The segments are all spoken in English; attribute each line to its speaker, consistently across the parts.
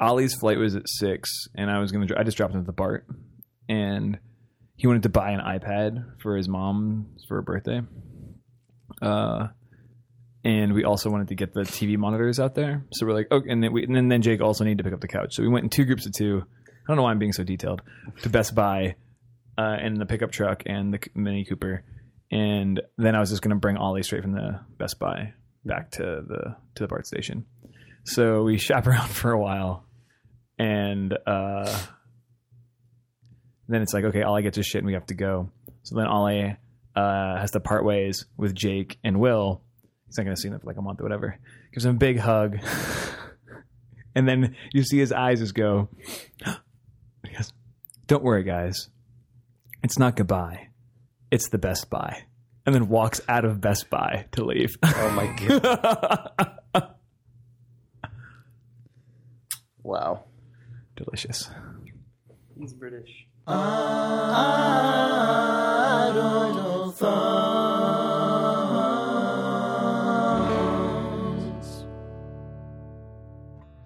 Speaker 1: Ollie's flight was at six, and I was gonna. dr- I just dropped him at the BART, and he wanted to buy an iPad for his mom for her birthday. Uh, and we also wanted to get the TV monitors out there. So we're like, oh, and then, we, and then, then Jake also needed to pick up the couch. So we went in two groups of two. I don't know why I'm being so detailed. To Best Buy, uh, and the pickup truck and the C- Mini Cooper, and then I was just gonna bring Ollie straight from the Best Buy back to the to the part station. So we shop around for a while, and uh, then it's like, okay, Ollie gets his shit, and we have to go. So then Ollie uh, has to part ways with Jake and Will. He's not going to see them for like a month or whatever. Gives him a big hug, and then you see his eyes just go. he goes, "Don't worry, guys. It's not goodbye. It's the Best Buy." And then walks out of Best Buy to leave.
Speaker 2: Oh my god! wow.
Speaker 1: Delicious.
Speaker 3: He's British.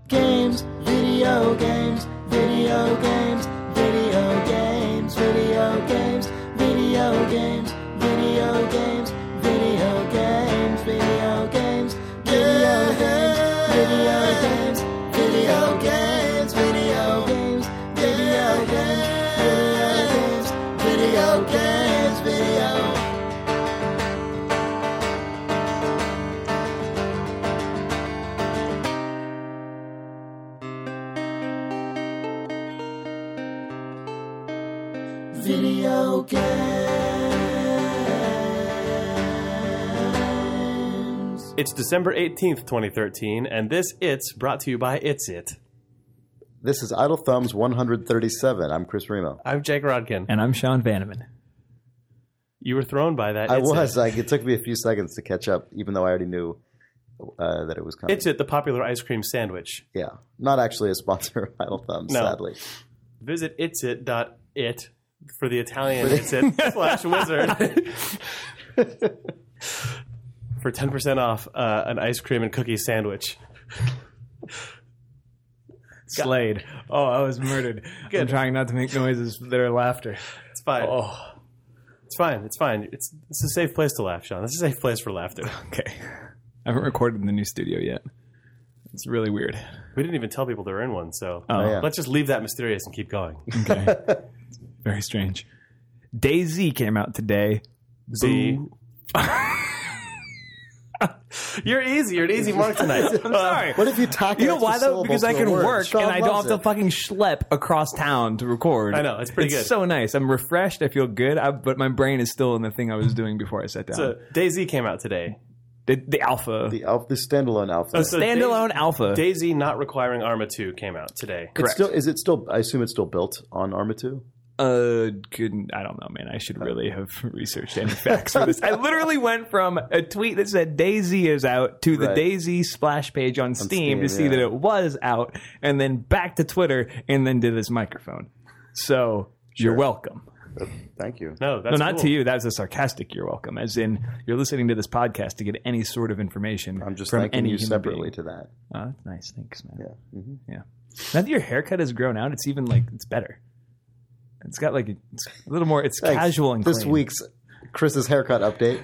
Speaker 4: games, video games, video games, video games, video games, video games, video games, video games, video games, video games, video games, video games, video games, video games, video games, video games, video. Video games.
Speaker 5: It's December 18th, 2013, and this It's brought to you by It's It.
Speaker 2: This is Idle Thumbs 137. I'm Chris Remo.
Speaker 5: I'm Jake Rodkin.
Speaker 1: And I'm Sean Vanneman.
Speaker 5: You were thrown by that.
Speaker 2: I
Speaker 5: It's
Speaker 2: was
Speaker 5: It.
Speaker 2: like, it took me a few seconds to catch up, even though I already knew uh, that it was coming.
Speaker 5: It's It, the popular ice cream sandwich.
Speaker 2: yeah, not actually a sponsor of Idle Thumbs,
Speaker 5: No.
Speaker 2: sadly.
Speaker 5: Visit itsit.it for the Italian It's It slash wizard. for 10% off uh, an ice cream and cookie sandwich.
Speaker 1: Slade. Oh, I was murdered. I'm trying not to make noises that are laughter.
Speaker 5: It's fine.
Speaker 1: Oh,
Speaker 5: It's fine. It's fine. It's, it's a safe place to laugh, Sean. It's a safe place for laughter.
Speaker 1: okay. I haven't recorded in the new studio yet. It's really weird.
Speaker 5: We didn't even tell people they're in one, so
Speaker 1: Oh,
Speaker 2: yeah.
Speaker 5: let's just leave that mysterious and keep going.
Speaker 1: Very strange. Daisy came out today.
Speaker 5: Z. You're easy. You're an easy mark tonight.
Speaker 1: I'm sorry.
Speaker 2: What if you tack
Speaker 1: you know
Speaker 2: an
Speaker 1: why
Speaker 2: extra
Speaker 1: though? Because I
Speaker 2: syllable to
Speaker 1: can
Speaker 2: a word?
Speaker 1: work
Speaker 2: Sean
Speaker 1: and I don't have
Speaker 2: loves
Speaker 1: to
Speaker 2: it.
Speaker 1: fucking schlep across town to record.
Speaker 5: I know, it's pretty good.
Speaker 1: so nice. I'm refreshed. I feel good. I, but my brain is still in the thing I was doing before I sat down.
Speaker 5: So Daisy came out today.
Speaker 1: the, the alpha,
Speaker 2: The, alpha, the standalone Alpha.
Speaker 5: Oh, so
Speaker 1: standalone alpha.
Speaker 5: Daisy not requiring Arma 2 came out today.
Speaker 2: It's still, is it still? I assume it's still built on Arma Two.
Speaker 1: Uh, couldn't I don't know, man. I should really have researched any facts for this. I literally went from a tweet that said Daisy is out to the
Speaker 2: Right.
Speaker 1: Daisy splash page on, Steam,
Speaker 2: Steam,
Speaker 1: to see
Speaker 2: yeah.
Speaker 1: that it was out, and then back to Twitter, and then to this microphone. So you're welcome.
Speaker 2: Uh, Thank you.
Speaker 5: No, that's
Speaker 1: No, not
Speaker 5: cool.
Speaker 1: to you. That was a sarcastic "you're welcome," as in you're listening to this podcast to get any sort of information.
Speaker 2: I'm just
Speaker 1: from
Speaker 2: thanking
Speaker 1: any
Speaker 2: you
Speaker 1: human
Speaker 2: separately
Speaker 1: being.
Speaker 2: to that.
Speaker 1: Oh, that's nice. Thanks, man.
Speaker 2: Yeah. Mhm.
Speaker 1: Yeah. Now that your haircut has grown out, it's even like it's better. It's got like it's a little more. It's
Speaker 2: Thanks.
Speaker 1: casual and
Speaker 2: this
Speaker 1: clean.
Speaker 2: week's Chris's haircut update.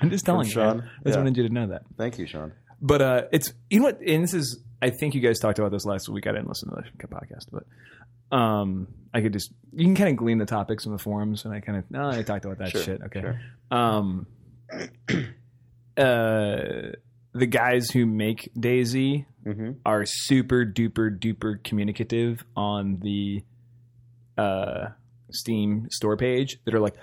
Speaker 1: I'm just telling you.
Speaker 2: Sean.
Speaker 1: man. I just
Speaker 2: Yeah.
Speaker 1: wanted you to know that.
Speaker 2: Thank you, Sean.
Speaker 1: But uh, it's you know what, and this is I think you guys talked about this last week. I didn't listen to the podcast, but um, I could just you can kind of glean the topics from the forums, and I kind of no, I talked about that
Speaker 2: Sure,
Speaker 1: shit. Okay,
Speaker 2: sure.
Speaker 1: um, uh, the guys who make Daisy
Speaker 2: Mhm.
Speaker 1: are super duper duper communicative on the uh, Steam store page that are like,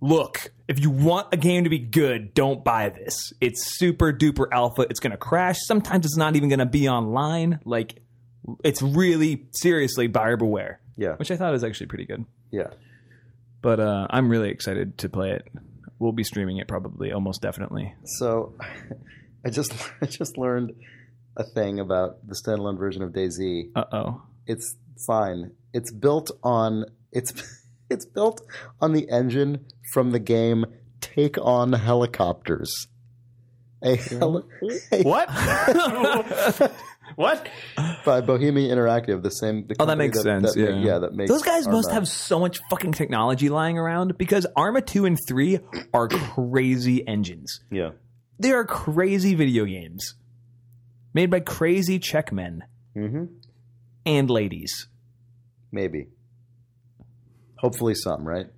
Speaker 1: look, if you want a game to be good, don't buy this. It's super duper alpha. It's going to crash. Sometimes it's not even going to be online. Like, it's really seriously buyer beware,
Speaker 2: Yeah.
Speaker 1: which I thought was actually pretty good.
Speaker 2: Yeah.
Speaker 1: But uh, I'm really excited to play it. We'll be streaming it probably, almost definitely.
Speaker 2: So, I just I just learned a thing about the standalone version of DayZ.
Speaker 1: Uh oh.
Speaker 2: It's fine. It's built on it's it's built on the engine from the game Take On Helicopters. A heli-
Speaker 5: What? What?
Speaker 2: by Bohemia Interactive, the same. The
Speaker 1: Oh, that
Speaker 2: company
Speaker 1: makes sense,
Speaker 2: that
Speaker 1: yeah.
Speaker 2: make- yeah, that makes
Speaker 1: Those guys must
Speaker 2: Arma.
Speaker 1: have so much fucking technology lying around because Arma 2 and 3 are crazy engines.
Speaker 2: Yeah,
Speaker 1: They are crazy video games made by crazy Czech men
Speaker 2: hmm
Speaker 1: and ladies.
Speaker 2: maybe. Hopefully, some right.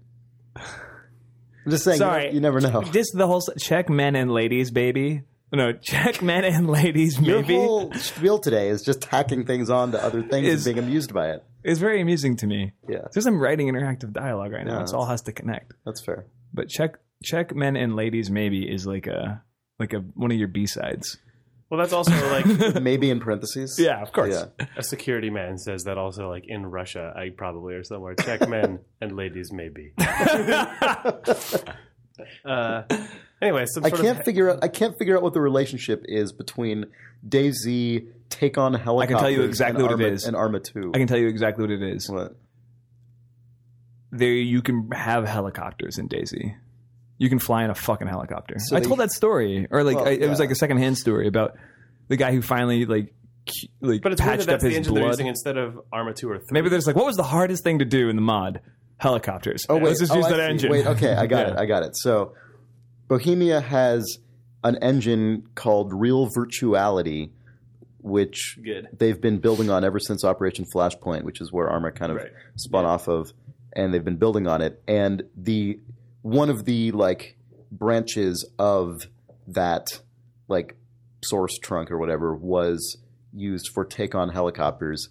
Speaker 2: I'm just saying.
Speaker 1: Sorry.
Speaker 2: you, you never know.
Speaker 1: Just the whole s- Czech men and ladies, baby. No, Czech men and ladies,
Speaker 2: Your
Speaker 1: maybe.
Speaker 2: whole spiel today is just tacking things on to other things
Speaker 1: Is-
Speaker 2: and being amused by it.
Speaker 1: It's very amusing to me.
Speaker 2: Yeah,
Speaker 1: Since I'm writing interactive dialogue right now,
Speaker 2: Yeah,
Speaker 1: it's all has to connect.
Speaker 2: that's fair.
Speaker 1: But Czech Czech men and ladies maybe is like a like a one of your B sides.
Speaker 5: Well, that's also like
Speaker 2: Maybe in parentheses.
Speaker 1: Yeah, of course.
Speaker 2: Yeah.
Speaker 5: a security man says that also like in Russia, I probably or somewhere. Czech men and ladies maybe. uh, anyway, some
Speaker 2: I
Speaker 5: sort
Speaker 2: can't
Speaker 5: of
Speaker 2: figure out. I can't figure out what the relationship is between Daisy take on helicopters.
Speaker 1: tell you exactly
Speaker 2: and
Speaker 1: what it
Speaker 2: Arma-
Speaker 1: is.
Speaker 2: And Arma Two.
Speaker 1: I can tell you exactly what it is.
Speaker 2: what?
Speaker 1: There you can have helicopters in Daisy. You can fly in a fucking helicopter.
Speaker 2: So
Speaker 1: I
Speaker 2: they-
Speaker 1: told that story, or like
Speaker 2: Well,
Speaker 1: I, it was
Speaker 2: yeah.
Speaker 1: like a secondhand story about the guy who finally like cu- like
Speaker 5: But it's weird
Speaker 1: patched
Speaker 5: that that's
Speaker 1: up
Speaker 5: the
Speaker 1: his
Speaker 5: engine they're
Speaker 1: blood.
Speaker 5: using instead of Arma 2 or 3.
Speaker 1: Maybe there's like, what was the hardest thing to do in the mod? Helicopters.
Speaker 2: Oh wait,
Speaker 1: let's just
Speaker 2: oh,
Speaker 1: use
Speaker 2: I
Speaker 1: that
Speaker 2: see.
Speaker 1: engine.
Speaker 2: Wait, okay, I got
Speaker 1: Yeah.
Speaker 2: it. I got it. So, Bohemia has an engine called Real Virtuality, which
Speaker 5: Good.
Speaker 2: they've been building on ever since Operation Flashpoint, which is where Arma kind of
Speaker 5: Right.
Speaker 2: spun off of, and they've been building on it. And the one of the like branches of that like source trunk or whatever was used for take on helicopters,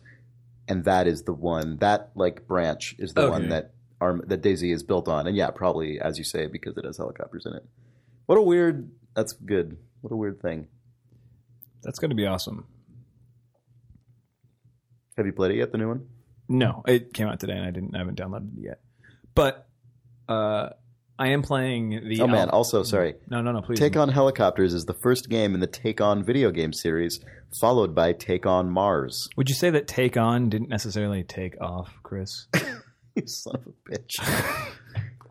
Speaker 2: and that is the one that like branch is the
Speaker 1: Okay.
Speaker 2: one that Arm that Daisy is built on. And yeah, probably as you say because it has helicopters in it. What a weird. That's good. What a weird thing.
Speaker 1: That's gonna be awesome.
Speaker 2: Have you played it yet? The new one.
Speaker 1: No, it came out today, and I didn't. I haven't downloaded it yet. But uh, I am playing the.
Speaker 2: Oh man. Also, sorry.
Speaker 1: no, no, no! Please.
Speaker 2: Take on Helicopters is the first game in the Take On video game series, followed by Take On Mars.
Speaker 1: Would you say that Take On didn't necessarily take off, Chris?
Speaker 2: You son of a bitch.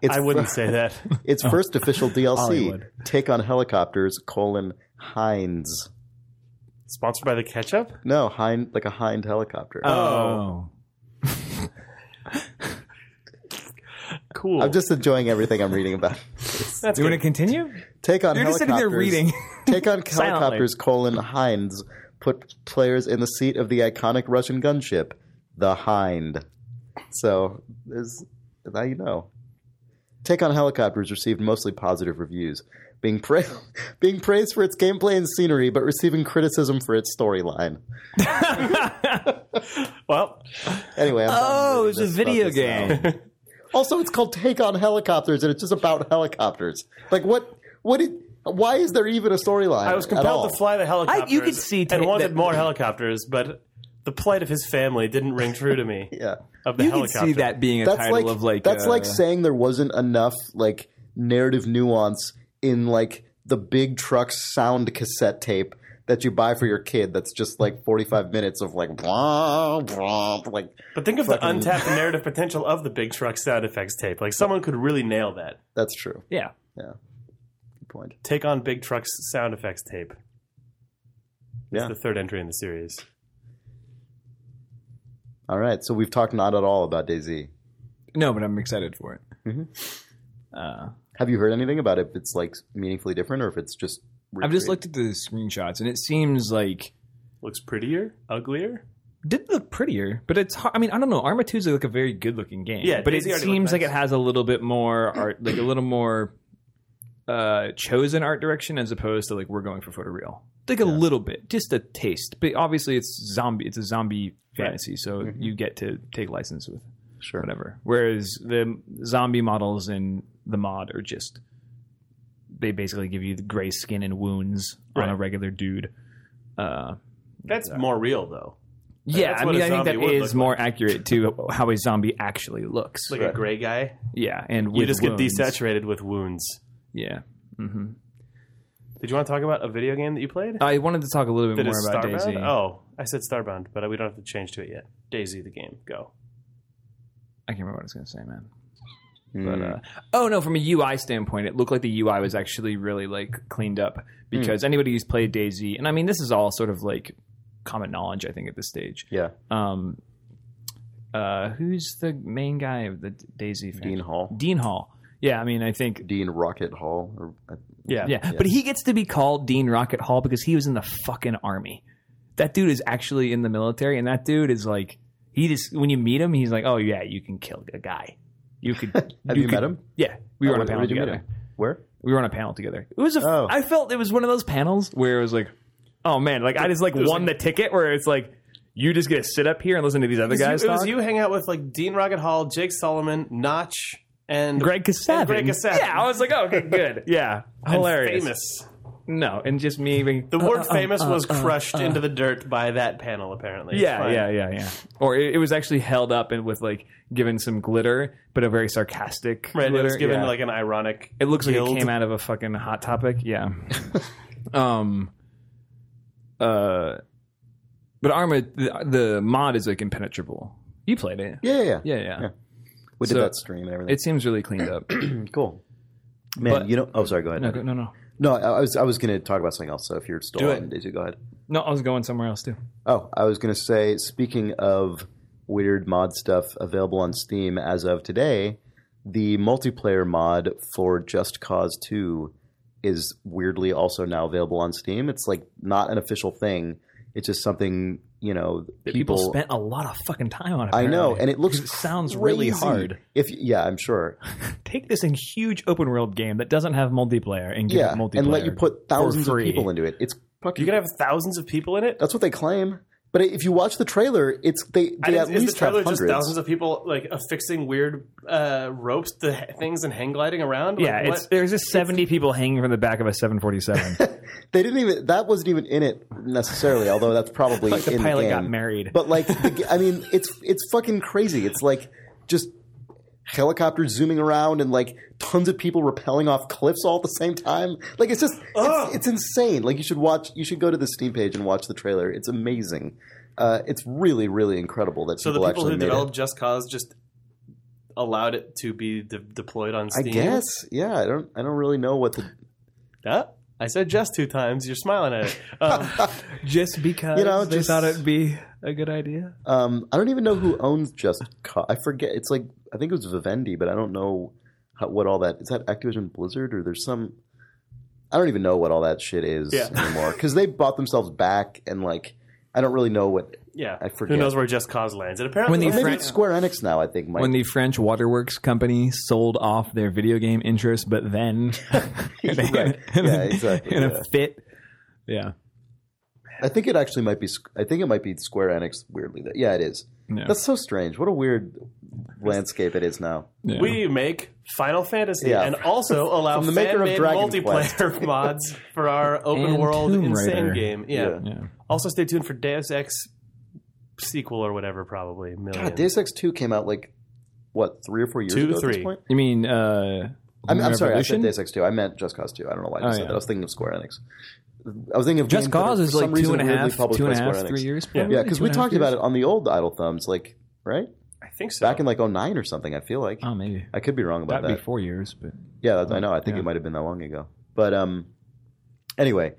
Speaker 2: It's
Speaker 5: I wouldn't say that.
Speaker 2: Its first
Speaker 1: Oh,
Speaker 2: official DLC,
Speaker 1: Hollywood.
Speaker 2: Take On Helicopters, colon, Heinz.
Speaker 5: Sponsored by the ketchup?
Speaker 2: No, Hind, like a Hind helicopter.
Speaker 1: Oh.
Speaker 5: Cool.
Speaker 2: I'm just enjoying everything I'm reading about.
Speaker 5: That's
Speaker 1: Do you want
Speaker 5: good.
Speaker 1: to continue?
Speaker 2: Take On
Speaker 1: You're just sitting
Speaker 2: Helicopters.
Speaker 1: there reading.
Speaker 2: Take on
Speaker 1: Silently.
Speaker 2: helicopters, colon, Hinds, put players in the seat of the iconic Russian gunship, the Hind. So, there's, now you know. Take on helicopters received mostly positive reviews, being, pra- being praised for its gameplay and scenery, but receiving criticism for its storyline.
Speaker 5: well,
Speaker 2: Anyway, I'm done
Speaker 1: Oh,
Speaker 2: reading
Speaker 1: it's a
Speaker 2: this
Speaker 1: video
Speaker 2: about this now.
Speaker 1: game.
Speaker 2: Also, it's called Take on Helicopters, and it's just about helicopters. Like, what? What? Did, why is there even a storyline?
Speaker 5: I was
Speaker 2: at
Speaker 5: compelled
Speaker 2: all?
Speaker 5: to fly the helicopters.
Speaker 1: you could see
Speaker 5: and
Speaker 1: ta-
Speaker 5: wanted
Speaker 1: that-
Speaker 5: more helicopters, but the plight of his family didn't ring true to me.
Speaker 2: Yeah.
Speaker 5: Of the
Speaker 1: You can
Speaker 5: helicopter,
Speaker 1: see that being a
Speaker 2: that's
Speaker 1: title
Speaker 2: like,
Speaker 1: of like
Speaker 2: that's
Speaker 1: uh,
Speaker 2: like saying there wasn't enough like narrative nuance in like the big truck sound cassette tape that you buy for your kid that's just like 45 minutes of like blah blah like
Speaker 5: But think of the untapped narrative potential of the big truck sound effects tape. Like someone could really nail that.
Speaker 2: that's true
Speaker 1: yeah.
Speaker 2: good point
Speaker 5: Take on big truck's sound effects tape.
Speaker 2: yeah
Speaker 5: The third entry in the series.
Speaker 2: all right so we've talked not at all about daisy
Speaker 1: No, but I'm excited for it. Uh,
Speaker 2: have you heard anything about if it's like meaningfully different or if it's just
Speaker 1: I've just
Speaker 2: recreated?
Speaker 1: looked at the screenshots, and it seems like
Speaker 5: Looks prettier, uglier.
Speaker 1: did look prettier, but it's hard. I mean, I don't know. Arma 2 is like a very good looking game.
Speaker 5: Yeah,
Speaker 1: but it
Speaker 5: Daisy already
Speaker 1: seems
Speaker 5: looked
Speaker 1: like
Speaker 5: nice.
Speaker 1: it has a little bit more art, like a little more uh, chosen art direction as opposed to like we're going for photoreal. Like a little bit, just a taste. But obviously, it's zombie. It's a zombie fantasy, so
Speaker 2: Mm-hmm.
Speaker 1: you get to take license with
Speaker 2: Sure.
Speaker 1: whatever. Whereas the zombie models in the mod are just they basically give you the gray skin and wounds on
Speaker 5: Right.
Speaker 1: a regular dude. Uh,
Speaker 5: That's more real though.
Speaker 1: yeah,
Speaker 5: that's
Speaker 1: I
Speaker 5: what
Speaker 1: mean,
Speaker 5: a
Speaker 1: I think
Speaker 5: zombie
Speaker 1: that
Speaker 5: would
Speaker 1: is
Speaker 5: look
Speaker 1: more accurate to how a zombie actually looks.
Speaker 5: Like a gray guy.
Speaker 1: yeah, and
Speaker 5: You
Speaker 1: with
Speaker 5: just
Speaker 1: wounds.
Speaker 5: get desaturated with wounds.
Speaker 1: Yeah, hmm
Speaker 5: Did you want to talk about a video game that you played?
Speaker 1: I wanted to talk a little bit
Speaker 5: that
Speaker 1: more
Speaker 5: is
Speaker 1: about
Speaker 5: Starbound?
Speaker 1: Daisy.
Speaker 5: Oh, I said Starbound, but we don't have to change to it yet. Daisy the game. Go.
Speaker 1: I can't remember what I was going to say, man.
Speaker 2: Mm.
Speaker 1: But, uh, oh no, from a UI standpoint, it looked like the UI was actually really like cleaned up because anybody who's played Daisy, and I mean, this is all sort of like common knowledge, I think, at this stage.
Speaker 2: Yeah.
Speaker 1: Um, uh, who's the main guy of the Daisy?
Speaker 2: Dean
Speaker 1: franchise?
Speaker 2: Hall.
Speaker 1: Dean Hall. Yeah, I mean, I think
Speaker 2: Dean Rocket Hall. Or, uh,
Speaker 5: Yeah.
Speaker 1: yeah. But he gets to be called Dean Rocket Hall because he was in the fucking army. That dude is actually in the military, and that dude is like he just when you meet him, he's like, Oh yeah, you can kill a guy. You could
Speaker 2: Have you
Speaker 1: could-
Speaker 2: met him?
Speaker 1: Yeah. We were
Speaker 2: Oh,
Speaker 1: on a
Speaker 2: where-
Speaker 1: panel
Speaker 2: where did you meet
Speaker 1: together.
Speaker 2: him? Where?
Speaker 1: We were on a panel together. It was a. I
Speaker 2: Oh.
Speaker 1: felt it was one of those panels where it was like, oh man, like I just like won the ticket where it's like you just get to sit up here and listen to these other
Speaker 5: It
Speaker 1: guys
Speaker 5: was, you, it was
Speaker 1: talk.
Speaker 5: you hang out with like Dean Rocket Hall, Jake Solomon, Notch, and
Speaker 1: Greg Kasavin.
Speaker 5: And Greg Kasavin.
Speaker 1: Yeah, I was like, oh, okay, good. Yeah,
Speaker 5: and
Speaker 1: hilarious. Uh,
Speaker 5: Famous.
Speaker 1: No, and just me being
Speaker 5: The word famous was crushed into the dirt by that panel, apparently. It's
Speaker 1: uh. Yeah,
Speaker 5: fine.
Speaker 1: yeah, yeah, yeah. Or it, it was actually held up and with like given some glitter, but a very sarcastic
Speaker 5: Right.
Speaker 1: glitter.
Speaker 5: It was given
Speaker 1: yeah.
Speaker 5: like an ironic.
Speaker 1: it looks like
Speaker 5: guild.
Speaker 1: it came out of a fucking hot topic. Yeah. um. Uh. But Arma, the, the mod is like impenetrable. You played it.
Speaker 2: Yeah, yeah, yeah.
Speaker 1: Yeah, yeah.
Speaker 2: Yeah. We did
Speaker 1: So-
Speaker 2: that stream and everything.
Speaker 1: It seems really cleaned up.
Speaker 2: Mm, cool. Man,
Speaker 1: But-
Speaker 2: you know. Oh, sorry. Go ahead.
Speaker 1: no, go- no, no.
Speaker 2: No, I, I was I was going to talk about something else. So if you're still
Speaker 5: Do
Speaker 2: on
Speaker 5: it.
Speaker 2: Daisy, go ahead.
Speaker 1: No, I was going somewhere else too.
Speaker 2: Oh, I was going to say. Speaking of weird mod stuff available on Steam as of today, the multiplayer mod for Just Cause Two is weirdly also now available on Steam. It's like not an official thing. It's just something you know
Speaker 1: That people, spent a lot of fucking time on it.
Speaker 2: I know,
Speaker 1: apparently.
Speaker 2: and it looks
Speaker 1: It sounds really
Speaker 2: crazy.
Speaker 1: hard.
Speaker 2: If yeah, I'm sure.
Speaker 1: Take this in huge open world game that doesn't have multiplayer and give
Speaker 2: yeah,
Speaker 1: it multiplayer
Speaker 2: and let you put thousands
Speaker 1: for
Speaker 2: of
Speaker 1: free.
Speaker 2: people into it. It's fucking.
Speaker 5: You could have thousands of people in it.
Speaker 2: that's what they claim. But if you watch the trailer, it's they,
Speaker 5: I
Speaker 2: they
Speaker 5: didn't-
Speaker 2: at
Speaker 5: is
Speaker 2: least
Speaker 5: the trailer
Speaker 2: have hundreds.
Speaker 5: just thousands of people like affixing weird uh, ropes to h- things and hang gliding around? Like,
Speaker 1: Yeah,
Speaker 5: what-
Speaker 1: it's, there's just 70 people hanging from the back of a 747.
Speaker 2: they didn't even that wasn't even in it necessarily. Although that's probably
Speaker 1: Like the
Speaker 2: in
Speaker 1: pilot
Speaker 2: the game.
Speaker 1: got married.
Speaker 2: But like, the, g- I mean, it's it's fucking crazy. It's like just helicopters zooming around and like tons of people rappelling off cliffs all at the same time. Like it's just it's, it's insane. Like you should watch. You should go to the Steam page and watch the trailer. It's amazing. Uh, it's really really incredible that
Speaker 5: so
Speaker 2: people
Speaker 5: the people
Speaker 2: actually
Speaker 5: who
Speaker 2: made
Speaker 5: developed
Speaker 2: it.
Speaker 5: Just Cause just allowed it to be de- deployed on
Speaker 2: I
Speaker 5: Steam.
Speaker 2: guess yeah. I don't I don't really know what the
Speaker 5: Huh? I said just two times. You're smiling at it. Um,
Speaker 1: just because
Speaker 2: You know, they just- thought it'd
Speaker 1: be a good idea.
Speaker 2: Um, I don't even know who owns Just Cause. I forget. It's like I think it was Vivendi, but I don't know how, what all that is. That Activision Blizzard or there's some. I don't even know what all that shit is
Speaker 5: Yeah.
Speaker 2: anymore because they bought themselves back and like I don't really know what.
Speaker 5: yeah,
Speaker 2: I forget.
Speaker 5: Who knows where Just Cause lands? It apparently
Speaker 1: When the
Speaker 2: Maybe
Speaker 1: Fran-
Speaker 2: it's Square Enix now. I think. Mike.
Speaker 1: When the French waterworks company sold off their video game interest, but then in, a-
Speaker 2: Right.
Speaker 1: in a-
Speaker 2: Yeah, exactly,
Speaker 1: in
Speaker 2: yeah.
Speaker 1: a fit, yeah,
Speaker 2: I think it actually might be. Sq- I think it might be Square Enix. Weirdly, that yeah, it is.
Speaker 1: Yeah.
Speaker 2: That's so strange. What a weird landscape it is now.
Speaker 1: yeah.
Speaker 5: we make Final Fantasy
Speaker 2: Yeah.
Speaker 5: and also allow
Speaker 2: From the maker of
Speaker 5: fan-made
Speaker 2: Dragon
Speaker 5: multiplayer mods for our open
Speaker 1: And
Speaker 5: world
Speaker 1: Tomb
Speaker 5: insane
Speaker 1: Raider.
Speaker 5: game.
Speaker 2: Yeah.
Speaker 5: Yeah.
Speaker 1: yeah.
Speaker 5: Also, stay tuned for Deus Ex sequel or whatever. Probably million.
Speaker 2: God, Deus Ex Two came out like what three or four years
Speaker 5: Two,
Speaker 2: ago at this
Speaker 5: three.
Speaker 2: point.
Speaker 1: You mean uh,
Speaker 2: I'm, I'm sorry, I
Speaker 1: Revolution?
Speaker 2: said Deus Ex 2. I meant Just Cause 2. I don't know why I just
Speaker 1: Oh,
Speaker 2: said
Speaker 1: yeah.
Speaker 2: that. I was thinking of Square Enix. I was thinking of
Speaker 1: Just
Speaker 2: games that
Speaker 1: Cause
Speaker 2: are
Speaker 1: is
Speaker 2: for
Speaker 1: like
Speaker 2: some
Speaker 1: two
Speaker 2: reason
Speaker 1: and uh, a half,
Speaker 2: weirdly published
Speaker 1: two and a
Speaker 2: by Square
Speaker 1: half,
Speaker 2: Enix.
Speaker 1: three years.
Speaker 5: Yeah.
Speaker 1: probably,
Speaker 2: Yeah, because
Speaker 1: two
Speaker 2: we
Speaker 1: and a half
Speaker 2: talked about
Speaker 1: years.
Speaker 2: it on the old Idle Thumbs, like, right?
Speaker 5: I think so.
Speaker 2: Back in like 09 or something, I feel like.
Speaker 1: Oh, maybe
Speaker 2: I could be wrong about
Speaker 1: that'd be
Speaker 2: that.
Speaker 1: four years, but
Speaker 2: Yeah, that- I know. I think
Speaker 1: Yeah.
Speaker 2: it might have been that long ago. But um, anyway,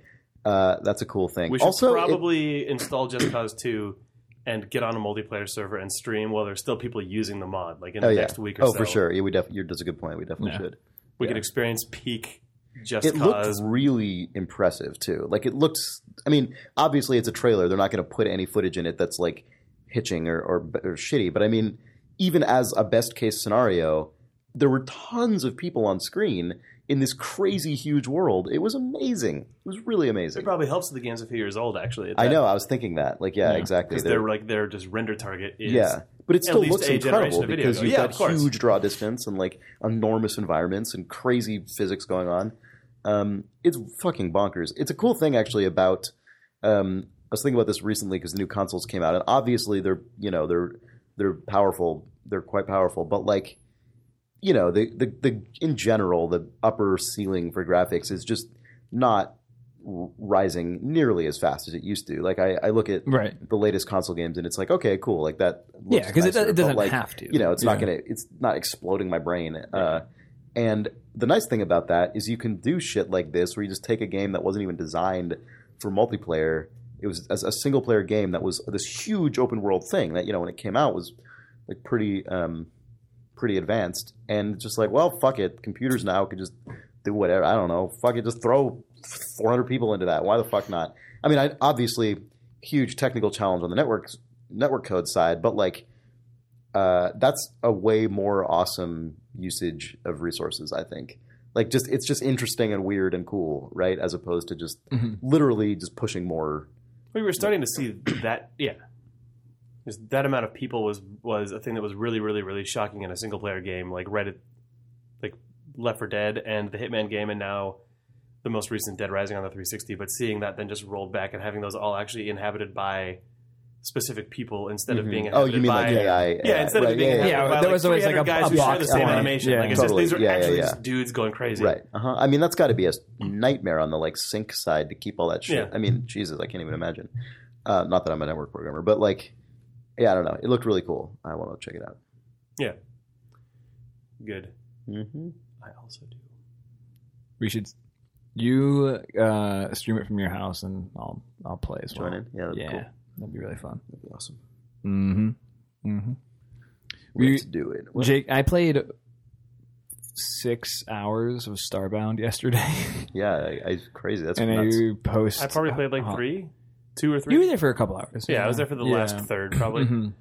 Speaker 2: uh, that's a cool thing.
Speaker 5: we should
Speaker 2: also, it-
Speaker 5: probably install Just Cause Two and get on a multiplayer server and stream while there's still people using the mod. Like in
Speaker 2: oh,
Speaker 5: the
Speaker 2: yeah.
Speaker 5: next week or
Speaker 2: oh,
Speaker 5: so.
Speaker 2: for sure. Yeah, we def- you're, that's a good point. We definitely
Speaker 1: Yeah.
Speaker 2: should.
Speaker 5: We
Speaker 2: Yeah.
Speaker 5: could experience peak Just
Speaker 2: it
Speaker 5: Cause.
Speaker 2: looked really impressive too. Like it looks. I mean, obviously it's a trailer. They're not going to put any footage in it that's like hitching or, or or shitty. But I mean, even as a best case scenario, there were tons of people on screen in this crazy huge world. It was amazing. It was really
Speaker 5: It
Speaker 2: amazing.
Speaker 5: probably helps that the game's a few years old. Actually,
Speaker 2: I know. I was thinking that. Like, yeah,
Speaker 1: Yeah,
Speaker 2: exactly.
Speaker 5: because
Speaker 2: They're-
Speaker 5: their like their just render target is
Speaker 2: yeah, but it still
Speaker 5: least
Speaker 2: looks
Speaker 5: a generation
Speaker 2: incredible
Speaker 5: of video
Speaker 2: because
Speaker 5: game.
Speaker 2: you've
Speaker 5: Yeah, of
Speaker 2: got
Speaker 5: course.
Speaker 2: huge draw distance and like enormous environments and crazy physics going on. Um, it's fucking bonkers. It's a cool thing actually about. Um, I was thinking about this recently because new consoles came out, and obviously they're you know they're they're powerful. They're quite powerful, but like you know the the, the in general the upper ceiling for graphics is just not r- rising nearly as fast as it used to. Like I, I look at
Speaker 1: right.
Speaker 2: the latest console games, and it's like, okay, cool, like that. Looks
Speaker 1: Yeah, because it,
Speaker 2: nicer,
Speaker 1: it doesn't
Speaker 2: but, like,
Speaker 1: have to.
Speaker 2: You know, it's not
Speaker 1: Yeah.
Speaker 2: gonna, it's not exploding my brain. Uh, and the nice thing about that is you can do shit like this, where you just take a game that wasn't even designed for multiplayer it was as a single player game that was this huge open world thing that you know when it came out was like pretty um, pretty advanced and just like well fuck it computers now could just do whatever I don't know fuck it just throw 400 people into that why the fuck not I mean I obviously huge technical challenge on the network network code side but like uh, that's a way more awesome usage of resources I think like just it's just interesting and weird and cool right as opposed to just
Speaker 1: Mhm.
Speaker 2: literally just pushing more
Speaker 5: We were starting to see that, yeah. Just that amount of people was was a thing that was really, really, really shocking in a single player game, like right at, like Left 4 Dead and the Hitman game, and now the most recent Dead Rising on the 360. But seeing that then just rolled back and having those all actually inhabited by specific people instead of being
Speaker 2: oh
Speaker 5: inhabited
Speaker 2: you mean
Speaker 5: by
Speaker 2: like AI
Speaker 5: yeah, instead of
Speaker 2: right,
Speaker 5: it being
Speaker 2: yeah, yeah,
Speaker 5: yeah,
Speaker 1: yeah.
Speaker 5: by,
Speaker 1: There
Speaker 5: like,
Speaker 1: was always, like,
Speaker 5: 300
Speaker 1: a-
Speaker 5: guys
Speaker 1: a
Speaker 5: who share
Speaker 1: box
Speaker 5: the same
Speaker 1: element.
Speaker 5: animation.
Speaker 1: Yeah.
Speaker 5: like it's
Speaker 2: Totally.
Speaker 5: just these are
Speaker 2: Yeah, yeah,
Speaker 5: actually
Speaker 2: yeah.
Speaker 5: just dudes going crazy.
Speaker 2: right uh-huh I mean that's got to be a nightmare on the like sync side to keep all that shit
Speaker 5: Yeah.
Speaker 2: I mean Jesus I can't even imagine uh, not that I'm a network programmer but like yeah I don't know it looked really cool I want to check it out
Speaker 5: Good.
Speaker 2: hmm
Speaker 5: I also do.
Speaker 1: We should. You uh, stream it from your house, and I'll I'll play as well.
Speaker 2: join in yeah that'd be
Speaker 1: yeah,
Speaker 2: cool.
Speaker 1: that'd be really fun.
Speaker 2: that'd be awesome
Speaker 1: Mm-hmm. Mm-hmm. We-
Speaker 2: let's do it What-
Speaker 1: Jake, I played six hours of Starbound yesterday,
Speaker 2: yeah I, I, crazy that's
Speaker 1: and
Speaker 2: nuts.
Speaker 1: I post.
Speaker 5: I probably played like
Speaker 1: uh,
Speaker 5: three, two or three.
Speaker 1: You were there for a couple hours.
Speaker 5: yeah, I was there for the
Speaker 1: Yeah.
Speaker 5: last third, probably.
Speaker 2: Mm-hmm.
Speaker 1: Mhm.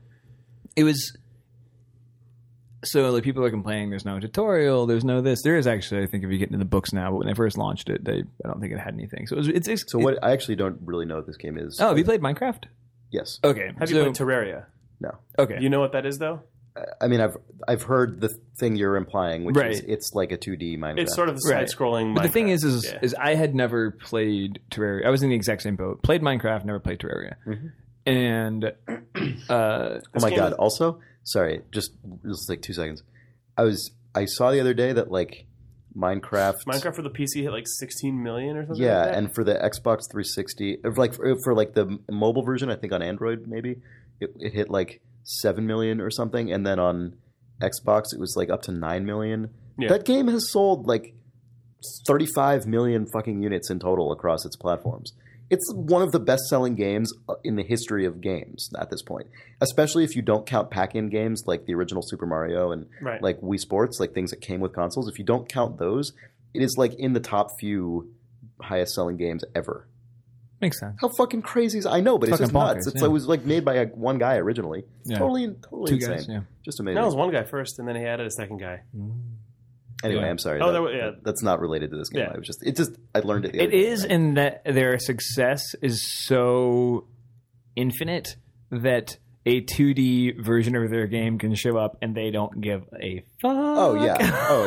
Speaker 1: It was so like people are complaining. There's no tutorial. There's no this. There is actually. I think if you get into the books now, but when they first launched it, they I don't think it had anything. So it was, it's, it's
Speaker 2: so what I actually don't really know what this game is
Speaker 1: oh, have you played Minecraft?
Speaker 2: yes
Speaker 1: Okay.
Speaker 5: Have
Speaker 1: so-
Speaker 5: you played Terraria?
Speaker 1: Okay.
Speaker 5: You know what that is, though.
Speaker 2: I mean, I've I've heard the thing you're implying, which is
Speaker 1: Right.
Speaker 2: it's like a 2D Minecraft.
Speaker 5: It's sort of
Speaker 1: Right.
Speaker 5: side-scrolling.
Speaker 1: but the thing
Speaker 5: Minecraft.
Speaker 1: is, is,
Speaker 5: Yeah.
Speaker 1: is I had never played Terraria. I was in the exact same boat. Played Minecraft, never played Terraria.
Speaker 2: Mhm.
Speaker 1: And uh,
Speaker 2: oh
Speaker 5: this
Speaker 2: my
Speaker 5: game
Speaker 2: god!
Speaker 5: is-
Speaker 2: Also, sorry, just just like two seconds. I was I saw the other day that like Minecraft,
Speaker 5: Minecraft for the PC hit like 16 million or something.
Speaker 2: yeah,
Speaker 5: like that.
Speaker 2: and for the Xbox 360, or like for, for like the mobile version, I think on Android maybe it, it hit like seven million or something, and then on Xbox it was like up to nine million.
Speaker 5: Yeah.
Speaker 2: That game has sold like 35 million fucking units in total across its platforms. It's one of the best-selling games uh, in the history of games at this point, especially if you don't count pack-in games like the original Super Mario and
Speaker 5: right.
Speaker 2: like Wii Sports, like things that came with consoles. If you don't count those, it is like in the top few highest selling games ever.
Speaker 1: makes sense.
Speaker 2: How fucking crazy is I know, but it's,
Speaker 1: Fucking
Speaker 2: just nuts.
Speaker 1: bonkers,
Speaker 2: It's
Speaker 1: yeah.
Speaker 2: it was like made by a, one guy originally.
Speaker 1: Yeah.
Speaker 2: Totally, totally
Speaker 1: Two
Speaker 2: insane.
Speaker 1: guys. Yeah.
Speaker 2: Just
Speaker 5: no,
Speaker 2: amazing.
Speaker 5: it was one guy first, and then he added a second guy.
Speaker 2: anyway,
Speaker 1: Yeah.
Speaker 2: I'm sorry.
Speaker 5: Oh,
Speaker 2: that-
Speaker 5: there wa- yeah.
Speaker 2: that's not related to this game.
Speaker 5: Yeah.
Speaker 2: I was just, it just, I learned it. The
Speaker 1: It
Speaker 2: other day.
Speaker 1: is in that their success is so infinite that a 2D version of their game can show up and they don't give a fuck.
Speaker 2: Oh yeah. Oh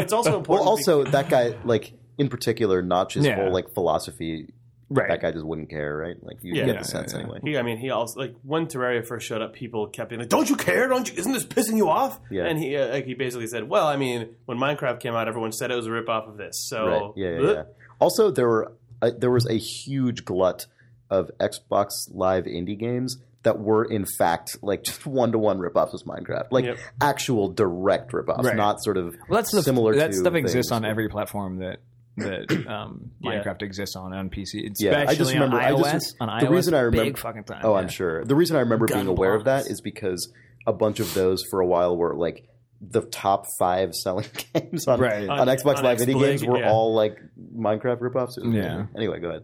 Speaker 5: It's also
Speaker 2: well,
Speaker 5: important.
Speaker 2: also that guy, like in particular, Notch's
Speaker 1: Yeah.
Speaker 2: whole like philosophy. That
Speaker 1: right.
Speaker 2: guy just wouldn't care, right? Like you
Speaker 5: Yeah.
Speaker 2: get
Speaker 1: Yeah,
Speaker 2: the sense
Speaker 1: yeah, yeah.
Speaker 2: anyway.
Speaker 5: He, I mean, he also like when Terraria first showed up, people kept being like, "Don't you care? Don't you? Isn't this pissing you off?"
Speaker 2: Yeah.
Speaker 5: And he uh, like he basically said, "Well, I mean, when Minecraft came out, everyone said it was a rip off of this." So
Speaker 2: Right. Yeah, yeah,
Speaker 5: Ugh.
Speaker 2: yeah. Also, there were uh, there was a huge glut of Xbox Live indie games that were in fact like just one to one ripoffs of Minecraft, like
Speaker 5: Yep.
Speaker 2: actual direct ripoffs,
Speaker 1: Right.
Speaker 2: not sort of
Speaker 1: Well, that's the,
Speaker 2: similar.
Speaker 1: That
Speaker 2: to
Speaker 1: stuff exists
Speaker 2: things.
Speaker 1: on every platform that that um,
Speaker 5: Yeah.
Speaker 1: Minecraft exists on on PC, especially
Speaker 2: Yeah, I just remember-
Speaker 1: on
Speaker 2: I
Speaker 1: iOS.
Speaker 2: just-
Speaker 1: on iOS,
Speaker 2: the reason I
Speaker 1: big
Speaker 2: remember-
Speaker 1: fucking time.
Speaker 2: Oh,
Speaker 1: yeah.
Speaker 2: I'm sure. The reason I remember
Speaker 1: Gun
Speaker 2: being aware of that
Speaker 1: blocks.
Speaker 2: is because a bunch of those for a while were like the top five selling games on,
Speaker 1: Right.
Speaker 2: on,
Speaker 5: On-
Speaker 2: Xbox
Speaker 5: on
Speaker 2: Live
Speaker 5: Xbox,
Speaker 2: indie games were
Speaker 5: yeah.
Speaker 2: all like Minecraft ripoffs. It was
Speaker 1: Yeah.
Speaker 2: amazing. Anyway, go ahead.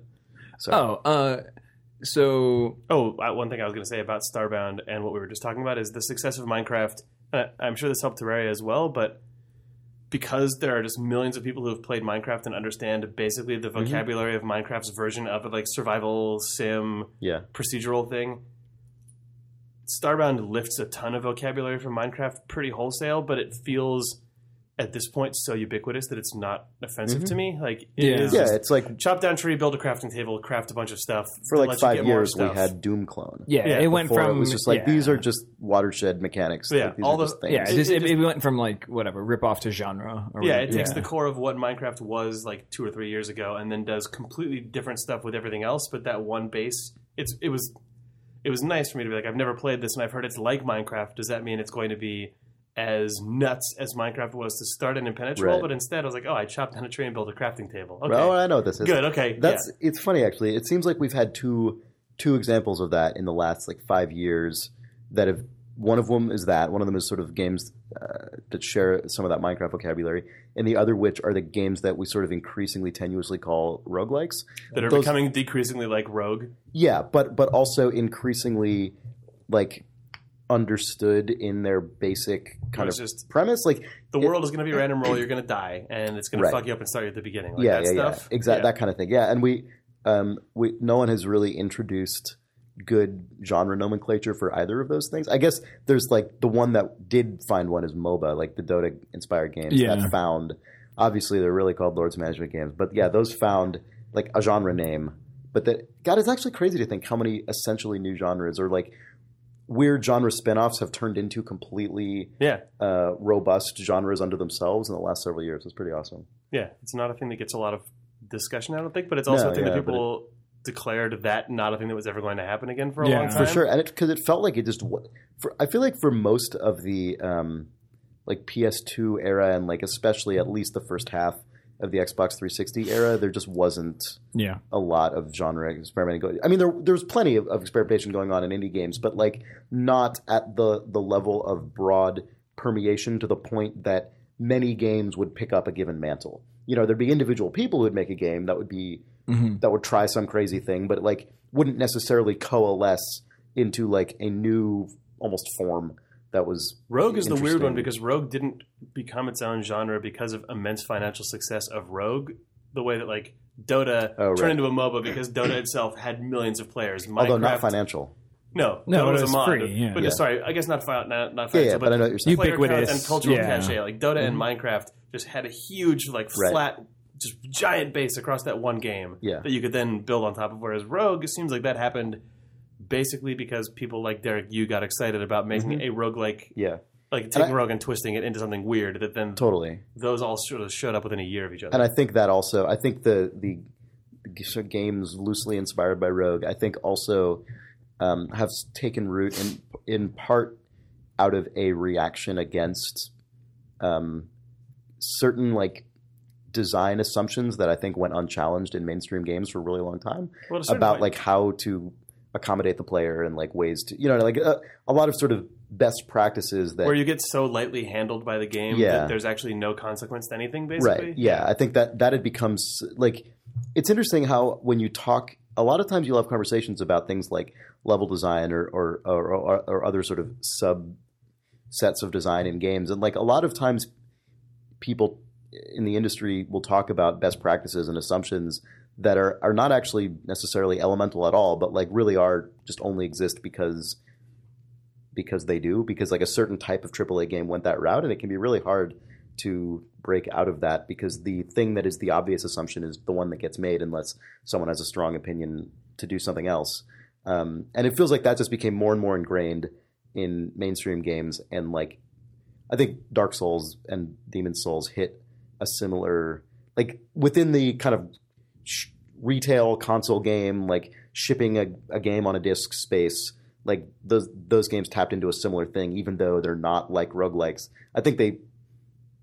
Speaker 2: Sorry.
Speaker 1: Oh, uh, so
Speaker 5: Oh, I, one thing I was going to say about Starbound and what we were just talking about is the success of Minecraft. And I, I'm sure this helped Terraria as well, but because there are just millions of people who have played Minecraft and understand basically the
Speaker 2: Mm-hmm.
Speaker 5: vocabulary of Minecraft's version of a like survival sim
Speaker 2: Yeah.
Speaker 5: procedural thing. Starbound lifts a ton of vocabulary from Minecraft pretty wholesale, but it feels at this point so ubiquitous that it's not offensive to me. Like it
Speaker 1: Yeah.
Speaker 5: is
Speaker 2: Mm-hmm. Yeah,
Speaker 5: just
Speaker 2: it's like
Speaker 5: chop down tree, build a crafting table, craft a bunch of stuff.
Speaker 2: for
Speaker 5: that
Speaker 2: like
Speaker 5: lets you
Speaker 2: five
Speaker 5: get more
Speaker 2: years we
Speaker 5: stuff.
Speaker 2: had Doom Clone.
Speaker 1: yeah,
Speaker 5: Yeah,
Speaker 1: it went
Speaker 2: Before
Speaker 1: from
Speaker 2: it was just like
Speaker 1: yeah.
Speaker 2: these are just watershed mechanics.
Speaker 5: Yeah,
Speaker 2: like, these
Speaker 5: all
Speaker 2: are
Speaker 5: the-
Speaker 2: just things.
Speaker 1: yeah. It,
Speaker 5: It-
Speaker 1: just,
Speaker 5: it
Speaker 1: it,
Speaker 5: just-
Speaker 1: it went from like whatever rip off to genre. Or
Speaker 5: Yeah,
Speaker 1: whatever.
Speaker 5: it takes the core of what Minecraft was like two or three years ago, and then does completely different stuff with everything else. But that one base, it's it was, it was nice for me to be like, I've never played this, and I've heard it's like Minecraft. Does that mean it's going to be as nuts as Minecraft was to start and impenetrable?
Speaker 2: Right.
Speaker 5: But instead, I was like, oh, I chopped down a tree and built a crafting table. Okay,
Speaker 2: Well, I know what this is.
Speaker 5: good. Okay,
Speaker 2: That's it's funny actually. It seems like we've had two two examples of that in the last like five years that have one of them is that one of them is sort of games uh, that share some of that Minecraft vocabulary, and the other which are the games that we sort of increasingly tenuously call roguelikes.
Speaker 5: that are
Speaker 2: Those-
Speaker 5: becoming decreasingly like rogue.
Speaker 2: Yeah, but but also increasingly like understood in their basic kind
Speaker 5: It's
Speaker 2: of
Speaker 5: just
Speaker 2: premise. Like
Speaker 5: the
Speaker 2: it-
Speaker 5: world is going to be a random roll. You're going to die, and it's going
Speaker 2: Right.
Speaker 5: to fuck you up and start you at the beginning. Like
Speaker 2: yeah,
Speaker 5: that
Speaker 2: yeah,
Speaker 5: stuff.
Speaker 2: yeah, exactly that kind of thing. Yeah, and we um we no one has really introduced good genre nomenclature for either of those things. I guess there's like the one that did find one is MOBA, like the Dota inspired games
Speaker 1: Yeah.
Speaker 2: that found. Obviously, they're really called Lords Management games, but yeah, those found like a genre name. But that God, it's actually crazy to think how many essentially new genres or like weird genre spin-offs have turned into completely
Speaker 5: Yeah.
Speaker 2: uh, robust genres unto themselves in the last several years. It's pretty awesome.
Speaker 5: Yeah, it's not a thing that gets a lot of discussion, I don't think, but it's also
Speaker 2: No,
Speaker 5: a thing
Speaker 2: yeah,
Speaker 5: that
Speaker 2: but
Speaker 5: people declared that not a thing that was ever going to happen again for a
Speaker 1: Yeah.
Speaker 5: long time.
Speaker 2: for sure and it because it felt like it just wa- for i feel like for most of the um like ps2 era and like especially at least the first half of the xbox 360 era there just wasn't
Speaker 1: Yeah.
Speaker 2: a lot of genre experimenting going i mean there there's plenty of, of experimentation going on in indie games but like not at the the level of broad permeation to the point that many games would pick up a given mantle you know there'd be individual people who would make a game that would be
Speaker 5: Mm-hmm.
Speaker 1: Mhm.
Speaker 2: that would try some crazy thing, but like wouldn't necessarily coalesce into like a new almost form that was
Speaker 5: Rogue is the weird
Speaker 2: Interesting.
Speaker 5: one because Rogue didn't become its own genre because of immense financial success of Rogue, the way that like Dota
Speaker 2: Oh, right.
Speaker 5: turned into a MOBA because Dota itself had millions of players. Minecraft,
Speaker 2: although not financial.
Speaker 5: No,
Speaker 1: No,
Speaker 5: Dota
Speaker 1: it
Speaker 5: was,
Speaker 1: was
Speaker 5: a mod.
Speaker 1: free, yeah.
Speaker 5: But
Speaker 2: Yeah.
Speaker 5: sorry, I guess not fi- not, not
Speaker 2: Yeah,
Speaker 5: financial,
Speaker 2: yeah, but I know what you're saying.
Speaker 1: You-
Speaker 5: player
Speaker 1: Ubiquitous,
Speaker 5: count and cultural
Speaker 1: yeah.
Speaker 5: cachet. Like Dota and Minecraft just had a huge, like
Speaker 2: Mm-hmm. Right.
Speaker 5: flat, just giant base across that one game
Speaker 2: Yeah.
Speaker 5: that you could then build on top of. Whereas Rogue, it seems like that happened basically because people like Derek Yu got excited about making a rogue like
Speaker 2: yeah,
Speaker 5: like taking
Speaker 2: Mm-hmm. I-
Speaker 5: rogue and twisting it into something weird that then
Speaker 2: totally.
Speaker 5: those all sort of showed up within a year of each other.
Speaker 2: And I think that also, I think the the g- so games loosely inspired by Rogue, I think also um, have s- taken root in in part out of a reaction against um, certain like design assumptions that I think went unchallenged in mainstream games for a really long time.
Speaker 5: Well, at a certain
Speaker 2: about
Speaker 5: point-
Speaker 2: like how to accommodate the player and like ways to you know like a, a lot of sort of best practices that
Speaker 5: where you get so lightly handled by the game
Speaker 2: Yeah.
Speaker 5: that there's actually no consequence to anything basically.
Speaker 2: right yeah i think that that had become s- like it's interesting how when you talk a lot of times you'll have conversations about things like level design or or or, or, or other sort of sub sets of design in games and like a lot of times people in the industry will talk about best practices and assumptions that are are not actually necessarily elemental at all but like really are just only exist because because they do because like a certain type of AAA game went that route and it can be really hard to break out of that because the thing that is the obvious assumption is the one that gets made unless someone has a strong opinion to do something else um, and it feels like that just became more and more ingrained in mainstream games and like i think dark souls and demon souls hit a similar like within the kind of sh- retail console game like shipping a, a game on a disc space like those those games tapped into a similar thing even though they're not like roguelikes i think they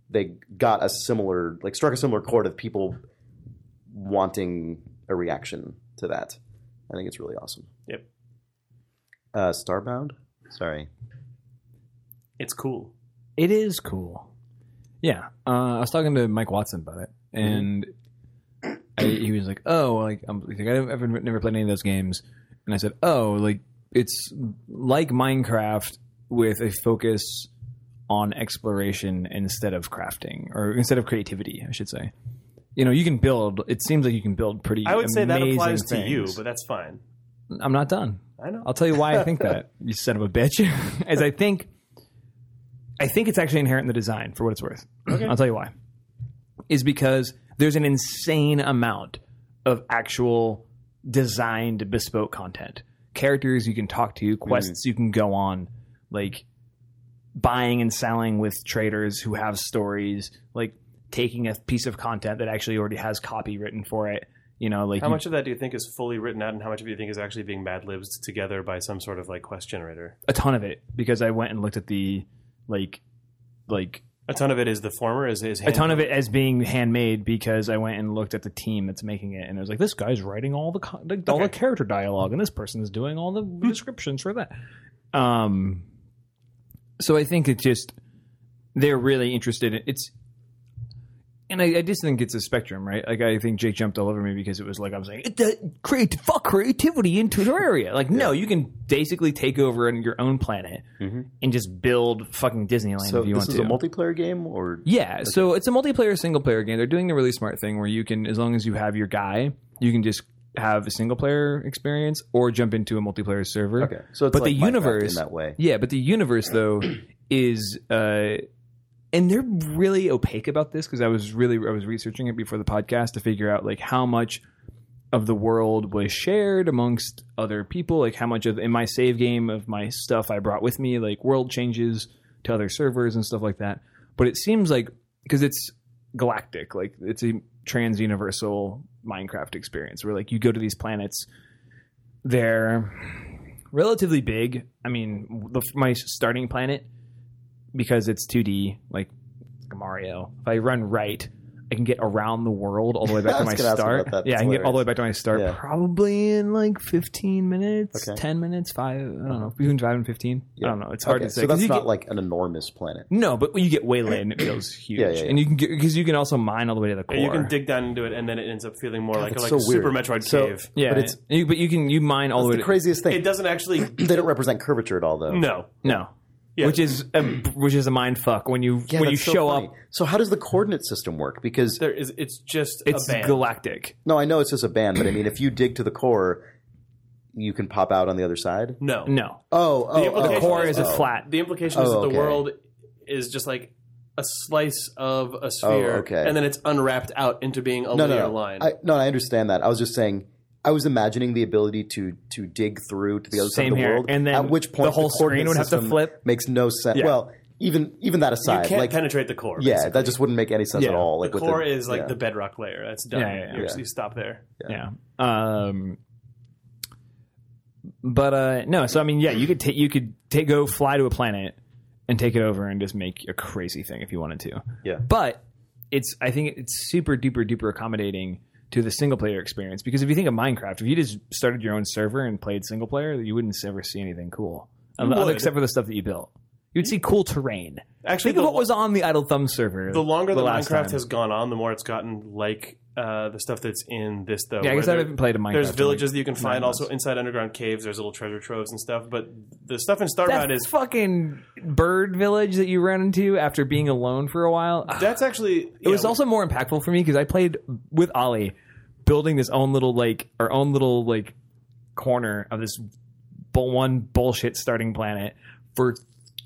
Speaker 2: they got a similar like struck a similar chord of people wanting a reaction to that i think it's really awesome
Speaker 5: Yep.
Speaker 2: uh starbound sorry
Speaker 5: It's cool.
Speaker 1: It is cool. Yeah. Uh, I was talking to Mike Watson about it,
Speaker 5: Mm-hmm.
Speaker 1: and I, he was like, "Oh, like I'm he's like I've ever, never played any of those games," and I said, "Oh, like it's like Minecraft with a focus on exploration instead of crafting or instead of creativity, I should say." You know, you can build. It seems like you can build pretty.
Speaker 5: I would say that
Speaker 1: amazing
Speaker 5: applies to you,
Speaker 1: things.
Speaker 5: but that's fine.
Speaker 1: I'm not done.
Speaker 5: I know.
Speaker 1: I'll tell you why I think that you son of a bitch. As I think, I think it's actually inherent in the design for what it's worth. I'll tell you why. Is because there's an insane amount of actual designed bespoke content, characters you can talk
Speaker 5: Hmm.
Speaker 1: to, quests you can go on, like buying and selling with traders who have stories, like taking a piece of content that actually already has copy written for it. You know, like
Speaker 5: How
Speaker 1: you-
Speaker 5: much of that do you think is fully written out, and how much of you think is actually being mad libs together by some sort of like quest generator?
Speaker 1: a ton of it because I went and looked at the like like
Speaker 5: A ton of it is the former is is
Speaker 1: a ton of it as being handmade because I went and looked at the team that's making it, and it was like, this guy's writing all the co- like, all the
Speaker 5: Okay.
Speaker 1: character dialogue, and this person is doing all the
Speaker 2: Hmm.
Speaker 1: descriptions for that. Um, so I think it just they're really interested. In, it's and I, I just think it's a spectrum, right? Like I think Jake jumped all over me because it was like I was like, "It- that create fuck creativity into their area. Like, no, you can basically take over on your own planet and just build fucking Disneyland
Speaker 2: Mm-hmm. So
Speaker 1: if you
Speaker 2: this
Speaker 1: want
Speaker 2: is
Speaker 1: to.
Speaker 2: a multiplayer game, or
Speaker 1: Yeah, so it's a multiplayer single player game. They're doing the really smart thing where you can, as long as you have your guy, you can just have a single player experience or jump into a multiplayer server.
Speaker 2: okay, so it's
Speaker 1: but
Speaker 2: like
Speaker 1: the
Speaker 2: Minecraft
Speaker 1: universe,
Speaker 2: in that way.
Speaker 1: yeah, but the universe though is, uh, and they're really opaque about this because I was really I was researching it before the podcast to figure out like how much of the world was shared amongst other people like how much of in my save game of my stuff i brought with me like world changes to other servers and stuff like that but it seems like because it's galactic like it's a trans universal minecraft experience where like you go to these planets they're relatively big i mean the, my starting planet because it's 2d like mario if i run right i can get around the world all the way back
Speaker 2: I
Speaker 1: to
Speaker 2: was
Speaker 1: my
Speaker 2: gonna ask about
Speaker 1: start
Speaker 2: that.
Speaker 1: yeah i
Speaker 2: That's
Speaker 1: can get all the
Speaker 2: hilarious.
Speaker 1: way back to my start
Speaker 2: Yeah.
Speaker 1: probably in like 15 minutes
Speaker 2: Okay.
Speaker 1: 10 minutes 5 i don't know between 5 and 15 i don't know it's hard to
Speaker 2: Okay,
Speaker 1: say
Speaker 2: So
Speaker 1: 'cause
Speaker 2: that's
Speaker 1: you
Speaker 2: not
Speaker 1: get-
Speaker 2: like an enormous planet.
Speaker 1: no but when you get waylaid and it feels huge
Speaker 2: Yeah, yeah, yeah.
Speaker 1: and you can get because you can also mine all the way to the core
Speaker 5: And you can dig down into it, and then it ends up feeling more like
Speaker 2: that's
Speaker 5: like
Speaker 2: so
Speaker 5: a Super
Speaker 2: weird.
Speaker 5: Metroid
Speaker 2: So-
Speaker 5: cave.
Speaker 1: yeah
Speaker 2: but it's-
Speaker 1: you, but you can you mine all the way
Speaker 2: The
Speaker 1: to-
Speaker 2: craziest
Speaker 5: It
Speaker 2: thing.
Speaker 5: doesn't actually.
Speaker 2: They don't represent curvature at all, though.
Speaker 5: No,
Speaker 1: no
Speaker 5: Yeah.
Speaker 1: which is a, which is a mind fuck when you
Speaker 2: Yeah,
Speaker 1: when you
Speaker 2: that's so
Speaker 1: show
Speaker 2: funny.
Speaker 1: up
Speaker 2: So how does the coordinate system work? Because
Speaker 5: there is. It's just
Speaker 1: it's
Speaker 5: a band.
Speaker 1: galactic
Speaker 2: no, I know it's just a band, but I mean, if you dig to the core, you can pop out on the other side.
Speaker 5: no,
Speaker 1: no
Speaker 2: Oh, oh,
Speaker 5: implication
Speaker 2: oh,
Speaker 1: the core is a
Speaker 2: oh.
Speaker 1: flat
Speaker 5: The implication is
Speaker 2: Oh,
Speaker 5: that
Speaker 2: okay.
Speaker 5: the world is just like a slice of a sphere,
Speaker 2: Oh, okay.
Speaker 5: and then it's unwrapped out into being a
Speaker 2: no,
Speaker 5: linear
Speaker 2: no, no.
Speaker 5: line.
Speaker 2: I, no, I understand that. I was just saying. I was imagining the ability to to dig through to the other side
Speaker 1: Same
Speaker 2: of the
Speaker 1: here.
Speaker 2: world,
Speaker 1: And then
Speaker 2: at which point
Speaker 1: the whole screen
Speaker 2: coordinate
Speaker 1: would have to
Speaker 2: system
Speaker 1: flip.
Speaker 2: Makes no sense.
Speaker 1: Yeah.
Speaker 2: Well, even even that
Speaker 5: you
Speaker 2: aside,
Speaker 5: can't
Speaker 2: like
Speaker 5: penetrate the core.
Speaker 2: yeah,
Speaker 5: basically.
Speaker 2: that just wouldn't make any sense
Speaker 1: Yeah.
Speaker 2: at all. Like
Speaker 5: the
Speaker 2: with
Speaker 5: core is like
Speaker 2: yeah.
Speaker 5: the bedrock layer. That's done.
Speaker 1: Yeah, yeah, yeah.
Speaker 5: You,
Speaker 2: Yeah.
Speaker 5: you stop there.
Speaker 1: yeah. Um, but uh, no, so I mean, yeah, you could take you could take go fly to a planet and take it over and just make a crazy thing if you wanted to.
Speaker 2: Yeah.
Speaker 1: But it's I think it's super duper duper accommodating to the single player experience because if you think of Minecraft, if you just started your own server and played single player, you wouldn't ever see anything cool, Um,
Speaker 5: would.
Speaker 1: except for the stuff that you built. You'd see cool terrain.
Speaker 5: Actually,
Speaker 1: Think of
Speaker 5: the-
Speaker 1: what was on the Idle Thumb server.
Speaker 5: The longer the,
Speaker 1: last
Speaker 5: Minecraft
Speaker 1: time.
Speaker 5: has gone on, the more it's gotten like uh, the stuff that's in this though.
Speaker 1: yeah, I
Speaker 5: where
Speaker 1: guess I
Speaker 5: there-
Speaker 1: haven't played a Minecraft. in,
Speaker 5: There's
Speaker 1: like,
Speaker 5: villages that you can find
Speaker 1: nine months.
Speaker 5: also inside underground caves. There's little treasure troves and stuff. But the stuff in
Speaker 1: that
Speaker 5: Starbound is
Speaker 1: fucking bird village that you ran into after being alone for a while. It
Speaker 5: that's actually it
Speaker 1: was also more impactful for me because I played with Ollie, building this own little like our own little like corner of this bull one bullshit starting planet for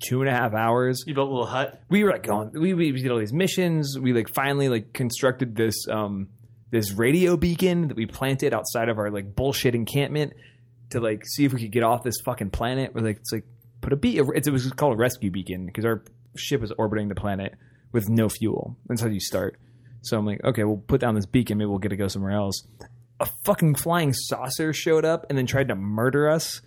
Speaker 1: two and a half hours.
Speaker 5: you built a little hut.
Speaker 1: We were like going. We, we did all these missions. We like finally like constructed this um this radio beacon that we planted outside of our like bullshit encampment to like see if we could get off this fucking planet. We're like, it's like put a be. It's, it was called a rescue beacon because our ship is orbiting the planet with no fuel. That's how you start. So I'm like, okay, we'll put down this beacon. Maybe we'll get to go somewhere else. A fucking flying saucer showed up and then tried to murder us.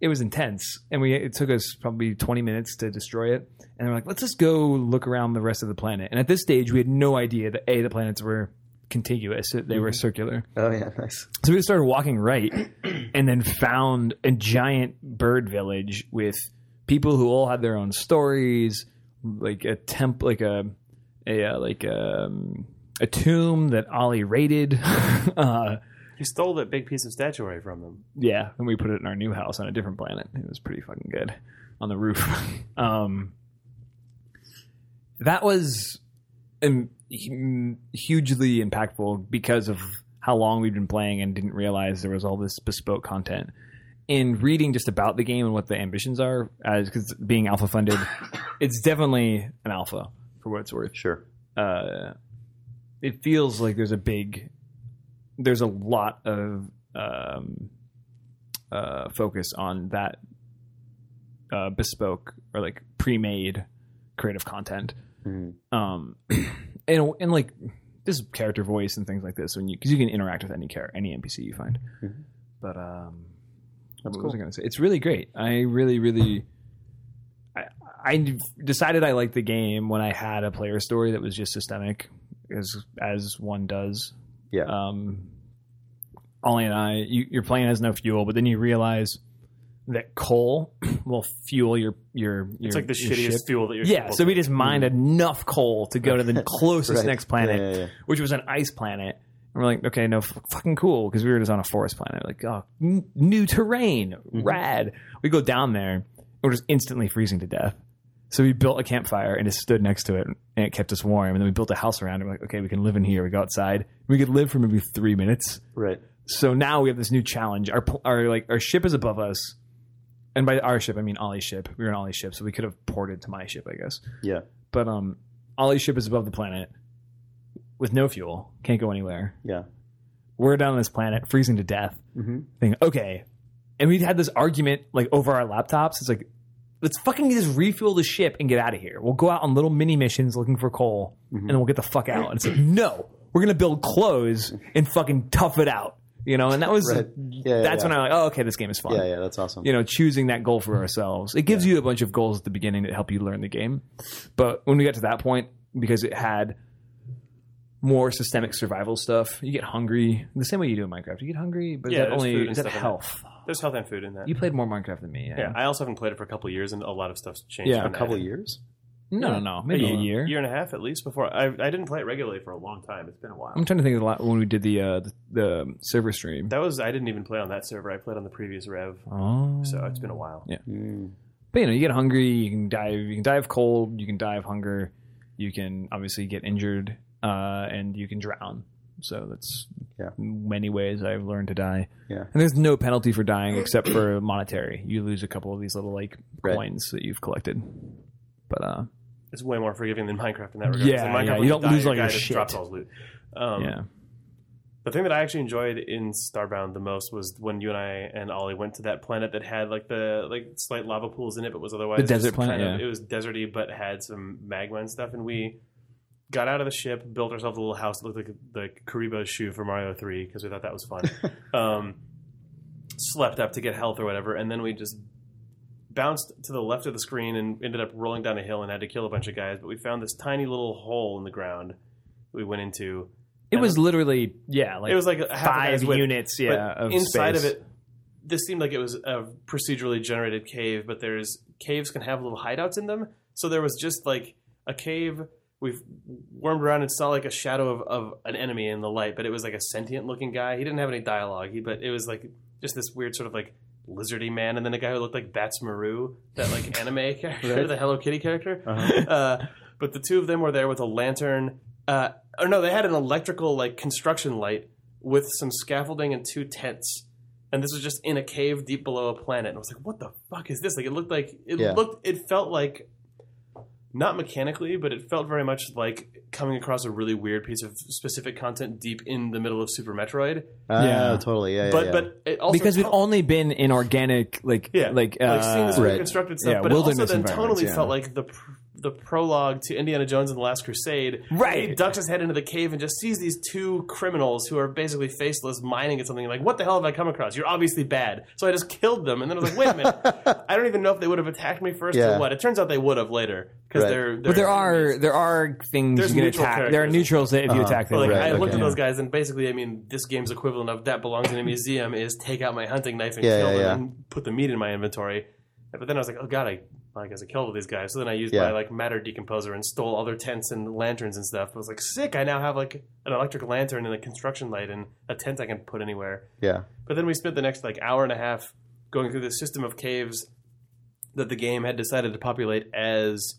Speaker 1: It was intense, and we it took us probably 20 minutes to destroy it. And we're like, let's just go look around the rest of the planet. And at this stage, we had no idea that a the planets were contiguous; that they were circular.
Speaker 2: oh yeah, nice.
Speaker 1: So we just started walking right and then found a giant bird village with people who all had their own stories, like a temp like a a uh, like um a tomb that Ollie raided. uh
Speaker 5: You stole that big piece of statuary from them.
Speaker 1: yeah, and we put it in our new house on a different planet. It was pretty fucking good on the roof. um, that was um, hu- hugely impactful because of how long we'd been playing and didn't realize there was all this bespoke content. In reading just about the game and what the ambitions are, as because being alpha funded, it's definitely an alpha for what it's worth
Speaker 2: Sure.
Speaker 1: uh, it feels like there's a big there's a lot of um, uh, focus on that uh, bespoke or like pre-made creative content
Speaker 2: Mhm.
Speaker 1: um, and and like this character voice and things like this when you because you can interact with any character any npc you find
Speaker 2: Mhm.
Speaker 1: but um
Speaker 2: That's
Speaker 1: what
Speaker 2: cool.
Speaker 1: was I going to say? It's really great. I really, really, I, I decided I liked the game when I had a player story that was just systemic, as as one does.
Speaker 2: Yeah.
Speaker 1: Um, Ollie and I, you, your plane has no fuel, but then you realize that coal will fuel your your. your
Speaker 5: It's like the
Speaker 1: your
Speaker 5: shittiest
Speaker 1: ship.
Speaker 5: fuel Mm-hmm. that you're.
Speaker 1: Yeah, so we just mined enough coal to go to the closest
Speaker 2: Right.
Speaker 1: next planet,
Speaker 2: Yeah, yeah, yeah.
Speaker 1: which was an ice planet. And we're like, okay, no, f- fucking cool, because we were just on a forest planet. Like, oh, n- new terrain, rad. We go down there, and we're just instantly freezing to death. So we built a campfire and just stood next to it, and it kept us warm. And then we built a house around it. We're like, okay, we can live in here. We go outside. We could live for maybe three minutes.
Speaker 2: Right.
Speaker 1: So now we have this new challenge. Our pl- our like our ship is above us, and by our ship I mean Ollie's ship. We were on Ollie's ship, so we could have ported to my ship, I guess.
Speaker 2: Yeah.
Speaker 1: But um, Ollie's ship is above the planet with no fuel, can't go anywhere.
Speaker 2: Yeah.
Speaker 1: We're down on this planet, freezing to death.
Speaker 2: Mm-hmm.
Speaker 1: Thinking, okay, and we had this argument like over our laptops. It's like, let's fucking just refuel the ship and get out of here. We'll go out on little mini missions looking for coal,
Speaker 2: Mm-hmm.
Speaker 1: and then we'll get the fuck out. And it's like, no, we're gonna build clothes and fucking tough it out. You know, and that was
Speaker 2: Right. Yeah, yeah,
Speaker 1: that's
Speaker 2: yeah.
Speaker 1: when I'm like, oh, okay, this game is fun.
Speaker 2: Yeah, yeah, that's awesome.
Speaker 1: You know, choosing that goal for ourselves. It gives you a bunch of goals at the beginning that help you learn the game. But when we got to that point, because it had more systemic survival stuff, you get hungry the same way you do in Minecraft. You get hungry, but
Speaker 5: Yeah,
Speaker 1: is that
Speaker 5: there's
Speaker 1: only
Speaker 5: food and
Speaker 1: is that
Speaker 5: stuff in
Speaker 1: health?
Speaker 5: There's health and food in that.
Speaker 1: You played more Minecraft than me.
Speaker 5: yeah, I also haven't played it for a couple of years, and a lot of stuff's changed.
Speaker 1: Yeah,
Speaker 5: from
Speaker 2: a
Speaker 5: that.
Speaker 2: couple of years.
Speaker 1: no, no, no, maybe a year.
Speaker 5: year and a half at least. Before I, I didn't play it regularly for a long time. It's been a while.
Speaker 1: I'm trying to think of the lot when we did the uh, the, the server stream.
Speaker 5: That was I didn't even play on that server. I played on the previous Rev,
Speaker 1: Oh,
Speaker 5: so it's been a while.
Speaker 2: Mm.
Speaker 1: but you know, you get hungry, you can dive, you can die of cold, you can die of hunger, you can obviously get injured, uh, and you can drown. So that's
Speaker 2: Yeah.
Speaker 1: many ways I've learned to die.
Speaker 2: Yeah.
Speaker 1: and there's no penalty for dying except for monetary. You lose a couple of these little like
Speaker 2: Right.
Speaker 1: coins that you've collected, but uh,
Speaker 5: It's way more forgiving than Minecraft in that regard. 'cause
Speaker 1: Yeah,
Speaker 5: in
Speaker 1: yeah,
Speaker 5: Minecraft,
Speaker 1: you
Speaker 5: when
Speaker 1: don't
Speaker 5: die,
Speaker 1: lose
Speaker 5: your
Speaker 1: all your
Speaker 5: guy just
Speaker 1: shit.
Speaker 5: Drops all his loot. Um,
Speaker 1: yeah,
Speaker 5: The thing that I actually enjoyed in Starbound the most was when you and I and Ollie went to that planet that had like the like slight lava pools in it, but was otherwise
Speaker 1: The desert
Speaker 5: just
Speaker 1: planet,
Speaker 5: Kind of,
Speaker 1: yeah.
Speaker 5: It was deserty, but had some magma and stuff. And we got out of the ship, built ourselves a little house that looked like like Karibo's shoe from Mario Three because we thought that was fun. um, slept up to get health or whatever, and then we just bounced to the left of the screen and ended up rolling down a hill and had to kill a bunch of guys. But we found this tiny little hole in the ground that we went into.
Speaker 1: it was literally yeah, like
Speaker 5: it was like a half a
Speaker 1: five
Speaker 5: guy's width.
Speaker 1: units, yeah,
Speaker 5: But
Speaker 1: of
Speaker 5: inside
Speaker 1: space.
Speaker 5: of it, this seemed like it was a procedurally generated cave, but there's caves can have little hideouts in them. So there was just like a cave. We've wormed around and saw like a shadow of, of an enemy in the light, but it was like a sentient looking guy. He didn't have any dialogue, he, but it was like just this weird sort of like lizardy man, and then a guy who looked like Bats Maru, that like anime character,
Speaker 2: Right.
Speaker 5: the Hello Kitty character.
Speaker 2: Uh-huh.
Speaker 5: Uh, but the two of them were there with a lantern. Uh, or no, they had an electrical like construction light with some scaffolding and two tents. And this was just in a cave deep below a planet. And I was like, what the fuck is this? Like it looked like it
Speaker 2: Yeah.
Speaker 5: looked it felt like not mechanically, but it felt very much like coming across a really weird piece of specific content deep in the middle of Super Metroid.
Speaker 2: Ah,
Speaker 1: Yeah.
Speaker 2: totally. Yeah, yeah,
Speaker 5: but
Speaker 2: yeah.
Speaker 5: but it also
Speaker 1: because we'd
Speaker 5: felt-
Speaker 1: only been in organic, like
Speaker 5: yeah,
Speaker 1: like,
Speaker 5: like seeing this
Speaker 1: uh,
Speaker 2: right.
Speaker 5: reconstructed stuff,
Speaker 1: yeah,
Speaker 5: but it also
Speaker 1: wilderness
Speaker 5: then
Speaker 1: environments,
Speaker 5: totally
Speaker 1: yeah.
Speaker 5: felt like the pr- the prologue to Indiana Jones and the Last Crusade.
Speaker 1: Right.
Speaker 5: he ducks his head into the cave and just sees these two criminals who are basically faceless mining at something. Like, what the hell have I come across? You're obviously bad. So I just killed them, and then I was like, wait a minute, I don't even know if they would have attacked me first
Speaker 2: Yeah.
Speaker 5: or what. It turns out they would have later because
Speaker 2: Right.
Speaker 5: they're,
Speaker 1: But there
Speaker 5: they're
Speaker 1: are there are things
Speaker 5: There's
Speaker 1: you can
Speaker 5: neutral
Speaker 1: attack. There are
Speaker 5: characters. Uh-huh.
Speaker 1: neutrals that if you attack, they
Speaker 5: But, like
Speaker 1: will.
Speaker 2: Right,
Speaker 5: I looked
Speaker 2: okay.
Speaker 5: at those guys and basically, I mean, this game's equivalent of that belongs in a museum is take out my hunting knife and
Speaker 2: Yeah,
Speaker 5: kill
Speaker 2: yeah,
Speaker 5: them
Speaker 2: yeah.
Speaker 5: and put the meat in my inventory. But then I was like, oh god, I well, I guess I killed all these guys. So then I used
Speaker 2: Yeah.
Speaker 5: my like matter decomposer and stole all their tents and lanterns and stuff. I was like, sick! I now have like an electric lantern and a construction light and a tent I can put anywhere.
Speaker 2: yeah,
Speaker 5: But then we spent the next like hour and a half going through this system of caves that the game had decided to populate as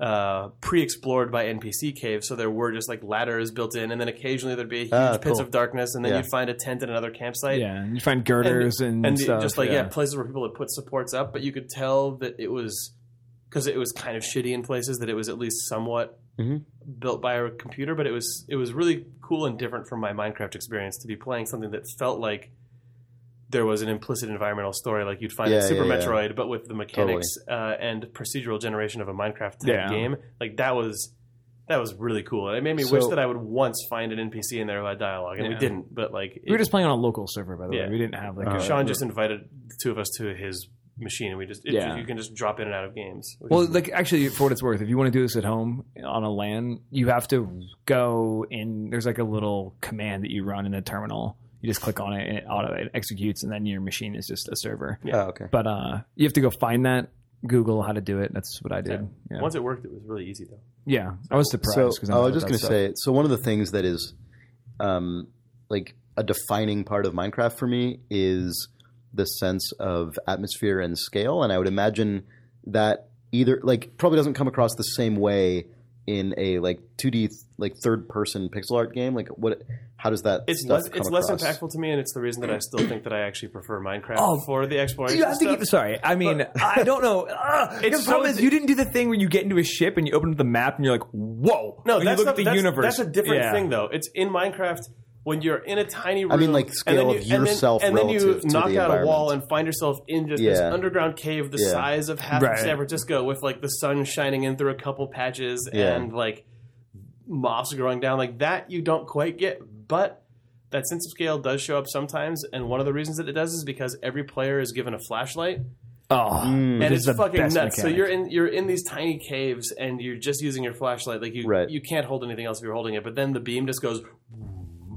Speaker 5: uh, pre-explored by NPC caves. So there were just like ladders built in, and then occasionally there'd be huge
Speaker 2: Ah,
Speaker 5: pits
Speaker 2: cool.
Speaker 5: of darkness, and then
Speaker 2: Yeah.
Speaker 5: you'd find a tent in another campsite.
Speaker 1: Yeah, you find girders and,
Speaker 5: And
Speaker 1: stuff.
Speaker 5: just like yeah. places where people had put supports up, but you could tell that it was because it was kind of shitty in places that it was at least somewhat
Speaker 1: Mm-hmm.
Speaker 2: Mhm.
Speaker 5: built by a computer. But it was it was really cool and different from my Minecraft experience to be playing something that felt like there was an implicit environmental story, like you'd find in
Speaker 2: Yeah,
Speaker 5: Super
Speaker 2: yeah, yeah.
Speaker 5: Metroid, but with the mechanics uh, and procedural generation of a Minecraft type
Speaker 1: Yeah.
Speaker 5: game. Like that was. That was really cool, and it made me
Speaker 2: So-
Speaker 5: wish that I would once find an NPC in there who had dialogue, and
Speaker 1: Yeah.
Speaker 5: we didn't. But like,
Speaker 1: we were
Speaker 5: it-
Speaker 1: just playing on a local server, by the
Speaker 5: Yeah.
Speaker 1: way. We didn't have like
Speaker 2: Uh,
Speaker 1: a
Speaker 5: Sean just invited the two of us to his machine, and we just it,
Speaker 1: Yeah.
Speaker 5: you can just drop in and out of games. We
Speaker 1: Well,
Speaker 5: just-
Speaker 1: like actually, for what it's worth, if you want to do this at home on a LAN, you have to go in. There's like a little command that you run in the terminal. You just click on it, and it auto it executes, and then your machine is just a server.
Speaker 5: Yeah.
Speaker 2: Oh, okay.
Speaker 1: But uh, you have to go find that. Google how to do it. That's what I did. Yeah, yeah.
Speaker 5: once it worked, it was really easy though.
Speaker 1: I was surprised because
Speaker 2: So oh, I was just going to say. So one of the things that is, um, like a defining part of Minecraft for me is the sense of atmosphere and scale, and I would imagine that either like probably doesn't come across the same way in a like 2D like third person pixel art game. Like what? How does that?
Speaker 5: It's
Speaker 2: stuff
Speaker 5: less
Speaker 2: come
Speaker 5: it's less
Speaker 2: across?
Speaker 5: impactful to me, and it's the reason that I still think that I actually prefer Minecraft
Speaker 1: Oh.
Speaker 5: for the exploration
Speaker 1: You have to
Speaker 5: stuff.
Speaker 1: keep, sorry, I mean, I don't know. Uh,
Speaker 5: It's
Speaker 1: the problem
Speaker 5: so-
Speaker 1: is you didn't do the thing where you get into a ship and you open up the map and you're like, whoa.
Speaker 5: No,
Speaker 1: And
Speaker 5: that's
Speaker 1: you look
Speaker 5: not-
Speaker 1: at the
Speaker 5: that's,
Speaker 1: universe.
Speaker 5: That's a different
Speaker 1: Yeah.
Speaker 5: thing, though. It's in Minecraft when you're in a tiny room.
Speaker 2: I mean, like,
Speaker 5: and
Speaker 2: scale
Speaker 5: then
Speaker 2: of
Speaker 5: you- and then-
Speaker 2: yourself
Speaker 5: and then,
Speaker 2: relative to
Speaker 5: you knock
Speaker 2: the
Speaker 5: out a wall
Speaker 2: environment.
Speaker 5: and find yourself in just this
Speaker 2: Yeah.
Speaker 5: underground cave the
Speaker 2: Yeah.
Speaker 5: size of half
Speaker 1: Right.
Speaker 5: of San Francisco, with like the sun shining in through a couple patches
Speaker 2: Yeah.
Speaker 5: and like moss growing down. Like that, you don't quite get, but. That sense of scale does show up sometimes, and one of the reasons that it does is because every player is given a flashlight,
Speaker 1: Oh,
Speaker 2: Mm.
Speaker 5: and
Speaker 1: Which
Speaker 5: it's
Speaker 1: is the
Speaker 5: fucking
Speaker 1: best
Speaker 5: nuts. So
Speaker 1: mechanic.
Speaker 5: you're in you're in these tiny caves, and you're just using your flashlight. Like you
Speaker 2: Right.
Speaker 5: you can't hold anything else if you're holding it. But then the beam just goes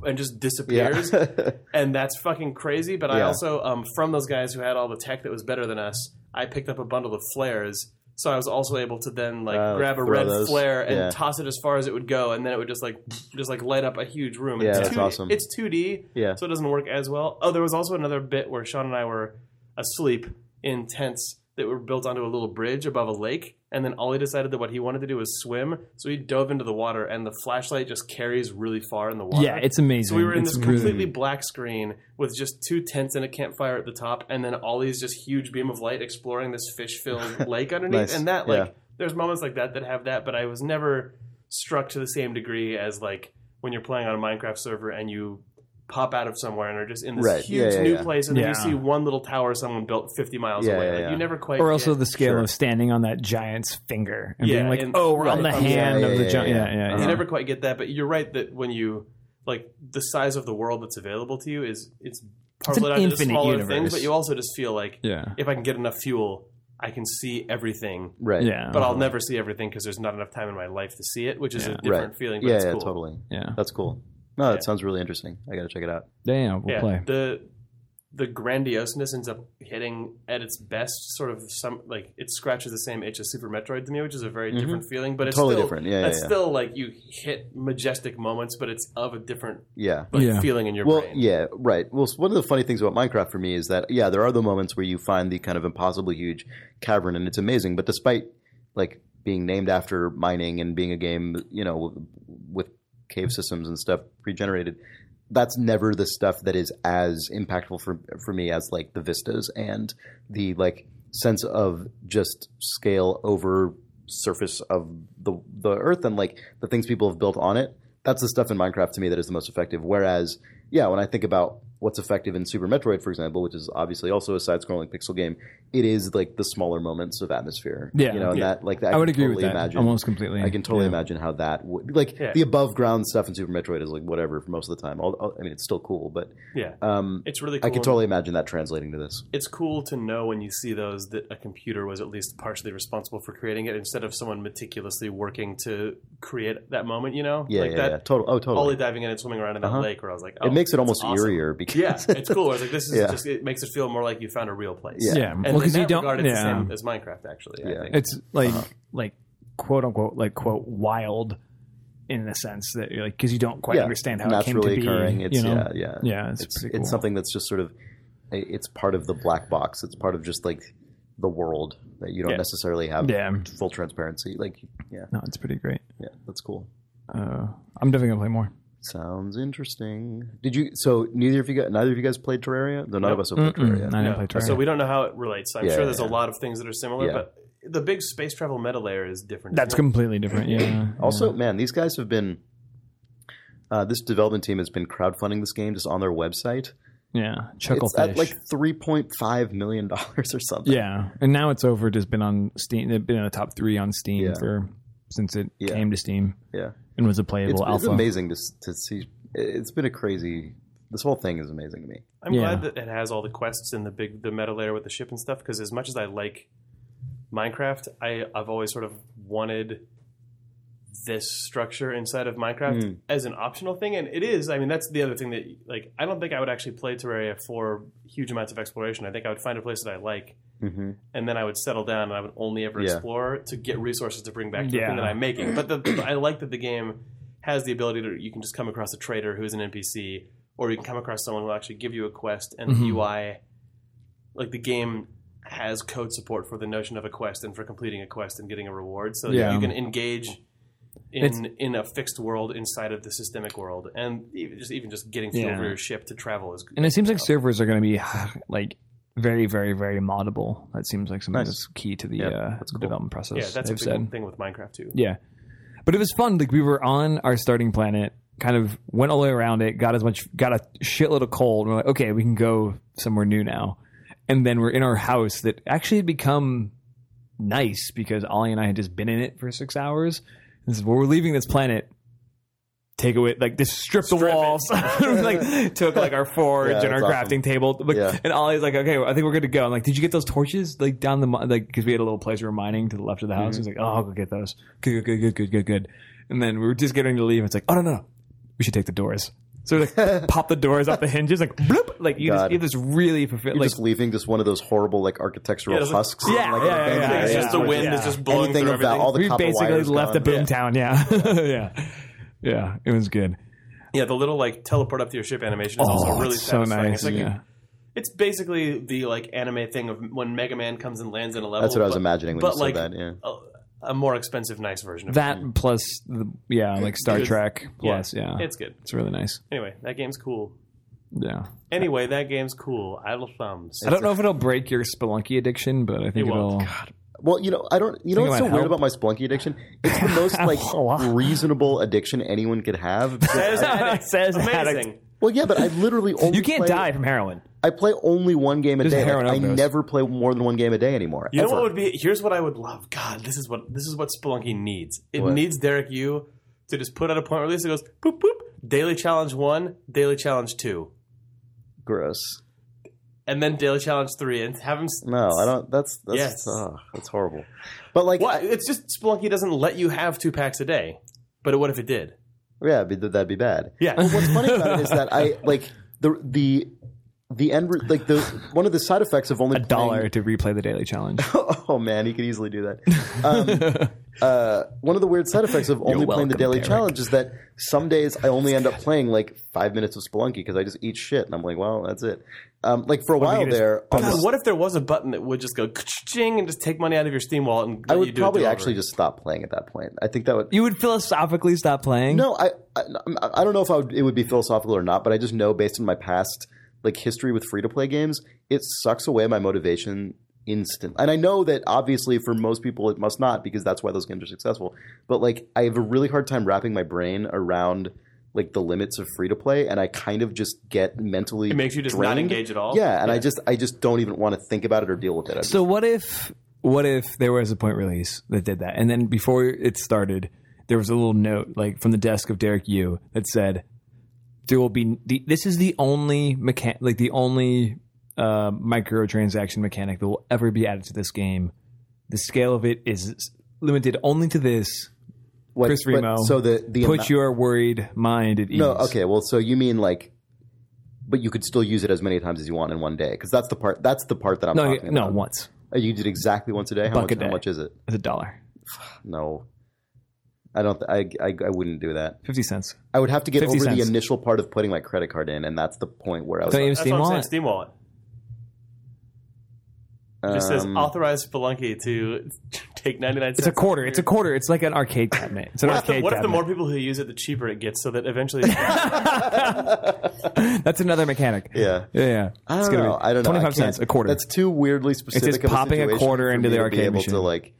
Speaker 5: and just disappears,
Speaker 2: Yeah.
Speaker 5: and that's fucking crazy. But I
Speaker 2: Yeah.
Speaker 5: also um, from those guys who had all the tech that was better than us, I picked up a bundle of flares. So I was also able to then like
Speaker 2: Oh,
Speaker 5: grab a
Speaker 2: throw
Speaker 5: red
Speaker 2: those.
Speaker 5: flare and
Speaker 2: Yeah.
Speaker 5: toss it as far as it would go, and then it would just like just like light up a huge room.
Speaker 2: Yeah,
Speaker 5: it's
Speaker 2: that's
Speaker 5: 2D
Speaker 2: awesome.
Speaker 5: It's 2D,
Speaker 2: yeah.
Speaker 5: so it doesn't work as well. Oh, there was also another bit where Sean and I were asleep in tents that were built onto a little bridge above a lake, and then Ollie decided that what he wanted to do was swim, so he dove into the water, and the flashlight just carries really far in the water.
Speaker 1: Yeah, it's amazing.
Speaker 5: So we were in
Speaker 1: It's
Speaker 5: this
Speaker 1: really-
Speaker 5: completely black screen with just two tents and a campfire at the top, and then Ollie's just huge beam of light exploring this fish-filled lake underneath.
Speaker 2: Nice,
Speaker 5: And that, like,
Speaker 2: yeah.
Speaker 5: there's moments like that that have that, but I was never struck to the same degree as like when you're playing on a Minecraft server and you pop out of somewhere and are just in this
Speaker 2: Right, yeah,
Speaker 5: huge
Speaker 2: yeah,
Speaker 5: new
Speaker 2: yeah.
Speaker 5: place, and
Speaker 1: Yeah.
Speaker 5: then you see one little tower someone built 50 miles
Speaker 2: Yeah,
Speaker 5: away.
Speaker 2: yeah,
Speaker 5: like,
Speaker 2: yeah.
Speaker 5: You never quite.
Speaker 1: or also
Speaker 5: get-
Speaker 1: the scale
Speaker 2: Sure.
Speaker 1: of standing on that giant's finger and
Speaker 5: Yeah,
Speaker 1: being like,
Speaker 5: and-
Speaker 1: "Oh, we're
Speaker 5: right.
Speaker 1: on the
Speaker 5: Yeah,
Speaker 1: hand
Speaker 2: yeah,
Speaker 1: of the
Speaker 2: yeah,
Speaker 1: giant."
Speaker 2: yeah.
Speaker 1: Yeah, yeah, yeah.
Speaker 5: you never quite get that, but you're right that when you like the size of the world that's available to you is it's parceled
Speaker 1: an
Speaker 5: out into
Speaker 1: infinite
Speaker 5: smaller
Speaker 1: universe.
Speaker 5: things, but you also just feel like
Speaker 1: yeah,
Speaker 5: if I can get enough fuel, I can see everything.
Speaker 2: Right.
Speaker 1: yeah.
Speaker 5: But I'll never see everything because there's not enough time in my life to see it, which is
Speaker 1: Uh-huh. Yeah.
Speaker 5: a different feeling. But
Speaker 2: Yeah.
Speaker 5: it's
Speaker 2: yeah
Speaker 5: cool.
Speaker 2: Totally.
Speaker 1: yeah.
Speaker 2: That's cool. No, that
Speaker 5: Yeah.
Speaker 2: sounds really interesting. I gotta check it out.
Speaker 1: Damn, we'll
Speaker 5: yeah,
Speaker 1: play.
Speaker 5: the the grandioseness ends up hitting at its best. Sort of some like it scratches the same itch as Super Metroid to me, which is a very
Speaker 2: Mhm.
Speaker 5: different feeling. But it's
Speaker 2: totally
Speaker 5: still,
Speaker 2: different. Yeah. Yeah.
Speaker 5: It's
Speaker 2: yeah.
Speaker 5: still like you hit majestic moments, but it's of a different
Speaker 2: yeah.
Speaker 5: like,
Speaker 1: Yeah.
Speaker 5: feeling in your
Speaker 2: well,
Speaker 5: brain.
Speaker 2: yeah, right. Well, s- one of the funny things about Minecraft for me is that yeah, there are the moments where you find the kind of impossibly huge cavern, and it's amazing. But despite like being named after mining and being a game, you know, with, with cave systems and stuff pre-generated, that's never the stuff that is as impactful for for me as like the vistas and the like sense of just scale over surface of the the earth and like the things people have built on it. That's the stuff in Minecraft to me that is the most effective. Whereas, yeah, when I think about what's effective in Super Metroid, for example, which is obviously also a side-scrolling pixel game, it is like the smaller moments of atmosphere.
Speaker 1: Yeah.
Speaker 2: you know, and
Speaker 5: Yeah.
Speaker 2: that like that
Speaker 1: I, would
Speaker 2: can
Speaker 1: agree
Speaker 2: totally
Speaker 1: with that
Speaker 2: Imagine.
Speaker 1: almost completely.
Speaker 2: I can totally
Speaker 1: Yeah.
Speaker 2: imagine how that would like
Speaker 5: Yeah.
Speaker 2: the above ground stuff in Super Metroid is like whatever most of the time. All- all- I mean, it's still cool, but
Speaker 5: Yeah.
Speaker 2: um,
Speaker 5: It's really cool.
Speaker 2: I can totally imagine that translating to this.
Speaker 5: it's cool to know when you see those that a computer was at least partially responsible for creating it instead of someone meticulously working to create that moment, you know?
Speaker 2: Yeah,
Speaker 5: like
Speaker 2: yeah,
Speaker 5: that
Speaker 2: yeah. Total. Oh, totally.
Speaker 5: Ollie diving in and swimming around in that
Speaker 2: Uh-huh.
Speaker 5: lake where I was like, oh,
Speaker 2: it makes it
Speaker 5: that's
Speaker 2: almost
Speaker 5: awesome.
Speaker 2: eerier because
Speaker 5: Yeah, it's cool. I was like, this is
Speaker 2: Yeah.
Speaker 5: just, it makes it feel more like you found a real place.
Speaker 2: Yeah.
Speaker 1: Yeah,
Speaker 5: And
Speaker 1: well, because
Speaker 5: in
Speaker 1: you
Speaker 5: that
Speaker 1: don't.
Speaker 5: regard, it's
Speaker 1: yeah,
Speaker 5: the same as Minecraft, actually.
Speaker 2: Yeah.
Speaker 5: I think.
Speaker 1: it's like
Speaker 2: Uh-huh.
Speaker 1: like quote unquote like quote wild in the sense that you're like because you don't quite
Speaker 2: Yeah,
Speaker 1: understand how it came
Speaker 2: naturally
Speaker 1: to be.
Speaker 2: occurring. It's
Speaker 1: you know?
Speaker 2: yeah, yeah.
Speaker 1: yeah, it's,
Speaker 2: It's
Speaker 1: pretty cool.
Speaker 2: it's something that's just sort of it's part of the black box. It's part of just like the world that you don't
Speaker 1: Yeah.
Speaker 2: necessarily have
Speaker 1: Yeah,
Speaker 2: full transparency. Like, yeah,
Speaker 1: no, it's pretty great.
Speaker 2: yeah, that's cool.
Speaker 1: Uh, I'm definitely gonna play more.
Speaker 2: Sounds interesting. Did you? So neither of you guys, neither of you guys played Terraria. Though none of
Speaker 5: Nope.
Speaker 2: us have played
Speaker 1: Mm-mm,
Speaker 2: Terraria.
Speaker 1: I didn't
Speaker 5: No.
Speaker 1: play Terraria.
Speaker 5: So we don't know how it relates. I'm
Speaker 2: Yeah,
Speaker 5: sure
Speaker 2: yeah,
Speaker 5: there's a
Speaker 2: yeah.
Speaker 5: lot of things that are similar,
Speaker 2: Yeah.
Speaker 5: but the big space travel meta layer is different.
Speaker 1: That's
Speaker 5: isn't
Speaker 1: completely different. Yeah.
Speaker 2: Also, man, these guys have been. Uh, this development team has been crowdfunding this game just on their website.
Speaker 1: yeah, chucklefish.
Speaker 2: It's at like three point five million dollars or something.
Speaker 1: Yeah, and now it's over. Just been on Steam. They've been in the top three on Steam
Speaker 2: Yeah.
Speaker 1: for since it
Speaker 2: Yeah.
Speaker 1: came to Steam
Speaker 2: yeah.
Speaker 1: and was a
Speaker 2: It's,
Speaker 1: playable
Speaker 2: it's
Speaker 1: alpha.
Speaker 2: amazing to s- to see. It's been a crazy This whole thing is amazing to me.
Speaker 5: I'm
Speaker 1: Yeah.
Speaker 5: glad that it has all the quests and the big the meta layer with the ship and stuff because as much as I like Minecraft, I I've always sort of wanted this structure inside of Minecraft
Speaker 2: Mm.
Speaker 5: as an optional thing, and it is. I mean, that's the other thing that like I don't think I would actually play Terraria for huge amounts of exploration. I think I would find a place that I like,
Speaker 2: Mm-hmm.
Speaker 5: and then I would settle down and I would only ever
Speaker 2: Yeah.
Speaker 5: explore to get resources to bring back to the
Speaker 1: Yeah.
Speaker 5: thing that I'm making. But the, I like that the game has the ability to you can just come across a trader who's an NPC, or you can come across someone who'll actually give you a quest, and
Speaker 1: Mhm.
Speaker 5: the UI, like the game has code support for the notion of a quest and for completing a quest and getting a reward, so that
Speaker 1: Yeah.
Speaker 5: you can engage. In,
Speaker 1: It's-
Speaker 5: in a fixed world inside of the systemic world, and even just even just getting fuel
Speaker 1: Yeah.
Speaker 5: for your ship to travel is
Speaker 1: And it seems like servers are going to be like very, very, very moddable. That seems like something
Speaker 2: Nice.
Speaker 1: that's key to the
Speaker 2: Yeah,
Speaker 1: uh,
Speaker 2: that's cool.
Speaker 1: development process.
Speaker 5: yeah, that's a
Speaker 1: they've
Speaker 5: big
Speaker 1: said.
Speaker 5: thing with Minecraft too.
Speaker 1: Yeah. But it was fun. Like we were on our starting planet, kind of went all the way around it, got as much got a shitload of coal, and we're like, okay, we can go somewhere new now. And then we're in our house that actually had become nice because Ollie and I had just been in it for six hours. This is where we're leaving this planet. Take away, like just strip, the
Speaker 5: Strip it.
Speaker 1: walls. We, like took like our forge
Speaker 2: Yeah,
Speaker 1: and our
Speaker 2: that's
Speaker 1: crafting
Speaker 2: awesome.
Speaker 1: table. Like,
Speaker 2: Yeah.
Speaker 1: And Ollie's like, okay, I think we're good to go. I'm like, did you get those torches? Like down the mi- like because we had a little place we were mining to the left of the house. He's like, oh, I'll go get those. Good, good, good, good, good, good. And then we were just getting to leave. It's like, oh no, no, we should take the doors. So we like pop the doors off the hinges, like bloop, like you just
Speaker 2: God.
Speaker 1: you have this really fulfill,
Speaker 2: You're
Speaker 1: like
Speaker 2: just leaving just one of those horrible like architectural
Speaker 5: Yeah, it's like-
Speaker 2: husks.
Speaker 1: Yeah,
Speaker 2: like,
Speaker 1: yeah,
Speaker 2: abandoned
Speaker 1: yeah, yeah,
Speaker 5: it's
Speaker 1: yeah.
Speaker 2: land
Speaker 5: just the
Speaker 2: where
Speaker 5: wind
Speaker 2: just
Speaker 5: that's just blowing
Speaker 2: anything
Speaker 5: through
Speaker 2: of that,
Speaker 5: everything.
Speaker 2: all the
Speaker 1: we
Speaker 2: copper
Speaker 1: basically
Speaker 2: wires
Speaker 1: left
Speaker 2: gone.
Speaker 1: a boomtown. Yeah, yeah, yeah. It was good.
Speaker 5: Yeah, the little like teleport up to your ship animation is also really
Speaker 1: Oh, it's so
Speaker 5: satisfying.
Speaker 1: nice.
Speaker 5: It's like
Speaker 1: yeah.
Speaker 5: it's basically the like anime thing of when Mega Man comes and lands in a level.
Speaker 2: That's what I was
Speaker 5: but
Speaker 2: imagining when you
Speaker 5: but
Speaker 2: said
Speaker 5: like-
Speaker 2: that. Yeah.
Speaker 5: A, a more expensive, nice version of
Speaker 1: That plus the yeah, like Star
Speaker 5: Because-
Speaker 1: Trek plus yeah,
Speaker 5: It. It's good.
Speaker 1: it's really nice.
Speaker 5: Anyway, that game's cool.
Speaker 1: Yeah.
Speaker 5: Anyway, that game's cool. Idle thumbs.
Speaker 1: I don't know if it'll break your Spelunky addiction, but I think
Speaker 5: It
Speaker 1: it'll.
Speaker 5: won't.
Speaker 2: Well, you know, I don't. You know
Speaker 1: Think it
Speaker 2: what's
Speaker 1: might
Speaker 2: so
Speaker 1: help.
Speaker 2: weird about my Splunky addiction? It's the most like reasonable addiction anyone could have.
Speaker 5: Says addict.
Speaker 1: Says addict.
Speaker 5: amazing.
Speaker 2: well, yeah, but I literally only
Speaker 1: You can't
Speaker 2: play,
Speaker 1: die from heroin.
Speaker 2: I play only one game a
Speaker 1: Just
Speaker 2: day. Like,
Speaker 1: heroin
Speaker 2: I
Speaker 1: overdose.
Speaker 2: never play more than one game a day anymore.
Speaker 5: You know
Speaker 2: ever.
Speaker 5: what would be? Here's what I would love. God, this is what this is what Spelunky needs. It
Speaker 2: What?
Speaker 5: needs Derek you to just put out a point release that goes boop boop. Daily challenge one, daily challenge two,
Speaker 2: gross?
Speaker 5: and then daily challenge three, and have him s-
Speaker 2: No, I don't. That's that's
Speaker 5: Yes.
Speaker 2: ugh, that's horrible. But like,
Speaker 5: What? It's just Spelunky doesn't let you have two packs a day. But what if it did?
Speaker 2: yeah, be- that'd be bad.
Speaker 5: Yeah.
Speaker 2: What's funny about it is that I like the the the end re- like the one of the side effects of only
Speaker 1: A
Speaker 2: playing-
Speaker 1: dollar to replay the daily challenge.
Speaker 2: oh man, he could easily do that. Um, uh, one of the weird side effects of only playing the
Speaker 1: welcome,
Speaker 2: daily
Speaker 1: Derek.
Speaker 2: challenge is that some days I only end up playing like five minutes of Spelunky because I just eat shit and I'm like, well, that's it. Um, like for a while
Speaker 1: you just-
Speaker 2: there, on
Speaker 5: God,
Speaker 2: the-
Speaker 5: what if there was a button that would just go ching and just take money out of your Steam wallet and
Speaker 2: I
Speaker 5: let you
Speaker 2: would
Speaker 5: do
Speaker 2: probably
Speaker 5: it
Speaker 2: actually just stop playing at that point. I think that would.
Speaker 1: you would philosophically stop playing.
Speaker 2: No, I, I I don't know if I would, it would be philosophical or not, but I just know based on my past like history with free to play games, it sucks away my motivation instant. And I know that obviously for most people it must not because that's why those games are successful. But like I have a really hard time wrapping my brain around like the limits of free to play, and I kind of just get mentally
Speaker 5: It makes you just not
Speaker 2: drained.
Speaker 5: engage at all?
Speaker 2: Yeah, and I just I just don't even want to think about it or deal with it. I just-
Speaker 1: So what if what if there was a point release that did that, and then before it started, there was a little note like from the desk of Derek Yu that said, "There will be the, this is the only mechan- like the only uh, microtransaction mechanic that will ever be added to this game. The scale of it is limited only to this.
Speaker 2: what-
Speaker 1: Chris
Speaker 2: but-
Speaker 1: Remo,
Speaker 2: so the the amou-
Speaker 1: Put your worried mind at ease."
Speaker 2: No, okay. Well, so you mean like, but you could still use it as many times as you want in one day because that's the part. That's the part that I'm
Speaker 1: No,
Speaker 2: talking
Speaker 1: no,
Speaker 2: about.
Speaker 1: once
Speaker 2: Uh, You did exactly once a day. How
Speaker 1: Buck
Speaker 2: much?
Speaker 1: a day.
Speaker 2: How much is it?
Speaker 1: it's a dollar,
Speaker 2: No, I don't. Th- I, I I wouldn't do that.
Speaker 1: fifty cents.
Speaker 2: I would have to get
Speaker 1: 50
Speaker 2: over the
Speaker 1: cents.
Speaker 2: initial part of putting my credit card in, and that's the point where I was.
Speaker 1: Don't you have
Speaker 2: like,
Speaker 5: That's
Speaker 1: Steam
Speaker 5: what I'm
Speaker 1: Wallet?
Speaker 5: saying. Steam wallet. It just says
Speaker 2: um,
Speaker 5: authorized Spelunky to take 99 cents.
Speaker 1: It's a quarter. It's a quarter. It's like an arcade cabinet. It's an
Speaker 5: What, if the,
Speaker 1: arcade
Speaker 5: what if the
Speaker 1: cabinet.
Speaker 5: more people who use it, the cheaper it gets, so that eventually
Speaker 1: That's another mechanic.
Speaker 2: Yeah.
Speaker 1: Yeah, yeah.
Speaker 2: I
Speaker 1: It's
Speaker 2: don't
Speaker 1: gonna
Speaker 2: know.
Speaker 1: be
Speaker 2: I don't know. I
Speaker 1: 25 cents,
Speaker 2: can't-
Speaker 1: a quarter.
Speaker 2: That's too weirdly specific. of
Speaker 1: popping a
Speaker 2: situation
Speaker 1: quarter
Speaker 2: for
Speaker 1: into
Speaker 2: me
Speaker 1: the
Speaker 2: to be
Speaker 1: arcade
Speaker 2: able
Speaker 1: machine.
Speaker 2: to like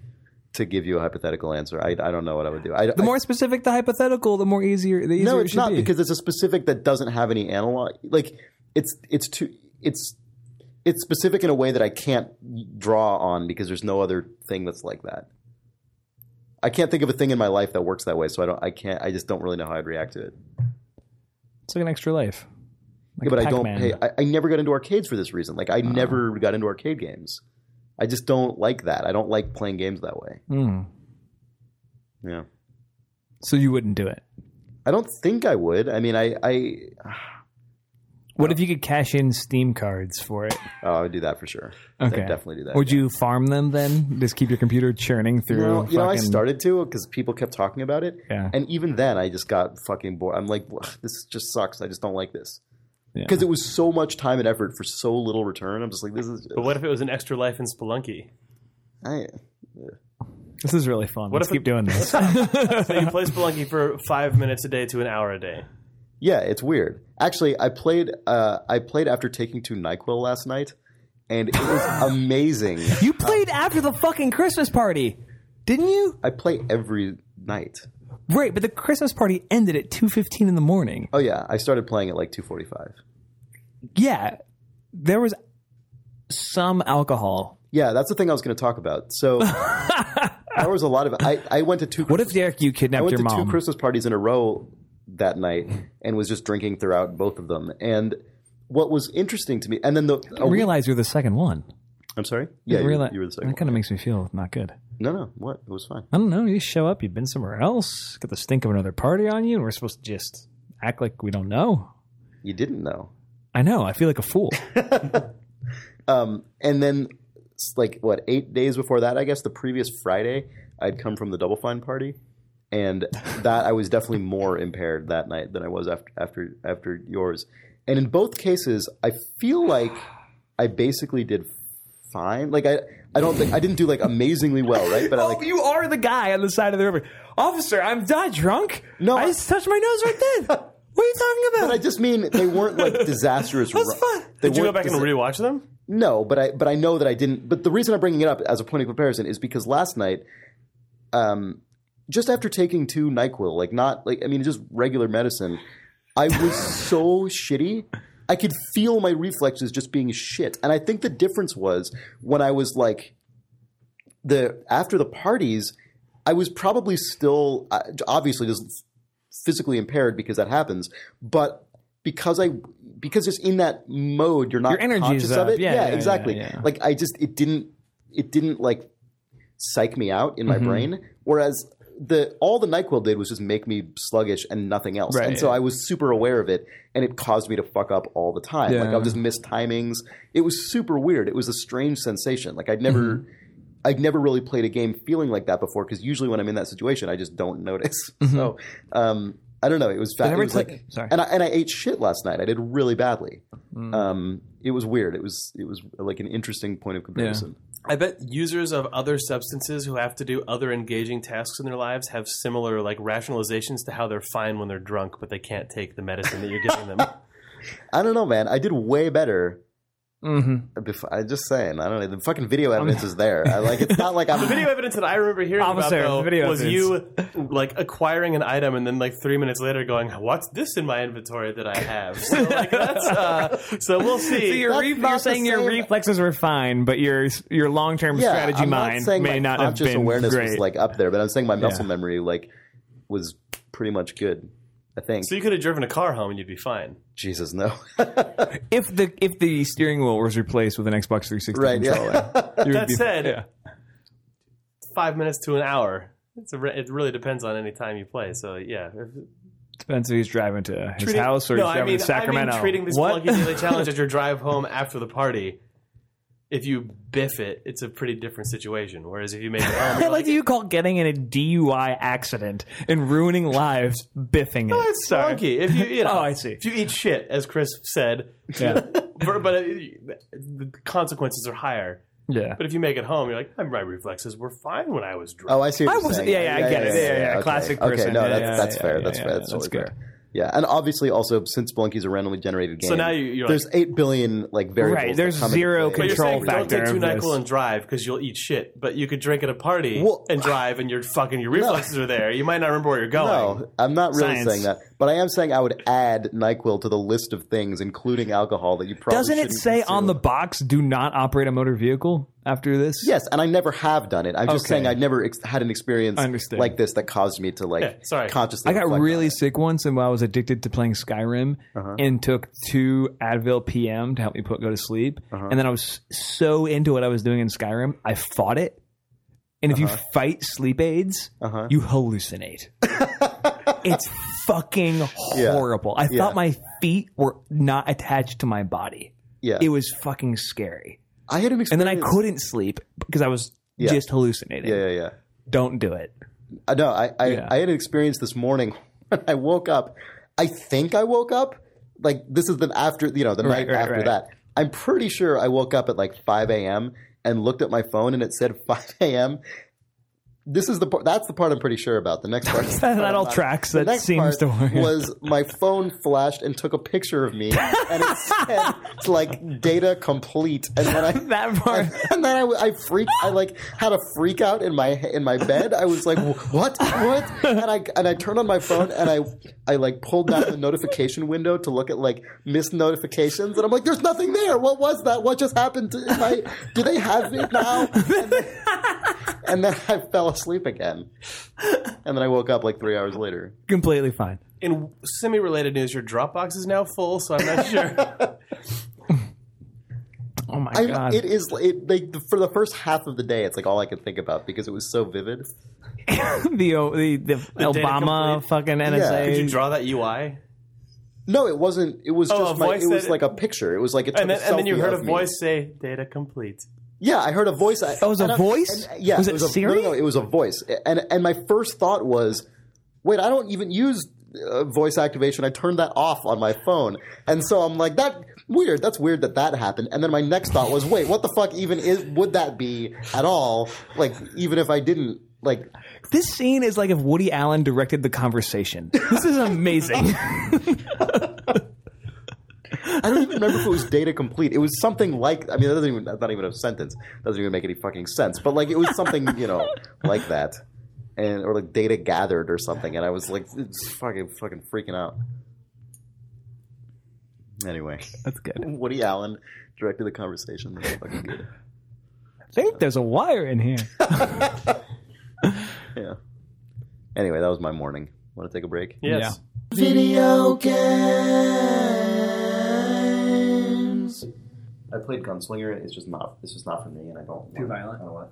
Speaker 2: to give you a hypothetical answer. I, I don't know what I would do. I,
Speaker 1: the more specific the hypothetical, the more easier. The easier
Speaker 2: no,
Speaker 1: it
Speaker 2: it's
Speaker 1: should
Speaker 2: not
Speaker 1: be.
Speaker 2: because it's a specific that doesn't have any analog. Like it's it's too it's it's specific in a way that I can't draw on because there's no other thing that's like that. I can't think of a thing in my life that works that way, so I don't. I can't. I just don't really know how I'd react to it.
Speaker 1: it's like an extra life. Like
Speaker 2: yeah, but I don't
Speaker 1: Pac-Man. Uh-huh.
Speaker 2: pay. I, I never got into arcades for this reason. Like I never got into arcade games. I just don't like that. I don't like playing games that way.
Speaker 1: Hmm.
Speaker 2: Yeah.
Speaker 1: So you wouldn't do it.
Speaker 2: I don't think I would. I mean, I, I,
Speaker 1: What if you could cash in Steam cards for it?
Speaker 2: oh, I would do that for sure. I'd
Speaker 1: Okay.
Speaker 2: definitely do that.
Speaker 1: Would
Speaker 2: yeah.
Speaker 1: you farm them then? Just keep your computer churning through.
Speaker 2: No, you know, I
Speaker 1: fucking-
Speaker 2: started to because people kept talking about it,
Speaker 1: Yeah.
Speaker 2: and even then, I just got fucking bored. I'm like, "Ugh, this just sucks. I just don't like this
Speaker 1: Yeah.
Speaker 2: because it was so much time and effort for so little return. I'm just like, this is.
Speaker 5: But what if it was an extra life in Spelunky?
Speaker 2: I,
Speaker 1: This is really fun.
Speaker 5: What
Speaker 1: Let's
Speaker 5: if
Speaker 1: keep
Speaker 5: it-
Speaker 1: doing this.
Speaker 5: So you play Spelunky for five minutes a day to an hour a day.
Speaker 2: yeah, it's weird. Actually, I played. Uh, I played after taking two Nyquil last night, and it was amazing.
Speaker 1: you played after the fucking Christmas party, didn't you?
Speaker 2: I play every night.
Speaker 1: Right, but the Christmas party ended at two fifteen in the morning.
Speaker 2: Oh yeah, I started playing at like 2:45.
Speaker 1: Yeah, there was some alcohol.
Speaker 2: Yeah, that's the thing I was going to talk about. So there was a lot of. I, I went to two.
Speaker 1: What if Derek, you
Speaker 2: I
Speaker 1: kidnapped
Speaker 2: went
Speaker 1: your
Speaker 2: to
Speaker 1: mom?
Speaker 2: two Christmas parties in a row that night and was just drinking throughout both of them. And what was interesting to me, and then the
Speaker 1: I realize you're the second one.
Speaker 2: I'm sorry, yeah, you,
Speaker 1: Realize-
Speaker 2: you were the second.
Speaker 1: That kind of makes me feel not good.
Speaker 2: one. No, no, what? It was fine.
Speaker 1: I don't know. You show up, you've been somewhere else, got the stink of another party on you, and we're supposed to just act like we don't know.
Speaker 2: You didn't know.
Speaker 1: I know. I feel like a fool.
Speaker 2: Um, and then s- like what eight days before that, I guess the previous Friday, I'd come from the Double Fine party, and that I was definitely more impaired that night than I was after after after yours. And in both cases, I feel like I basically did fine. Like I, I don't think I didn't do like amazingly well, right? But I like
Speaker 1: Oh, you are the guy on the side of the river, officer. I'm not drunk.
Speaker 2: No, I I- just
Speaker 1: touched my nose right then. what are you talking
Speaker 2: But I just mean they weren't like disastrous.
Speaker 1: That's
Speaker 2: ru-
Speaker 1: fun.
Speaker 2: they
Speaker 5: Did you go
Speaker 2: weren't
Speaker 5: back and
Speaker 2: disa-
Speaker 5: rewatch them?
Speaker 2: No, but I but I know that I didn't. But the reason I'm bringing it up as a point of comparison is because last night, um, just after taking two Nyquil, like not like I mean just regular medicine, I was so shitty. I could feel my reflexes just being shit, and I think the difference was when I was like the after the parties, I was probably still uh, obviously just physically impaired because that happens, but because I because just in that mode, you're not
Speaker 1: Your energy's
Speaker 2: conscious of
Speaker 1: up.
Speaker 2: it.
Speaker 1: Yeah, yeah, yeah,
Speaker 2: exactly.
Speaker 1: yeah.
Speaker 2: Like I just it didn't it didn't like psych me out in my
Speaker 1: Mm-hmm.
Speaker 2: brain, whereas. The all the Nyquil did was just make me sluggish and nothing else,
Speaker 1: Right,
Speaker 2: and so
Speaker 1: yeah.
Speaker 2: I was super aware of it, and it caused me to fuck up all the time. Like I
Speaker 1: Yeah.
Speaker 2: would just miss timings. It was super weird. It was a strange sensation. Like I'd never,
Speaker 1: Mm-hmm.
Speaker 2: I'd never really played a game feeling like that before because usually when I'm in that situation, I just don't notice. So
Speaker 1: Mm-hmm.
Speaker 2: um, I don't know. It was, fa-
Speaker 1: Did
Speaker 2: it
Speaker 1: I
Speaker 2: was
Speaker 1: ever tell-
Speaker 2: like,
Speaker 1: Sorry. Mm.
Speaker 2: and I and I ate shit last night. I did really badly. Um, it was weird. It was it was like an interesting point of comparison.
Speaker 5: I bet users of other substances who have to do other engaging tasks in their lives have similar like rationalizations to how they're fine when they're drunk, but they can't take the medicine that you're giving them.
Speaker 2: I don't know, man. I did way better.
Speaker 1: mm-hmm.
Speaker 2: Bef- I'm just saying. I don't know. The fucking video evidence is there. I, like it's not like I'm.
Speaker 5: the video evidence that I remember hearing
Speaker 1: Officer,
Speaker 5: about though,
Speaker 1: the video
Speaker 5: was you like acquiring an item and then like three minutes later going, "What's this in my inventory that I have?" So, like, that's, uh, so we'll see.
Speaker 1: So your
Speaker 2: That's
Speaker 1: re-
Speaker 2: not
Speaker 1: you're
Speaker 2: the
Speaker 1: saying your
Speaker 2: same-
Speaker 1: reflexes were fine, but your your long term
Speaker 2: yeah,
Speaker 1: strategy
Speaker 2: I'm
Speaker 1: mind
Speaker 2: not saying
Speaker 1: may
Speaker 2: my
Speaker 1: not have
Speaker 2: conscious
Speaker 1: been
Speaker 2: awareness
Speaker 1: great.
Speaker 2: was like up there, but I'm saying my muscle
Speaker 1: Yeah.
Speaker 2: memory like was pretty much good. I think.
Speaker 5: so you could have driven a car home and you'd be fine.
Speaker 2: Jesus, no.
Speaker 1: if the if the steering wheel was replaced with an Xbox 360
Speaker 2: right.
Speaker 1: controller, you
Speaker 2: Yeah.
Speaker 1: would
Speaker 5: That
Speaker 1: be-
Speaker 5: said-
Speaker 1: yeah.
Speaker 5: Five minutes to an hour. It's a re- it really depends on any time you play. So yeah,
Speaker 1: depends if he's driving to his house or
Speaker 5: no,
Speaker 1: he's
Speaker 5: I
Speaker 1: driving
Speaker 5: mean,
Speaker 1: to Sacramento.
Speaker 5: I mean, treating this
Speaker 1: what?
Speaker 5: Flunky Daily Challenge as your drive home after the party. If you biff it, it's a pretty different situation. Whereas if you make it home,
Speaker 1: I
Speaker 5: you're
Speaker 1: like
Speaker 5: like,
Speaker 1: that you call getting in a DUI accident and ruining lives biffing it.
Speaker 5: it's Flunky. If you, you know,
Speaker 1: Oh, I see.
Speaker 5: If you eat shit, as Chris said,
Speaker 1: Yeah.
Speaker 5: but, but uh, the consequences are higher.
Speaker 1: yeah.
Speaker 5: But if you make it home, you're like, my reflexes were fine when I was drunk.
Speaker 2: Oh, I see. What
Speaker 1: I
Speaker 2: you're
Speaker 1: was-
Speaker 2: saying.
Speaker 1: yeah, yeah, I get it. Yeah, yeah, yeah.
Speaker 2: Okay.
Speaker 1: Classic
Speaker 2: okay,
Speaker 1: person.
Speaker 2: no,
Speaker 1: Yeah,
Speaker 2: that's
Speaker 1: yeah,
Speaker 2: that's
Speaker 1: yeah,
Speaker 2: fair.
Speaker 1: yeah,
Speaker 2: that's
Speaker 1: yeah,
Speaker 2: fair.
Speaker 1: that's
Speaker 2: That's, totally
Speaker 1: good.
Speaker 2: fair. Yeah, and obviously also since Blunky's a randomly generated game,
Speaker 5: So now you- you're
Speaker 2: there's eight billion like variables.
Speaker 1: Right,
Speaker 2: that
Speaker 1: there's
Speaker 2: come into
Speaker 1: zero
Speaker 2: play.
Speaker 5: but you're
Speaker 1: control
Speaker 5: saying don't
Speaker 1: factor
Speaker 5: take two
Speaker 1: of this.
Speaker 5: NyQuil and drive because you'll eat shit. But you could drink at a party
Speaker 2: Well-
Speaker 5: and drive, and your fucking your reflexes are there. You might not remember where you're going.
Speaker 2: No, I'm not really
Speaker 1: Science.
Speaker 2: saying that. But I am saying I would add Nyquil to the list of things, including alcohol, that you probably
Speaker 1: Doesn't it
Speaker 2: shouldn't
Speaker 1: say on
Speaker 2: consume.
Speaker 1: the box, do not operate a motor vehicle after this?
Speaker 2: Yes, and I never have done it. I'm just
Speaker 1: Okay.
Speaker 2: saying I never ex- had an experience
Speaker 1: I understand.
Speaker 2: like this that caused me to like
Speaker 5: Yeah, sorry.
Speaker 2: consciously.
Speaker 1: I got
Speaker 2: reflect on
Speaker 1: really
Speaker 2: it.
Speaker 1: sick once, and I was addicted to playing Skyrim,
Speaker 2: Uh-huh.
Speaker 1: and took two Advil PM to help me put go to sleep.
Speaker 2: Uh-huh.
Speaker 1: And then I was so into what I was doing in Skyrim, I fought it. And if you fight sleep aids,
Speaker 2: Uh-huh.
Speaker 1: you hallucinate. it's fucking horrible. I
Speaker 2: Yeah.
Speaker 1: thought my feet were not attached to my body.
Speaker 2: Yeah,
Speaker 1: It was fucking scary.
Speaker 2: I had an
Speaker 1: And
Speaker 2: experience,
Speaker 1: then I couldn't sleep because I was
Speaker 2: Yeah.
Speaker 1: just hallucinating.
Speaker 2: Yeah, yeah, yeah.
Speaker 1: Don't do it.
Speaker 2: I know. Uh, I I,
Speaker 1: Yeah.
Speaker 2: I had an experience this morning. when I woke up. I think I woke up. Like this is the after you know the
Speaker 1: Right,
Speaker 2: night
Speaker 1: right,
Speaker 2: after
Speaker 1: right.
Speaker 2: that. I'm pretty sure I woke up at like 5 a.m. and looked at my phone and it said 5 a.m. This is the part. That's the part I'm pretty sure about. The next part. is the
Speaker 1: That,
Speaker 2: part I'm
Speaker 1: all
Speaker 2: not-
Speaker 1: tracks.
Speaker 2: The
Speaker 1: That
Speaker 2: next
Speaker 1: seems
Speaker 2: part
Speaker 1: to work.
Speaker 2: was my phone flashed and took a picture of me, and it said it's like data complete. And when I
Speaker 1: that part.
Speaker 2: and then I, w- I freaked. I like had a freak out in my in my bed. I was like, "What? What?" And I and I turned on my phone and I I like pulled down the notification window to look at like missed notifications. And I'm like, "There's nothing there. What was that? What just happened? To my, do they have it now?" And then, and then I fell asleep again. And then I woke up like three hours later.
Speaker 1: completely fine.
Speaker 5: In semi-related news, your Dropbox is now full, so I'm not sure.
Speaker 1: Oh my
Speaker 2: I,
Speaker 1: god!
Speaker 2: it is it, like for the first half of the day, it's like all I could think about because it was so vivid.
Speaker 1: the, O- the the Obama
Speaker 5: complete.
Speaker 1: fucking
Speaker 5: Did
Speaker 1: NSA.
Speaker 5: you draw that UI?
Speaker 2: No, it wasn't. It was
Speaker 5: Oh,
Speaker 2: just
Speaker 5: a
Speaker 2: my.
Speaker 5: voice
Speaker 2: It was
Speaker 5: that-
Speaker 2: like a picture. It was like it took
Speaker 5: And then,
Speaker 2: a
Speaker 5: and then you
Speaker 2: selfie
Speaker 5: heard a
Speaker 2: of me.
Speaker 5: voice say, "Data complete."
Speaker 2: Yeah, I heard a voice. I,
Speaker 1: Oh, it was a
Speaker 2: and I-
Speaker 1: voice?
Speaker 2: and- yeah,
Speaker 1: Was it
Speaker 2: a,
Speaker 1: Siri?
Speaker 2: No, no, no, it was a voice. And and my first thought was, wait, I don't even use uh, voice activation. I turned that off on my phone, and so I'm like that. Weird. That's weird that that happened. And then my next thought was, wait, what the fuck even is would that be at all? Like, even if I didn't like,
Speaker 1: This scene is like if Woody Allen directed the conversation. This is amazing.
Speaker 2: I don't even remember if it was data complete. It was something like. I mean, that doesn't even. That's not even a sentence. Doesn't even make any fucking sense. But like, it was something you know like that, and or like data gathered or something. And I was like, it's fucking fucking freaking out. Anyway,
Speaker 1: That's good.
Speaker 2: Woody Allen directed the conversation. That's fucking good.
Speaker 1: I think there's a wire in here.
Speaker 2: Yeah. Anyway, that was my morning. Want to take a break?
Speaker 5: Yes.
Speaker 4: Video games.
Speaker 2: I played Gunslinger. It's just not. It's just not for me, and I don't.
Speaker 1: Too violent?
Speaker 2: I don't want.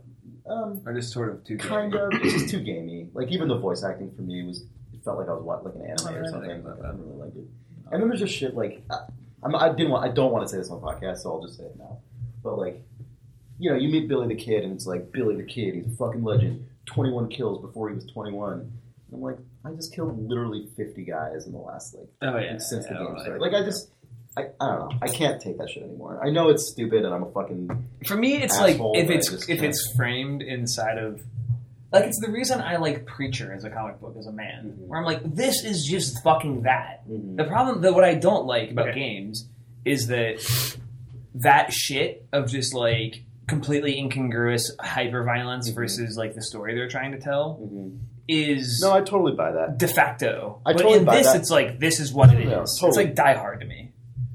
Speaker 2: Um,
Speaker 1: Or just sort of two.
Speaker 2: kind of. It's just too gamey. Like even the voice acting for me was it felt like I was watching like an anime or something. I didn't really like it. And then there's just shit like I, I'm, I didn't want. I don't want to say this on podcast, so I'll just say it now. But like, you know, you meet Billy the Kid, and it's like Billy the Kid. He's a fucking legend. 21 kills before he was 21. And I'm like, I just killed literally 50 guys in the last like
Speaker 3: Oh, yeah.
Speaker 2: since the
Speaker 3: Yeah,
Speaker 2: game
Speaker 3: well,
Speaker 2: started. Like I just. I, I don't know. I can't take that shit anymore. I know it's stupid, and I'm a fucking
Speaker 3: For me, it's
Speaker 2: Asshole,
Speaker 3: like if
Speaker 2: but I
Speaker 3: it's
Speaker 2: just
Speaker 3: if
Speaker 2: can't.
Speaker 3: it's framed inside of, like it's the reason I like Preacher as a comic book as a man,
Speaker 2: Mm-hmm.
Speaker 3: where I'm like, this is just fucking that. The problem, though, what I don't like about
Speaker 5: Okay.
Speaker 3: games is that that shit of just like completely incongruous hyper violence
Speaker 2: Mm-hmm.
Speaker 3: versus like the story they're trying to tell is
Speaker 2: No, I totally buy that.
Speaker 3: de facto.
Speaker 2: I
Speaker 3: but
Speaker 2: totally
Speaker 3: in
Speaker 2: buy
Speaker 3: this,
Speaker 2: that.
Speaker 3: it's like this is what it is.
Speaker 2: No, no,
Speaker 3: It's
Speaker 2: totally.
Speaker 3: like Die Hard to me.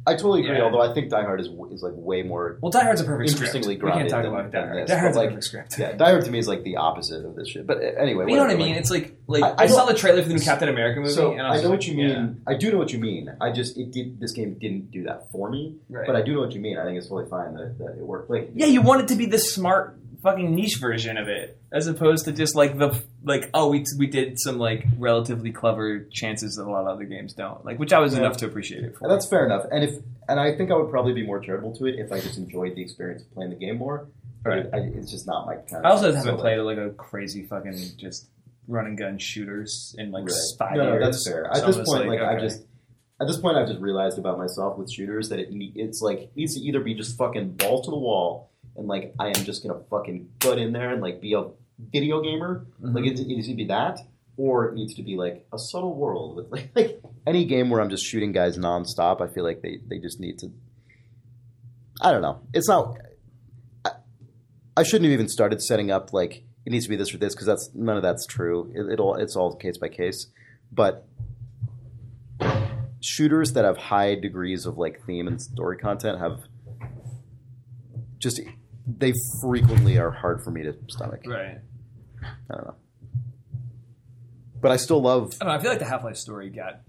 Speaker 2: I totally agree.
Speaker 3: Yeah.
Speaker 2: Although I think Die Hard is is like way more
Speaker 3: Well, Die Hard's a perfect
Speaker 2: Interestingly
Speaker 3: script. We
Speaker 2: grounded
Speaker 3: can't talk
Speaker 2: than-
Speaker 3: about
Speaker 2: than
Speaker 3: Die Hard.
Speaker 2: this,
Speaker 3: Die
Speaker 2: but,
Speaker 3: Hard's
Speaker 2: like,
Speaker 3: a perfect script.
Speaker 2: Yeah, Die Hard to me is like the opposite of this shit. But uh, anyway,
Speaker 3: But you know what I
Speaker 2: whatever,
Speaker 3: mean?
Speaker 2: like-
Speaker 3: It's like like
Speaker 2: I-
Speaker 3: I,
Speaker 2: I don't-
Speaker 3: saw the trailer for the new Captain America movie,
Speaker 2: so
Speaker 3: and I,
Speaker 2: I
Speaker 3: was
Speaker 2: know
Speaker 3: like,
Speaker 2: what you mean.
Speaker 3: yeah.
Speaker 2: I do know what you mean. I just it did. This game didn't do that for me,
Speaker 3: Right.
Speaker 2: but I do know what you mean. I think it's totally fine that, that it worked. Like
Speaker 3: Yeah, you want it to be the smart fucking niche version of it, as opposed to just like the like oh we we did some like relatively clever chances that a lot of other games don't like, which I was
Speaker 2: Yeah.
Speaker 3: enough to appreciate it for.
Speaker 2: and that's fair enough. And if and I think I would probably be more charitable to it if I just enjoyed the experience of playing the game more. But
Speaker 3: Right.
Speaker 2: it- I, it's just not my kind.
Speaker 3: I also
Speaker 2: of,
Speaker 3: haven't
Speaker 2: so,
Speaker 3: played like a crazy fucking just run and gun shooters in like
Speaker 2: Right.
Speaker 3: five
Speaker 2: No, no,
Speaker 3: years.
Speaker 2: that's fair. At
Speaker 3: So
Speaker 2: this
Speaker 3: I'm just
Speaker 2: point, like, I
Speaker 3: okay.
Speaker 2: just at this point I've just realized about myself with shooters that it ne- it's like needs to either be just fucking ball to the wall and like I am just gonna fucking gut in there and like be a video gamer. Like
Speaker 3: Mm-hmm.
Speaker 2: it, it needs to be that, or it needs to be like a subtle world with like, like any game where I'm just shooting guys nonstop. I feel like they they just need to. I don't know. It's not. I, I shouldn't have even started setting up like it needs to be this or this because that's none of that's true. It, it'll it's all case by case, but shooters that have high degrees of like theme and story content have just they frequently are hard for me to stomach.
Speaker 3: Right.
Speaker 2: I don't know. But I still love
Speaker 3: I don't know. I feel like the Half Life story got.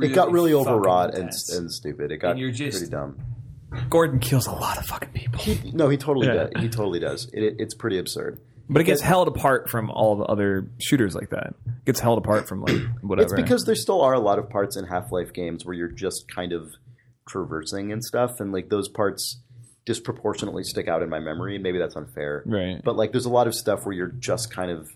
Speaker 2: it got really
Speaker 3: fucking
Speaker 2: overwrought and,
Speaker 3: intense.
Speaker 2: and stupid. It got
Speaker 3: And you're just-
Speaker 2: pretty dumb.
Speaker 1: Gordon kills a lot of fucking people,
Speaker 2: He, no, he totally
Speaker 1: Yeah.
Speaker 2: does. He totally does. It, it, it's pretty absurd.
Speaker 1: but it gets held apart from all the other shooters like that. It gets held apart from like whatever.
Speaker 2: It's because there still are a lot of parts in Half Life games where you're just kind of traversing and stuff, and like those parts disproportionately stick out in my memory. Maybe that's unfair,
Speaker 1: right.
Speaker 2: but like there's a lot of stuff where you're just kind of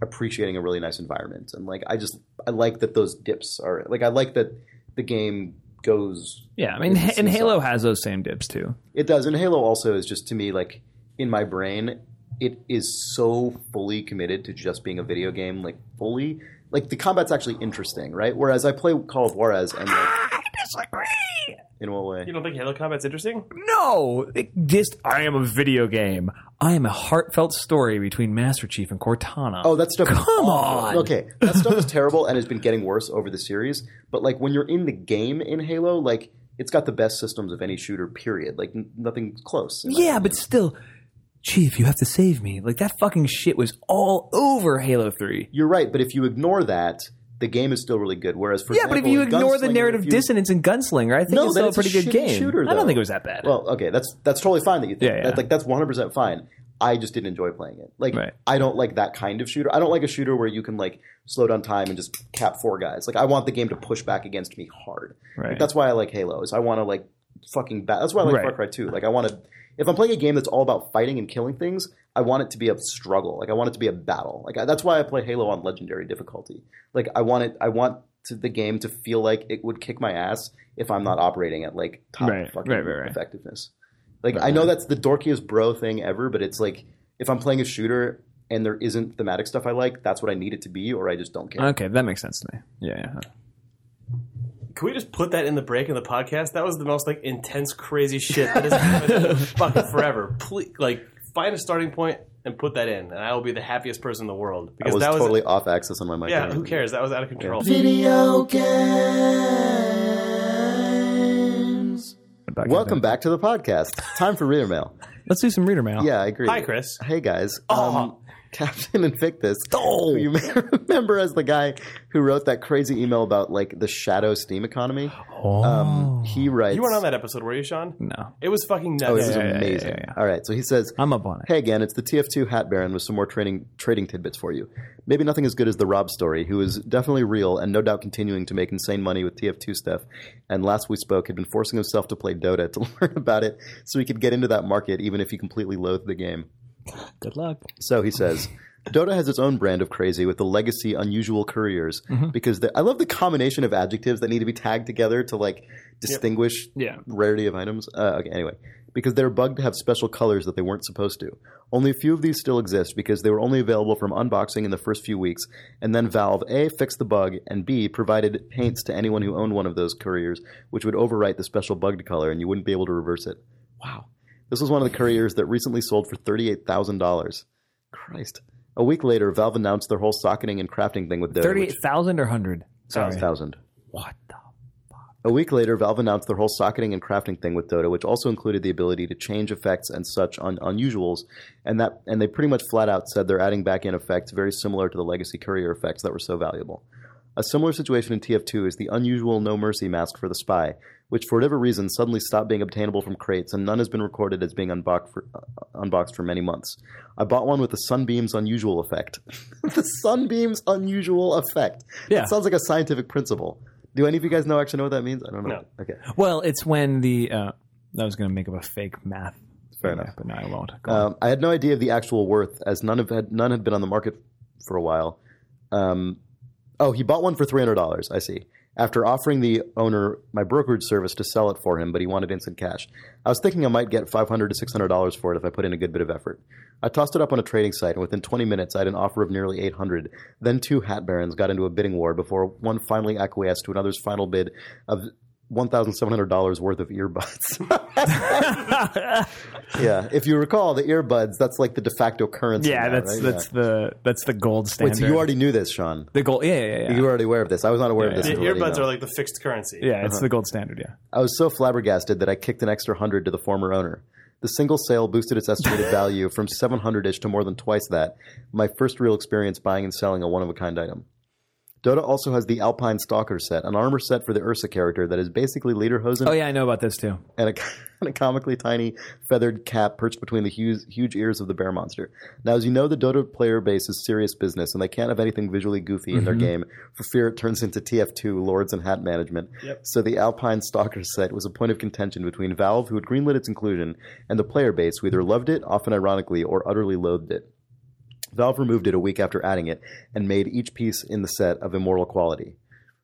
Speaker 2: appreciating a really nice environment, and like I just I like that those dips are like I like that the game goes
Speaker 1: Yeah, I mean,
Speaker 2: It's-
Speaker 1: and
Speaker 2: it's
Speaker 1: Halo has those same dips too.
Speaker 2: It does, and Halo also is just to me like in my brain, it is so fully committed to just being a video game, like fully. Like the combat's actually interesting, right? Whereas I play Call of Juarez, and like,
Speaker 1: I disagree.
Speaker 2: in what way?
Speaker 5: You don't think Halo Combat's interesting?
Speaker 1: No, it just I am a video game. I am a heartfelt story between Master Chief and Cortana.
Speaker 2: Oh, that stuff.
Speaker 1: Come on.
Speaker 2: Okay, that stuff is terrible and has been getting worse over the series. But like when you're in the game in Halo, like it's got the best systems of any shooter. Period. Like n- nothing's close. in my
Speaker 1: yeah, but still, Chief, you have to save me. Like that fucking shit was all over Halo Three.
Speaker 2: You're right, but if you ignore that, the game is still really good. Whereas, for
Speaker 1: yeah, but if
Speaker 2: example,
Speaker 1: you
Speaker 2: in
Speaker 1: ignore the
Speaker 2: Gunslinger,
Speaker 1: narrative
Speaker 2: if you-
Speaker 1: dissonance in Gunslinger, I think
Speaker 2: No,
Speaker 1: it's
Speaker 2: then
Speaker 1: still
Speaker 2: it's
Speaker 1: a
Speaker 2: a
Speaker 1: pretty good
Speaker 2: shitty
Speaker 1: game.
Speaker 2: shooter,
Speaker 1: I don't
Speaker 2: though.
Speaker 1: think it was that bad.
Speaker 2: Well, okay, that's that's totally fine that you think
Speaker 1: Yeah, yeah.
Speaker 2: That, like that's one hundred percent fine. I just didn't enjoy playing it. Like
Speaker 1: Right.
Speaker 2: I don't like that kind of shooter. I don't like a shooter where you can like slow down time and just cap four guys. Like I want the game to push back against me hard. Like,
Speaker 1: right.
Speaker 2: that's why I like Halo. Is I want to like fucking bat. That's why I like
Speaker 1: Right.
Speaker 2: Far Cry Two. Like I want to. If I'm playing a game that's all about fighting and killing things, I want it to be a struggle. Like I want it to be a battle. Like I, that's why I play Halo on legendary difficulty. Like I want it. I want to, the game to feel like it would kick my ass if I'm not operating at like top
Speaker 1: Right.
Speaker 2: fucking
Speaker 1: Right, right, right.
Speaker 2: effectiveness. Like I know that's the dorkiest bro thing ever, but it's like if I'm playing a shooter and there isn't thematic stuff I like, that's what I need it to be, or I just don't care.
Speaker 1: okay, that makes sense to me. Yeah, yeah.
Speaker 5: Can we just put that in the break in the podcast? That was the most like intense, crazy shit that is fucking forever. Please, like, find a starting point and put that in, and I will be the happiest person in the world
Speaker 2: I
Speaker 5: because
Speaker 2: was,
Speaker 5: that was
Speaker 2: totally off axis on my mic.
Speaker 5: yeah. Who cares? That was out of control.
Speaker 4: Video games.
Speaker 1: Back
Speaker 2: Welcome
Speaker 1: into-
Speaker 2: back to the podcast. Time for reader mail.
Speaker 1: Let's do some reader mail.
Speaker 2: Yeah, I agree.
Speaker 5: Hi, Chris.
Speaker 2: Hey guys.
Speaker 1: Oh.
Speaker 2: Um, Captain Invictus, who you may remember as the guy who wrote that crazy email about like the shadow steam economy.
Speaker 1: Oh.
Speaker 2: Um, He writes.
Speaker 5: You weren't on that episode, were you, Sean?
Speaker 1: no,
Speaker 5: It was fucking nuts.
Speaker 2: Oh,
Speaker 1: Mm.
Speaker 2: this
Speaker 1: Yeah,
Speaker 2: is
Speaker 1: yeah, yeah,
Speaker 2: amazing.
Speaker 1: yeah, yeah.
Speaker 2: All right, so he says,
Speaker 1: I'm up on it.
Speaker 2: Hey again, it's the TF2 Hat Baron with some more training, trading tidbits for you. Maybe nothing as good as the Rob story, who is definitely real and no doubt continuing to make insane money with TF2 stuff. And last we spoke, had been forcing himself to play Dota to learn about it so he could get into that market, even if he completely loathed the game.
Speaker 1: Good luck.
Speaker 2: So he says, Dota has its own brand of crazy with the legacy unusual couriers because the, I love the combination of adjectives that need to be tagged together to like distinguish
Speaker 1: Yeah.
Speaker 2: rarity of items. Uh, okay, anyway, because they're bugged to have special colors that they weren't supposed to. Only a few of these still exist because they were only available from unboxing in the first few weeks, and then Valve A fixed the bug and B provided paints to anyone who owned one of those couriers, which would overwrite the special bugged color, and you wouldn't be able to reverse it. Wow. This was one of the couriers that recently sold for thirty-eight thousand dollars. Christ. A week later, Valve announced their whole socketing and crafting thing with Dota.
Speaker 1: Thirty-eight
Speaker 2: which-
Speaker 1: thousand or hundred? Sorry.
Speaker 2: thousand.
Speaker 1: What the?
Speaker 2: A week later, Valve announced their whole socketing and crafting thing with Dota, which also included the ability to change effects and such on unusuals, and that and they pretty much flat out said they're adding back in effects very similar to the legacy courier effects that were so valuable. A similar situation in TF2 is the unusual No Mercy mask for the spy, which for whatever reason suddenly stopped being obtainable from crates, and none has been recorded as being unboxed for, uh, unboxed for many months. I bought one with the sunbeam's unusual effect. the sunbeam's unusual effect.
Speaker 1: Yeah.
Speaker 2: That sounds like a scientific principle. Do any of you guys know actually know what that means? I don't know. Okay.
Speaker 1: Well, it's when the uh, I was going to make up a fake math.
Speaker 2: Fair
Speaker 1: thing,
Speaker 2: enough.
Speaker 1: but no, I won't. Go on.
Speaker 2: Um, I had no idea of the actual worth, as none of had none had been on the market for a while. Um, oh, he bought one for three hundred dollars. I see. After offering the owner my brokerage service to sell it for him, but he wanted instant cash. I was thinking I might get five hundred to six hundred dollars for it if I put in a good bit of effort. I tossed it up on a trading site, and within twenty minutes, I had an offer of nearly eight hundred. Then two hat barons got into a bidding war before one finally acquiesced to another's final bid of one thousand seven hundred dollars worth of earbuds. yeah, if you recall, the earbuds that's like the de facto currency.
Speaker 1: yeah,
Speaker 2: now,
Speaker 1: that's
Speaker 2: right?
Speaker 1: that's the that's the gold
Speaker 2: Yeah. Wait,
Speaker 1: standard.
Speaker 2: so you already knew this, Sean?
Speaker 1: the gold. Yeah, yeah, yeah.
Speaker 2: You were already aware of this. I was not aware
Speaker 1: Yeah,
Speaker 2: of
Speaker 5: The
Speaker 2: this. until right
Speaker 5: earbuds
Speaker 2: now.
Speaker 5: are like the fixed currency.
Speaker 2: Uh-huh.
Speaker 1: yeah, it's the gold standard. Yeah.
Speaker 2: I was so flabbergasted that I kicked an extra hundred to the former owner. The single sale boosted its estimated value from 700 ish to more than twice that. My first real experience buying and selling a one of a kind item. Dota also has the Alpine Stalker set, an armor set for the Ursa character that is basically Lederhosen
Speaker 1: Oh yeah, I know about this too.
Speaker 2: and a, and a comically tiny feathered cap perched between the huge, huge ears of the bear monster. Now, as you know, the Dota player base is serious business, and they can't have anything visually goofy in their game for fear it turns into TF2 Lords and Hat Management. So the Alpine Stalker set was a point of contention between Valve, who had greenlit its inclusion, and the player base, who either loved it, often ironically, or utterly loathed it. Valve removed it a week after adding it and made each piece in the set of immortal quality.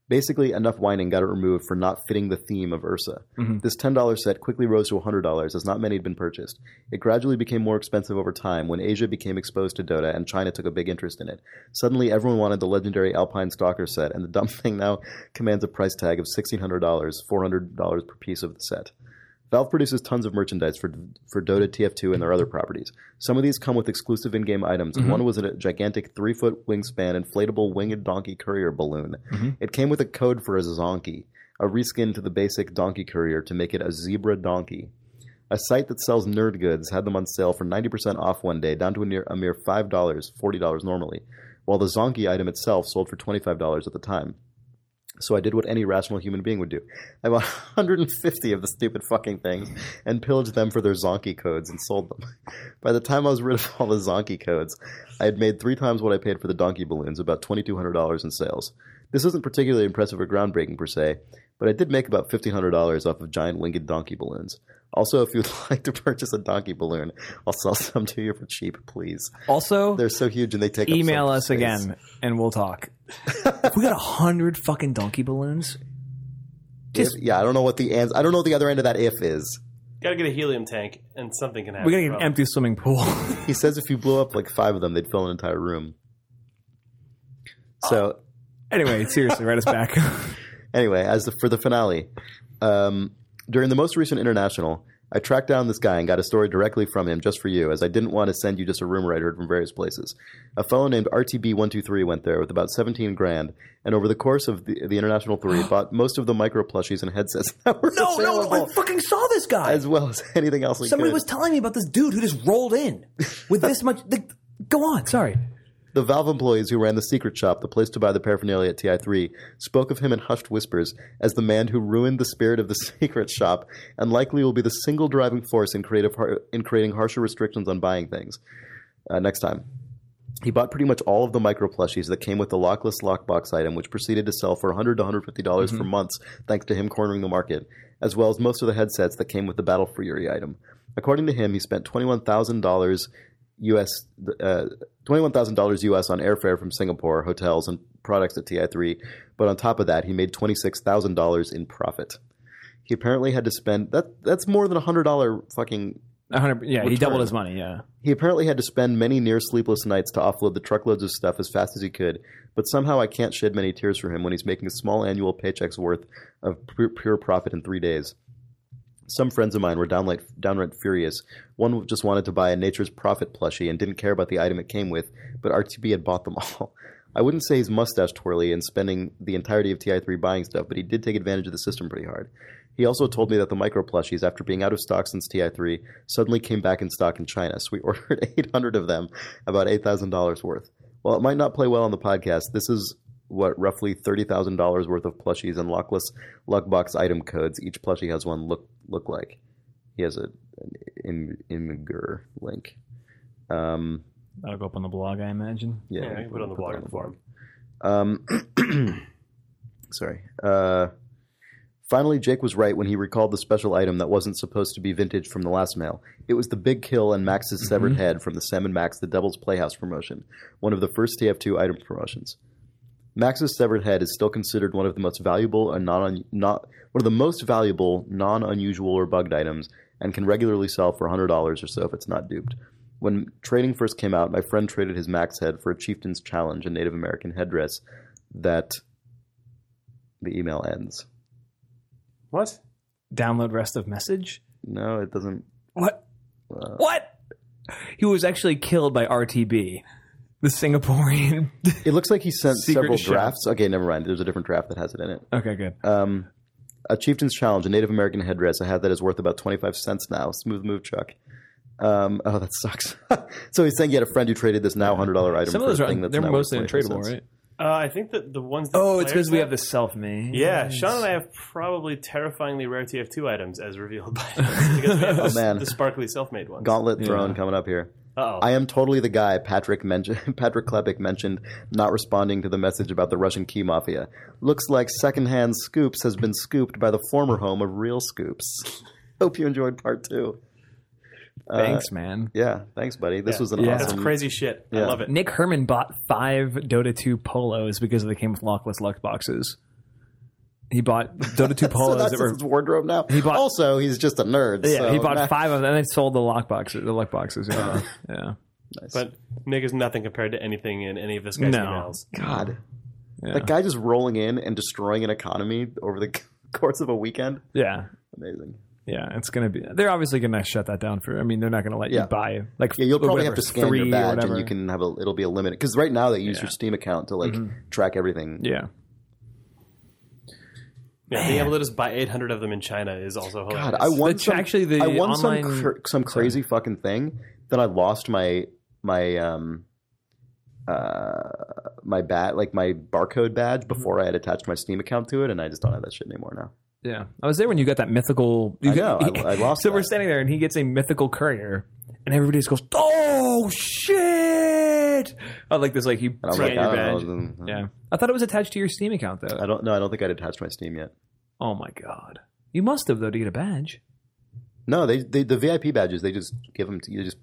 Speaker 2: Basically, enough whining got it removed for not fitting the theme of Ursa. This $10 set quickly rose to $100 as not many had been purchased. It gradually became more expensive over time when Asia became exposed to Dota and China took a big interest in it. Suddenly, everyone wanted the legendary Alpine Stalker set, and the dumb thing now commands a price tag of $1,600, $400 per piece of the set. Valve produces tons of merchandise for for Dota, TF2, and their other properties. Some of these come with exclusive in-game items, and one was a gigantic three-foot wingspan inflatable winged donkey courier balloon. It came with a code for a zonkey, a reskin to the basic donkey courier to make it a zebra donkey. A site that sells nerd goods had them on sale for 90% off one day, down to a, near, a mere $5, $40 normally, while the zonkey item itself sold for $25 at the time. So I did what any rational human being would do. I bought 150 of the stupid fucking things and pillaged them for their Zonky codes and sold them. By the time I was rid of all the Zonky codes, I had made three times what I paid for the donkey balloons, about $2,200 in sales. This isn't particularly impressive or groundbreaking per se, but I did make about $1,500 off of giant winged donkey balloons. Also, if you'd like to purchase a donkey balloon, I'll sell some to you for cheap, please.
Speaker 1: Also,
Speaker 2: They're so huge and they take up so
Speaker 1: email
Speaker 2: much
Speaker 1: us
Speaker 2: space.
Speaker 1: again and we'll talk. if we got a hundred fucking donkey balloons,
Speaker 2: If-
Speaker 1: Just-
Speaker 2: yeah, I don't know what the ans- I don't know what the other end of that if is.
Speaker 5: Gotta get a helium tank and something can happen.
Speaker 1: we're gonna get an
Speaker 5: from it.
Speaker 1: empty swimming pool.
Speaker 2: He says if you blew up like five of them, they'd fill an entire room. So
Speaker 1: anyway, seriously, write us back.
Speaker 2: anyway, as the, for the finale, um, during the most recent international, I tracked down this guy and got a story directly from him just for you, as I didn't want to send you just a rumor I'd heard from various places. A fellow named RTB123 went there with about 17 grand, and over the course of the, the international three, bought most of the micro plushies and headsets that were
Speaker 6: No, no,
Speaker 2: available,
Speaker 6: I fucking saw this guy.
Speaker 2: as well as anything else. he
Speaker 6: Somebody
Speaker 2: could.
Speaker 6: was telling me about this dude who just rolled in with this much. The, go on, sorry.
Speaker 2: The Valve employees who ran the secret shop, the place to buy the paraphernalia at TI3, spoke of him in hushed whispers as the man who ruined the spirit of the secret shop and likely will be the single driving force in, creative har- in creating harsher restrictions on buying things uh, next time. He bought pretty much all of the micro plushies that came with the lockless lockbox item, which proceeded to sell for $100 to $150 dollars for months, thanks to him cornering the market, as well as most of the headsets that came with the Battle Fury item. According to him, he spent $21,000 US uh, $21,000 US on airfare from Singapore, hotels, and products at TI3, but on top of that, he made $26,000 in profit. He apparently had to spend that that's more than a $100 fucking
Speaker 1: A hundred, yeah, he
Speaker 2: Return.
Speaker 1: doubled his money. Yeah,
Speaker 2: he apparently had to spend many near sleepless nights to offload the truckloads of stuff as fast as he could, but somehow I can't shed many tears for him when he's making a small annual paycheck's worth of pure, pure profit in three days. Some friends of mine were downright, downright furious. One just wanted to buy a Nature's Profit plushie and didn't care about the item it came with, but RTB had bought them all. I wouldn't say he's mustache twirly and spending the entirety of TI3 buying stuff, but he did take advantage of the system pretty hard. He also told me that the micro plushies, after being out of stock since TI3, suddenly came back in stock in China, so we ordered 800 of them, about $8,000 worth. While it might not play well on the podcast, this is what roughly $30,000 worth of plushies and lockless lockbox item codes. Each plushie has one look look like. He has a an im- Imgur link. Um,
Speaker 1: that'll go up on the blog, I imagine.
Speaker 2: yeah,
Speaker 5: Yeah, put it on the blog form.
Speaker 2: um, sorry. Uh, finally, Jake was right when he recalled the special item that wasn't supposed to be vintage from the last mail. It was the Big Kill and Max's severed head from the Sam and Max the Devil's Playhouse promotion, one of the first TF2 item promotions. Max's severed head is still considered one of the most valuable and non not one of the most valuable non unusual or bugged items, and can regularly sell for hundred dollars or so if it's not duped. When trading first came out, my friend traded his Max head for a chieftain's challenge, a Native American headdress that the email ends.
Speaker 5: What?
Speaker 1: Download rest of message.
Speaker 2: No, it doesn't.
Speaker 1: What?
Speaker 2: Wow.
Speaker 1: What? He was actually killed by RTB, the Singaporean.
Speaker 2: It looks like he sent
Speaker 1: Secret
Speaker 2: several
Speaker 1: shop.
Speaker 2: drafts. Okay, never mind. There's a different draft that has it in it.
Speaker 1: okay, good.
Speaker 2: Um, a chieftain's challenge, a Native American headdress. I have that is worth about twenty five cents now. Smooth move, Chuck. Um, oh, that sucks. so he's saying you had a friend who traded this now hundred dollar item.
Speaker 1: Some
Speaker 2: for
Speaker 1: of those
Speaker 2: a
Speaker 1: are
Speaker 2: thing that's
Speaker 1: they're
Speaker 2: now worth
Speaker 1: mostly
Speaker 2: 25
Speaker 1: untradeable,
Speaker 2: cents.
Speaker 1: right?
Speaker 5: Uh, I think that the ones. That
Speaker 1: Oh, it's
Speaker 5: players
Speaker 1: because we
Speaker 5: have-
Speaker 1: have the self made.
Speaker 5: Yeah, Sean and I have probably terrifyingly rare TF2 items as revealed by because we have the,
Speaker 2: Oh, man.
Speaker 5: the sparkly self-made ones.
Speaker 2: Gauntlet
Speaker 1: Yeah.
Speaker 2: Throne coming up here.
Speaker 5: Uh-oh.
Speaker 2: I am totally the guy Patrick mentioned. Patrick Klepek mentioned not responding to the message about the Russian key mafia. Looks like secondhand scoops has been scooped by the former home of Real Scoops. Hope you enjoyed part two. Uh,
Speaker 1: Thanks, man.
Speaker 2: Yeah, thanks, buddy. This
Speaker 5: Yeah.
Speaker 2: was an
Speaker 1: Yeah.
Speaker 5: That's
Speaker 2: awesome.
Speaker 5: crazy shit. I
Speaker 2: Yeah.
Speaker 5: love it.
Speaker 1: Nick Herman bought five Dota 2 polos because they came with lockless luck boxes. He bought Dota 2
Speaker 2: So
Speaker 1: polos
Speaker 2: that's
Speaker 1: that were.
Speaker 2: his wardrobe now.
Speaker 1: He bought-
Speaker 2: also, he's just a nerd.
Speaker 1: Yeah,
Speaker 2: so
Speaker 1: he bought
Speaker 2: nah.
Speaker 1: five of them and then sold the lock boxes. The luck boxes. Yeah. yeah.
Speaker 5: But Nick is nothing compared to anything in any of this guy's
Speaker 1: No.
Speaker 5: emails.
Speaker 2: God,
Speaker 1: Yeah.
Speaker 2: that guy just rolling in and destroying an economy over the course of a weekend.
Speaker 1: yeah.
Speaker 2: Amazing.
Speaker 1: Yeah, it's gonna be. They're obviously gonna shut that down for. I mean, they're not gonna let
Speaker 2: Yeah.
Speaker 1: you buy like.
Speaker 2: Yeah, you'll probably
Speaker 1: whatever,
Speaker 2: have to scan
Speaker 1: three
Speaker 2: your
Speaker 1: or
Speaker 2: badge,
Speaker 1: whatever.
Speaker 2: and you can have a. It'll be a limit because right now they use your Steam account to like
Speaker 1: Mm-hmm.
Speaker 2: track everything.
Speaker 1: Yeah,
Speaker 5: Yeah, being able to just buy 800 of them in China is also hilarious.
Speaker 2: God, I won
Speaker 1: That's
Speaker 2: some,
Speaker 1: actually the
Speaker 2: I won some
Speaker 1: online-
Speaker 2: cr- some crazy fucking thing. Then I lost my my um uh my bat like my barcode
Speaker 1: Mm-hmm.
Speaker 2: badge before I had attached my Steam account to it, and I just don't have that shit anymore now.
Speaker 1: yeah. I was there when you got that mythical. You
Speaker 2: I know.
Speaker 1: got-
Speaker 2: I, I lost.
Speaker 1: so
Speaker 2: that.
Speaker 1: we're standing there, and he gets a mythical courier, and everybody just goes, "Oh shit!" I like this, like he
Speaker 2: And I was
Speaker 1: ran
Speaker 2: like,
Speaker 1: your
Speaker 2: I
Speaker 1: badge.
Speaker 2: don't, know.
Speaker 1: Yeah, I thought it was attached to your Steam account though.
Speaker 2: I don't know. I don't think I'd attached my Steam yet.
Speaker 1: oh my god, you must have though to get a badge.
Speaker 2: No, they, they the VIP badges. They just give them to you. Just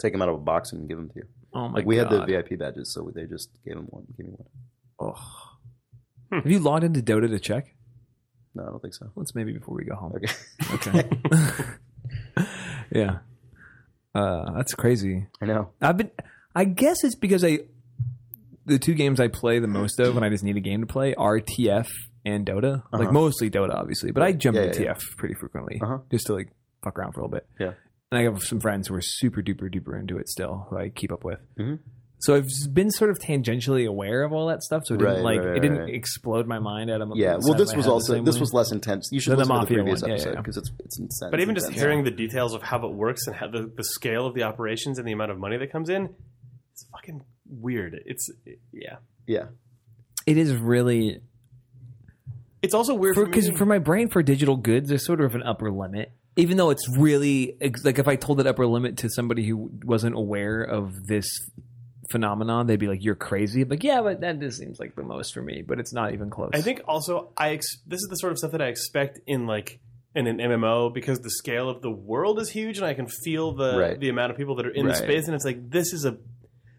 Speaker 2: take them out of a box and give them to you.
Speaker 1: Oh my
Speaker 2: Like we
Speaker 1: god,
Speaker 2: had the VIP badges, so they just gave him one. Gave me one.
Speaker 1: Oh. Have you logged into Dota to check?
Speaker 2: No, I don't think so.
Speaker 1: Let's maybe before we go home.
Speaker 2: Okay.
Speaker 1: Okay. yeah. Uh, that's crazy.
Speaker 2: I know.
Speaker 1: I've been. I guess it's because I, the two games I play the most of, and I just need a game to play are TF and Dota. Like mostly Dota, obviously, but I jump
Speaker 2: Uh-huh. Yeah,
Speaker 1: into
Speaker 2: yeah, yeah.
Speaker 1: TF pretty frequently
Speaker 2: Uh-huh.
Speaker 1: just to like fuck around for a little bit.
Speaker 2: Yeah.
Speaker 1: And I have some friends who are super duper duper into it still, who I keep up with.
Speaker 2: Mhm.
Speaker 1: So I've just been sort of tangentially aware of all that stuff, so it didn't
Speaker 2: Right,
Speaker 1: like
Speaker 2: right,
Speaker 1: it didn't
Speaker 2: right.
Speaker 1: explode my mind at a
Speaker 2: Yeah. Well, this was also this was
Speaker 1: like,
Speaker 2: less intense. You should
Speaker 1: The- the
Speaker 2: listen to the
Speaker 1: Mafia
Speaker 2: previous
Speaker 1: one, yeah, yeah,
Speaker 2: episode
Speaker 1: yeah.
Speaker 2: because it's it's intense.
Speaker 5: But even just
Speaker 2: intense.
Speaker 5: hearing the details of how it works and how the, the scale of the operations and the amount of money that comes in, it's fucking weird. It's yeah.
Speaker 2: yeah,
Speaker 1: it is really
Speaker 5: It's also weird for,
Speaker 1: because
Speaker 5: me.
Speaker 1: for, my brain for digital goods there's sort of an upper limit even though it's really ex- like if i told that upper limit to somebody who wasn't aware of this phenomenon they'd be like you're crazy I'm like yeah but that just seems like the most for me but it's not even close
Speaker 5: I think also I ex- this is the sort of stuff that I expect in like in an MMO because the scale of the world is huge and I can feel the
Speaker 2: Right.
Speaker 5: the amount of people that are in the
Speaker 2: Right.
Speaker 5: space and it's like this is a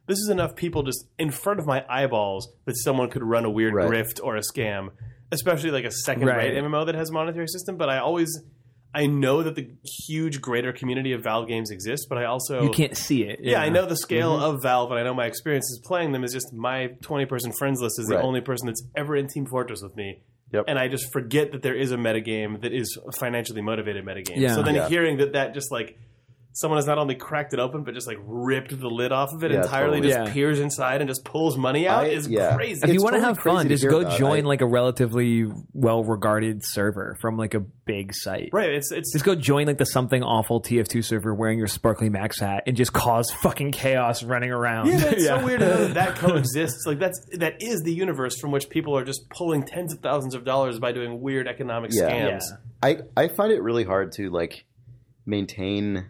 Speaker 5: this is enough people just in front of my eyeballs that someone could run a weird
Speaker 2: Right.
Speaker 5: grift or a scam, especially like a second rate
Speaker 1: Right.
Speaker 5: MMO that has a monetary system. But I always I know that the huge greater community of Valve games exists, but I also
Speaker 1: you can't see it
Speaker 5: yeah, I know the scale
Speaker 2: Mm-hmm.
Speaker 5: of Valve, and I know my experiences playing them is just my twenty-person friends list is the
Speaker 2: Right.
Speaker 5: only person that's ever in Team Fortress with me.
Speaker 2: Yep.
Speaker 5: And I just forget that there is a metagame that is a financially motivated metagame.
Speaker 1: Yeah.
Speaker 5: So then
Speaker 2: Yeah.
Speaker 5: hearing that that just like someone has not only cracked it open but just like ripped the lid off of it
Speaker 2: Yeah,
Speaker 5: entirely,
Speaker 2: totally.
Speaker 5: just
Speaker 1: Yeah.
Speaker 5: peers inside and just pulls money out
Speaker 2: I-
Speaker 5: is
Speaker 2: yeah.
Speaker 5: crazy.
Speaker 1: if
Speaker 2: It's
Speaker 1: you want to
Speaker 2: totally
Speaker 1: have fun
Speaker 2: crazy to
Speaker 1: just
Speaker 2: hear
Speaker 1: go
Speaker 2: about.
Speaker 1: join
Speaker 2: I-
Speaker 1: like a relatively well regarded server from like a big site
Speaker 5: right, it's it's
Speaker 1: just go join like the something awful TF2 server wearing your sparkly max hat and just cause fucking chaos running around.
Speaker 5: Yeah, that's so weird to know that that coexists. Like that's that is the universe from which people are just pulling tens of thousands of dollars by doing weird economic
Speaker 2: Yeah.
Speaker 5: scams.
Speaker 2: I I find it really hard to like maintain.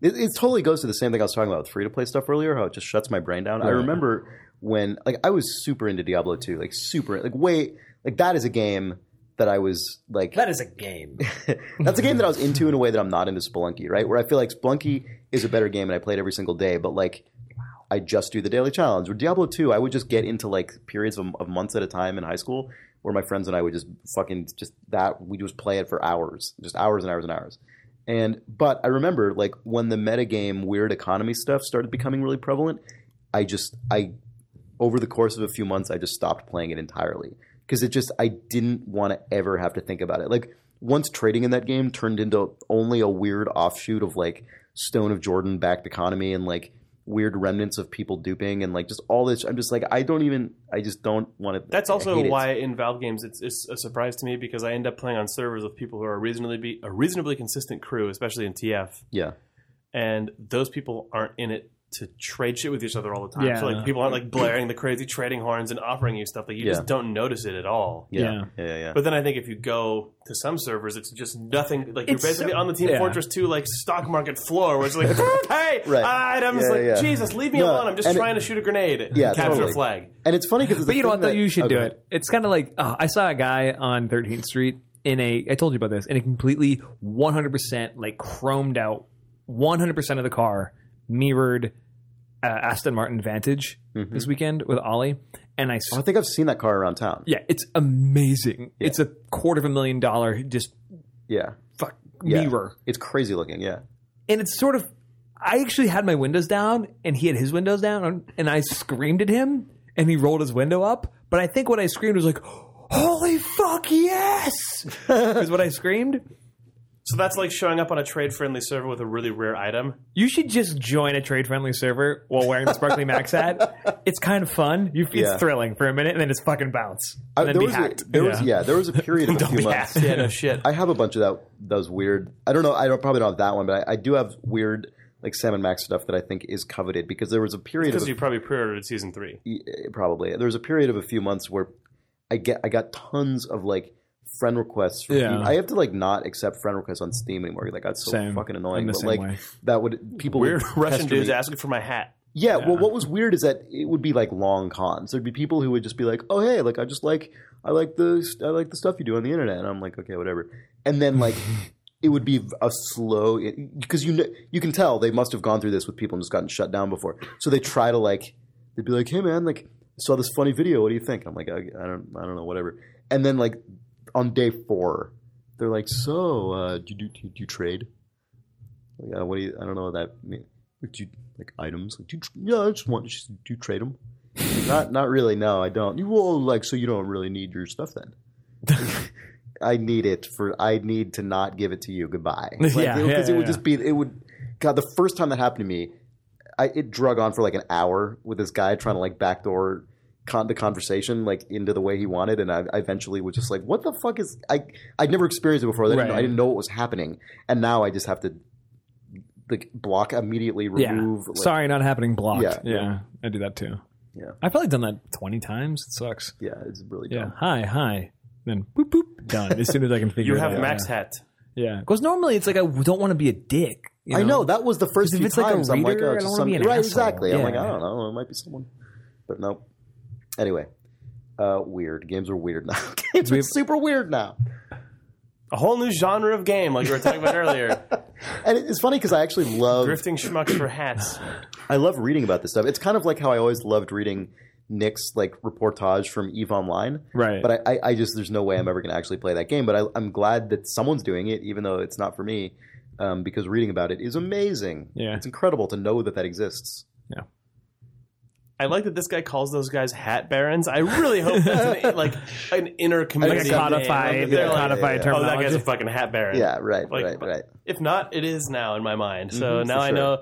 Speaker 2: It, it totally goes to the same thing I was talking about with free to play stuff earlier. How it just shuts my brain down. I
Speaker 1: Right.
Speaker 2: remember when like I was super into Diablo 2, like super like way like that is a game that I was like
Speaker 6: That is a game.
Speaker 2: That's a game that I was into in a way that I'm not into Spelunky, right? Where I feel like Spelunky is a better game and I play it every single day, but like I just do the daily challenge. With Diablo 2, I would just get into like periods of, of months at a time in high school where my friends and I would just fucking just that we just play it for hours, just hours and hours and hours. And but I remember like when the metagame weird economy stuff started becoming really prevalent, I just I over the course of a few months I just stopped playing it entirely because it just I didn't want to ever have to think about it. Like once trading in that game turned into only a weird offshoot of like Stone of Jordan backed economy and like weird remnants of people duping and like just all this. I'm just like, I don't even, I just don't want to.
Speaker 5: That's
Speaker 2: I
Speaker 5: also
Speaker 2: hate it.
Speaker 5: why in Valve games it's, it's a surprise to me because I end up playing on servers with people who are reasonably be, a reasonably consistent crew, especially in TF,
Speaker 2: Yeah.
Speaker 5: and those people aren't in it to trade shit with each other all the time.
Speaker 1: Yeah.
Speaker 5: So like people aren't like blaring the crazy trading horns and offering you stuff. Like you
Speaker 2: Yeah.
Speaker 5: just don't notice it at all.
Speaker 2: Yeah. Yeah. Yeah. yeah.
Speaker 5: But then I think if you go to some servers, it's just nothing. Like
Speaker 1: It's
Speaker 5: you're basically
Speaker 1: so-
Speaker 5: on the Team
Speaker 1: yeah.
Speaker 5: Fortress 2 like stock market floor, where it's like, hey,
Speaker 2: Right.
Speaker 5: items,
Speaker 2: Yeah,
Speaker 5: like
Speaker 2: yeah.
Speaker 5: Jesus, leave me
Speaker 2: No,
Speaker 5: alone. I'm just
Speaker 2: and it-
Speaker 5: trying to shoot a grenade, and
Speaker 2: Yeah,
Speaker 5: capture
Speaker 2: totally.
Speaker 5: a flag.
Speaker 2: and it's funny because
Speaker 1: But you know what? Though you should do it. It's kind of like uh, I saw a guy on 13th Street in a. I told you about this in a completely 100% like chromed out, 100% of the car mirrored uh, Aston Martin Vantage this weekend with Ollie, and I.
Speaker 2: I
Speaker 1: saw
Speaker 2: think I've seen that car around town.
Speaker 1: yeah, it's amazing. It's a quarter of a million dollar just
Speaker 2: Yeah.
Speaker 1: fuck
Speaker 2: Yeah.
Speaker 1: mirror.
Speaker 2: It's crazy looking. Yeah.
Speaker 1: and it's sort of I actually had my windows down and he had his windows down and I screamed at him and he rolled his window up. But I think what I screamed was like, Holy fuck yes is what I screamed.
Speaker 5: So that's like showing up on a trade friendly server with a really rare item.
Speaker 1: You should just join a trade friendly server while wearing the sparkly max hat. It's kind of fun. You, it's
Speaker 2: Yeah.
Speaker 1: thrilling for a minute and then it's fucking bounce.
Speaker 2: I-
Speaker 1: And then
Speaker 2: there
Speaker 1: be
Speaker 2: was
Speaker 1: hacked.
Speaker 2: a, there was yeah there was a period of a few
Speaker 1: be
Speaker 2: months.
Speaker 1: hacked.
Speaker 5: Yeah, no shit.
Speaker 2: I have a bunch of that those weird. I don't know. I don't probably don't have that one, but I, I do have weird like Sam and Max stuff that I think is coveted because there was a period of
Speaker 5: Because
Speaker 2: a
Speaker 5: you probably pre ordered season three.
Speaker 2: eh, probably there was a period of a few months where I get I got tons of like friend requests. From
Speaker 1: Yeah.
Speaker 2: people. I have to like not accept friend requests on Steam anymore. Like that's so
Speaker 1: Same.
Speaker 2: fucking
Speaker 1: I'm
Speaker 2: annoying.
Speaker 1: the
Speaker 2: But
Speaker 1: same
Speaker 2: like
Speaker 1: way.
Speaker 2: that would people
Speaker 5: Weird
Speaker 2: would
Speaker 5: Russian
Speaker 2: pester
Speaker 5: dudes
Speaker 2: me.
Speaker 5: asking for my hat.
Speaker 2: Yeah, well, what was weird is that it would be like long cons. There'd be people who would just be like, "Oh, hey, like I just like I like the I like the stuff you do on the internet," and I'm like, "Okay, whatever." And then like it would be a slow because you kn- you can tell they must have gone through this with people and just gotten shut down before. So they try to like they'd be like, "Hey, man, like I saw this funny video. What do you think?" I'm like, I, "I don't I don't know, whatever." And then like on day four, they're like, "So, uh, do you do, do you trade?" Like, uh, what do you? I don't know what that means. Like, do you like items? Like, do you, tr- yeah, I just want. Just, do you trade them? not, not really. No, I don't. You well, like, so you don't really need your stuff then. I need it for. I need to not give it to you. Goodbye. Like,
Speaker 1: Yeah,
Speaker 2: it, 'cause
Speaker 1: yeah,
Speaker 2: it would
Speaker 1: yeah.
Speaker 2: just be. It would. God, the first time that happened to me, I it drug on for like an hour with this guy trying to like backdoor con- the conversation like into the way he wanted, and I, I eventually was just like, "What the fuck is I? I'd never experienced it before. I didn't, know,
Speaker 1: Right.
Speaker 2: I didn't know what was happening, and now I just have to like block immediately,
Speaker 1: Yeah.
Speaker 2: remove. like-
Speaker 1: Sorry, not happening block.
Speaker 2: Yeah.
Speaker 1: yeah. I do that too.
Speaker 2: Yeah.
Speaker 1: I've probably done that twenty times. It sucks.
Speaker 2: Yeah, it's really
Speaker 1: Yeah.
Speaker 2: dumb.
Speaker 1: Hi, hi. Then boop boop done. As soon as I can figure
Speaker 5: You
Speaker 1: it out.
Speaker 5: have Max hat.
Speaker 1: Yeah. Because normally it's like I don't want to be a dick. you
Speaker 2: I know that was the first
Speaker 1: If
Speaker 2: few
Speaker 1: it's like a
Speaker 2: times. I'm like,
Speaker 1: reader,
Speaker 2: oh,
Speaker 1: I
Speaker 2: it's
Speaker 1: don't wanna
Speaker 2: just some
Speaker 1: be an
Speaker 2: right,
Speaker 1: asshole.
Speaker 2: exactly. I'm
Speaker 1: Yeah.
Speaker 2: like, I don't know, it might be someone, but no. Anyway, uh, weird games are weird now. games are
Speaker 1: We've-
Speaker 2: super weird now.
Speaker 5: A whole new genre of game, like we were talking about earlier.
Speaker 2: And it- it's funny because I actually love
Speaker 5: Grifting schmucks for hats.
Speaker 2: I love reading about this stuff. It's kind of like how I always loved reading Nick's like reportage from Eve Online.
Speaker 1: Right.
Speaker 2: But I, I, I just there's no way I'm ever going to actually play that game. But I, I'm glad that someone's doing it, even though it's not for me, um, because reading about it is amazing.
Speaker 1: Yeah.
Speaker 2: It's incredible to know that that exists.
Speaker 5: I like that this guy calls those guys hat barons. I really hope that's an, like an inner
Speaker 1: Like
Speaker 5: community.
Speaker 1: a
Speaker 5: name.
Speaker 1: codified,
Speaker 5: They're like,
Speaker 2: codified
Speaker 1: codified
Speaker 2: yeah.
Speaker 5: oh, that
Speaker 1: terminology.
Speaker 5: guy's a fucking hat baron.
Speaker 2: Yeah. Right.
Speaker 5: Like,
Speaker 2: right. Right.
Speaker 5: If not, it is now in my mind. So
Speaker 2: Mhm,
Speaker 5: now
Speaker 2: for
Speaker 5: I
Speaker 2: sure.
Speaker 5: know.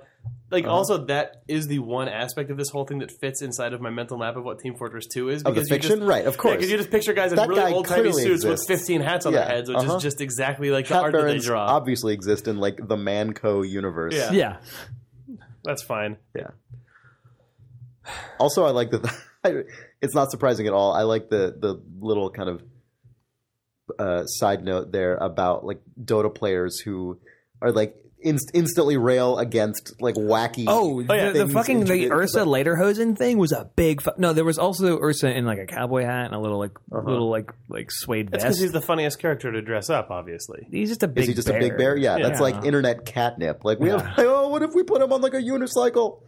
Speaker 5: Like, also, that is the one aspect of this whole thing that fits inside of my mental map of what Team Fortress 2 is.
Speaker 2: Of the
Speaker 5: Because you
Speaker 2: fiction,
Speaker 5: just,
Speaker 2: right? Of course.
Speaker 5: because you just picture guys in
Speaker 2: That
Speaker 5: really
Speaker 2: guy
Speaker 5: old timey
Speaker 2: clearly
Speaker 5: suits
Speaker 2: exists.
Speaker 5: with 15 hats on
Speaker 2: Yeah,
Speaker 5: their heads, which
Speaker 2: uh-huh.
Speaker 5: is just exactly like the
Speaker 2: Cat
Speaker 5: art that
Speaker 2: barons
Speaker 5: they draw.
Speaker 2: obviously exist in like the Manco universe.
Speaker 5: Yeah.
Speaker 1: yeah.
Speaker 5: That's fine.
Speaker 2: Yeah. Also, I like that. it's not surprising at all. I like the the little kind of uh, side note there about like Dota players who are like inst- instantly rail against like wacky.
Speaker 1: Oh,
Speaker 5: yeah,
Speaker 1: the, the
Speaker 2: things
Speaker 1: fucking the
Speaker 2: introduced-
Speaker 1: Ursa Lederhosen thing was a big. Fu- no, there was also Ursa in like a cowboy hat and a little like
Speaker 2: Uh-huh.
Speaker 1: little like like suede
Speaker 5: That's
Speaker 1: vest.
Speaker 5: because he's the funniest character to dress up, obviously.
Speaker 1: He's just a big.
Speaker 2: Is he just a big bear? Yeah, that's like internet catnip. Like we have. Oh, what if we put him on like a unicycle?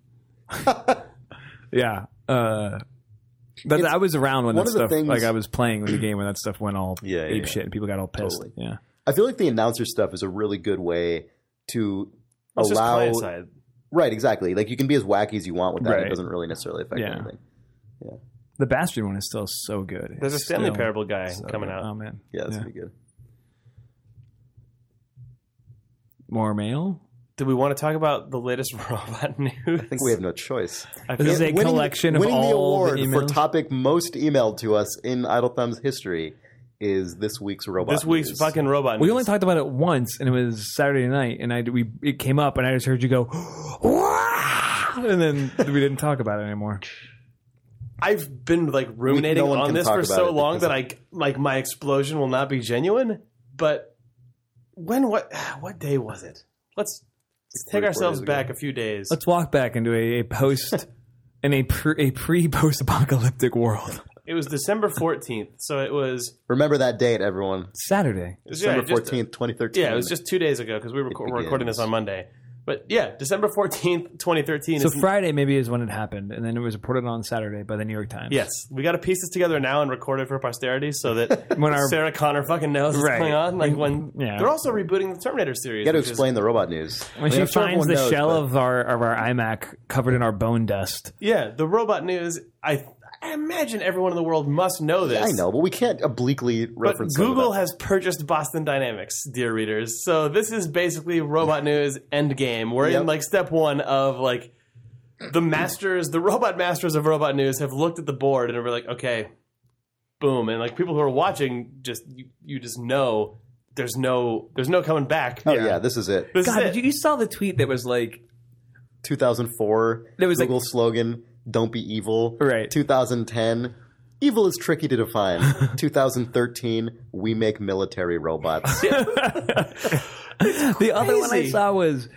Speaker 1: Yeah. Uh, but
Speaker 2: It's-
Speaker 1: I was around when
Speaker 2: one
Speaker 1: that
Speaker 2: of the
Speaker 1: stuff.
Speaker 2: things-
Speaker 1: like I was playing with the game when that stuff went all
Speaker 2: Yeah, yeah,
Speaker 1: ape
Speaker 2: yeah.
Speaker 1: shit and people got all pissed.
Speaker 2: Totally.
Speaker 1: Yeah.
Speaker 2: I feel like the announcer stuff is a really good way to
Speaker 5: That's just
Speaker 2: allow
Speaker 5: client side.
Speaker 2: Right, exactly. Like you can be as wacky as you want with that.
Speaker 1: Right.
Speaker 2: It doesn't really necessarily affect
Speaker 1: Yeah.
Speaker 2: anything.
Speaker 1: The Bastard one is still so good.
Speaker 5: There's a
Speaker 1: It's
Speaker 5: Stanley
Speaker 1: still
Speaker 5: Parable guy
Speaker 1: so
Speaker 5: coming
Speaker 1: good.
Speaker 5: out.
Speaker 1: Oh man,
Speaker 2: Yeah, that's pretty good.
Speaker 1: more male.
Speaker 5: Do we want to talk about the latest robot news?
Speaker 2: I think we have no choice.
Speaker 5: I
Speaker 1: This
Speaker 5: feel-
Speaker 1: is a
Speaker 2: Winning-
Speaker 1: collection of
Speaker 2: winning the
Speaker 1: all
Speaker 2: award for
Speaker 1: emails.
Speaker 2: topic most emailed to us in Idle Thumb's history is this week's robot.
Speaker 5: this week's
Speaker 2: news.
Speaker 5: fucking robot news.
Speaker 1: We only talked about it once, and it was Saturday night, and I we it came up, and I just heard you go, "Wow!" and then we didn't talk about it anymore.
Speaker 5: I've been like ruminating
Speaker 2: no one
Speaker 5: on
Speaker 2: can
Speaker 5: this
Speaker 2: talk
Speaker 5: for
Speaker 2: about
Speaker 5: so
Speaker 2: it
Speaker 5: long
Speaker 2: because
Speaker 5: that I like my explosion will not be genuine. But when what what day was it? Let's let's
Speaker 2: three or
Speaker 5: take
Speaker 2: four
Speaker 5: ourselves
Speaker 2: days ago.
Speaker 5: back a few days.
Speaker 1: Let's walk back into a, a post in a pre, a pre post apocalyptic world.
Speaker 5: It was December fourteenth, so it was
Speaker 2: Remember that date, everyone.
Speaker 1: Saturday.
Speaker 5: it was- yeah,
Speaker 2: December
Speaker 5: just- uh,
Speaker 2: fourteenth, twenty thirteen.
Speaker 5: Yeah, it was just two days ago because we were reco- we're recording
Speaker 2: begins.
Speaker 5: this on Monday. But yeah, December fourteenth, twenty thirteen.
Speaker 1: So Friday maybe is when it happened, and then it was reported on Saturday by the New York Times.
Speaker 5: yes, we got to piece this together now and record it for posterity so that
Speaker 1: When our-
Speaker 5: Sarah Connor fucking knows what's
Speaker 1: Right.
Speaker 5: going on. Like when
Speaker 1: Yeah.
Speaker 5: they're also rebooting the Terminator series.
Speaker 2: You got to
Speaker 5: which is-
Speaker 2: explain the robot news.
Speaker 1: When
Speaker 2: I mean,
Speaker 1: she
Speaker 2: I'm sure
Speaker 1: finds
Speaker 2: everyone
Speaker 1: the
Speaker 2: knows,
Speaker 1: shell
Speaker 2: but-
Speaker 1: of our of our iMac covered in our bone dust,
Speaker 5: Yeah, the robot news. I, I imagine everyone in the world must know this.
Speaker 2: I know, but we can't obliquely
Speaker 5: But
Speaker 2: reference. some of
Speaker 5: Google
Speaker 2: that.
Speaker 5: has purchased Boston Dynamics, dear readers. So this is basically robot news endgame. We're
Speaker 2: Yep.
Speaker 5: in like step one of like the masters, the robot masters of robot news have looked at the board and are like, okay, boom. And like people who are watching, just you, you just know there's no there's no coming back.
Speaker 2: Oh yeah. this is it.
Speaker 5: This is
Speaker 1: God,
Speaker 5: it.
Speaker 1: did you, you saw the tweet that was like
Speaker 2: 2004.
Speaker 1: There was, like-
Speaker 2: Google slogan: "Don't be evil."
Speaker 1: Right.
Speaker 2: 2010. Evil is tricky to define. 2013, we make military robots.
Speaker 1: The other one I
Speaker 5: crazy.
Speaker 1: saw was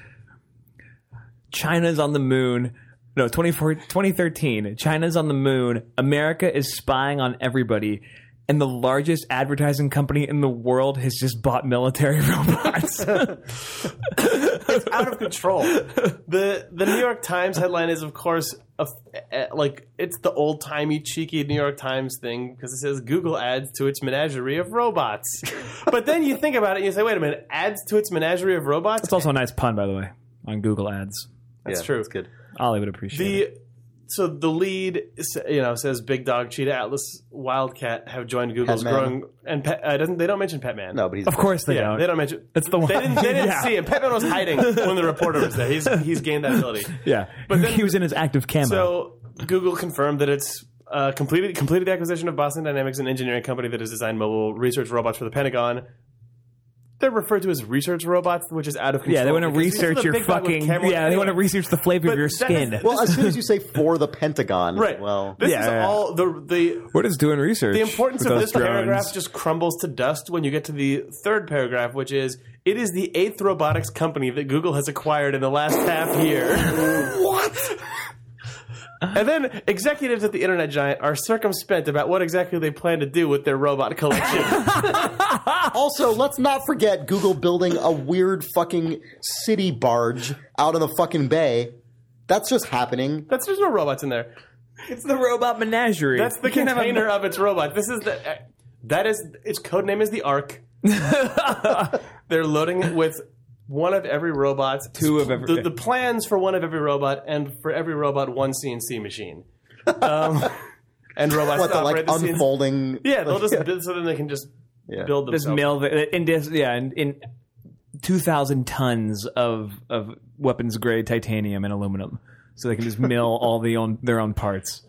Speaker 1: China's on the moon. No, 24 2013. China's on the moon. America is spying on everybody. And the largest advertising company in the world has just bought military robots.
Speaker 5: out of control. the The New York Times headline is, of course, a, a- like it's the old timey, cheeky New York Times thing because it says Google adds to its menagerie of robots. but then you think about it, and you say, "Wait a minute, adds to its menagerie of robots."
Speaker 1: it's also a nice pun, by the way, on Google Ads.
Speaker 5: That's true.
Speaker 2: That's good.
Speaker 1: Ollie would appreciate it.
Speaker 5: the so the lead s- you know says big dog cheetah atlas wildcat have joined google's
Speaker 2: Petman.
Speaker 5: growing and pet, uh, doesn't they don't mention petman
Speaker 2: No, but he's
Speaker 1: Of course they
Speaker 5: yeah
Speaker 1: don't.
Speaker 5: they don't mention
Speaker 1: That's the one.
Speaker 5: they didn't, they didn't
Speaker 1: yeah.
Speaker 5: see him petman was hiding when the reporter was there he's he's gained that ability
Speaker 1: Yeah.
Speaker 5: But then-
Speaker 1: he was in his active camo.
Speaker 5: So Google confirmed that it's uh, completed completed the acquisition of Boston Dynamics, an engineering company that has designed mobile research robots for the Pentagon. They're referred to as research robots, which is out of control.
Speaker 1: yeah, they want to
Speaker 5: because these are
Speaker 1: research
Speaker 5: the
Speaker 1: your
Speaker 5: big dog with
Speaker 1: fucking.
Speaker 5: cameras.
Speaker 1: Yeah, they want to
Speaker 5: Anyway,
Speaker 1: research the flavor of
Speaker 5: But
Speaker 1: your
Speaker 5: that is-
Speaker 1: skin.
Speaker 2: Well, as soon as you say for the Pentagon,
Speaker 5: Right.
Speaker 2: Well,
Speaker 5: this
Speaker 1: Yeah,
Speaker 5: is
Speaker 1: yeah, yeah.
Speaker 5: all the the
Speaker 1: We're just doing research.
Speaker 5: the importance
Speaker 1: with
Speaker 5: of
Speaker 1: those
Speaker 5: this
Speaker 1: drones.
Speaker 5: paragraph just crumbles to dust when you get to the third paragraph, which is it is the eighth robotics company that Google has acquired in the last half year. what? And then executives at the internet giant are circumspect about what exactly they plan to do with their robot collection.
Speaker 2: also let's not forget Google building a weird fucking city barge out in the fucking bay. That's just happening.
Speaker 5: That's there's no robots in there.
Speaker 1: It's the robot menagerie.
Speaker 5: That's the
Speaker 1: You can't have a-
Speaker 5: container of its robot. This is the uh, that is its code name is the Ark. They're loading it with one of every robot.
Speaker 1: Two of every-
Speaker 5: The, the plans for one of every robot, and for every robot, one CNC machine. Um, and robots
Speaker 2: What
Speaker 5: to
Speaker 2: the like
Speaker 5: operate the CNC
Speaker 2: unfolding?
Speaker 5: Yeah, they'll just so then they can just
Speaker 2: Yeah.
Speaker 5: build
Speaker 1: this
Speaker 5: themselves.
Speaker 1: mill that- uh, in this yeah in, in 2000 tons of of weapons grade titanium and aluminum so they can just mill all the own their own parts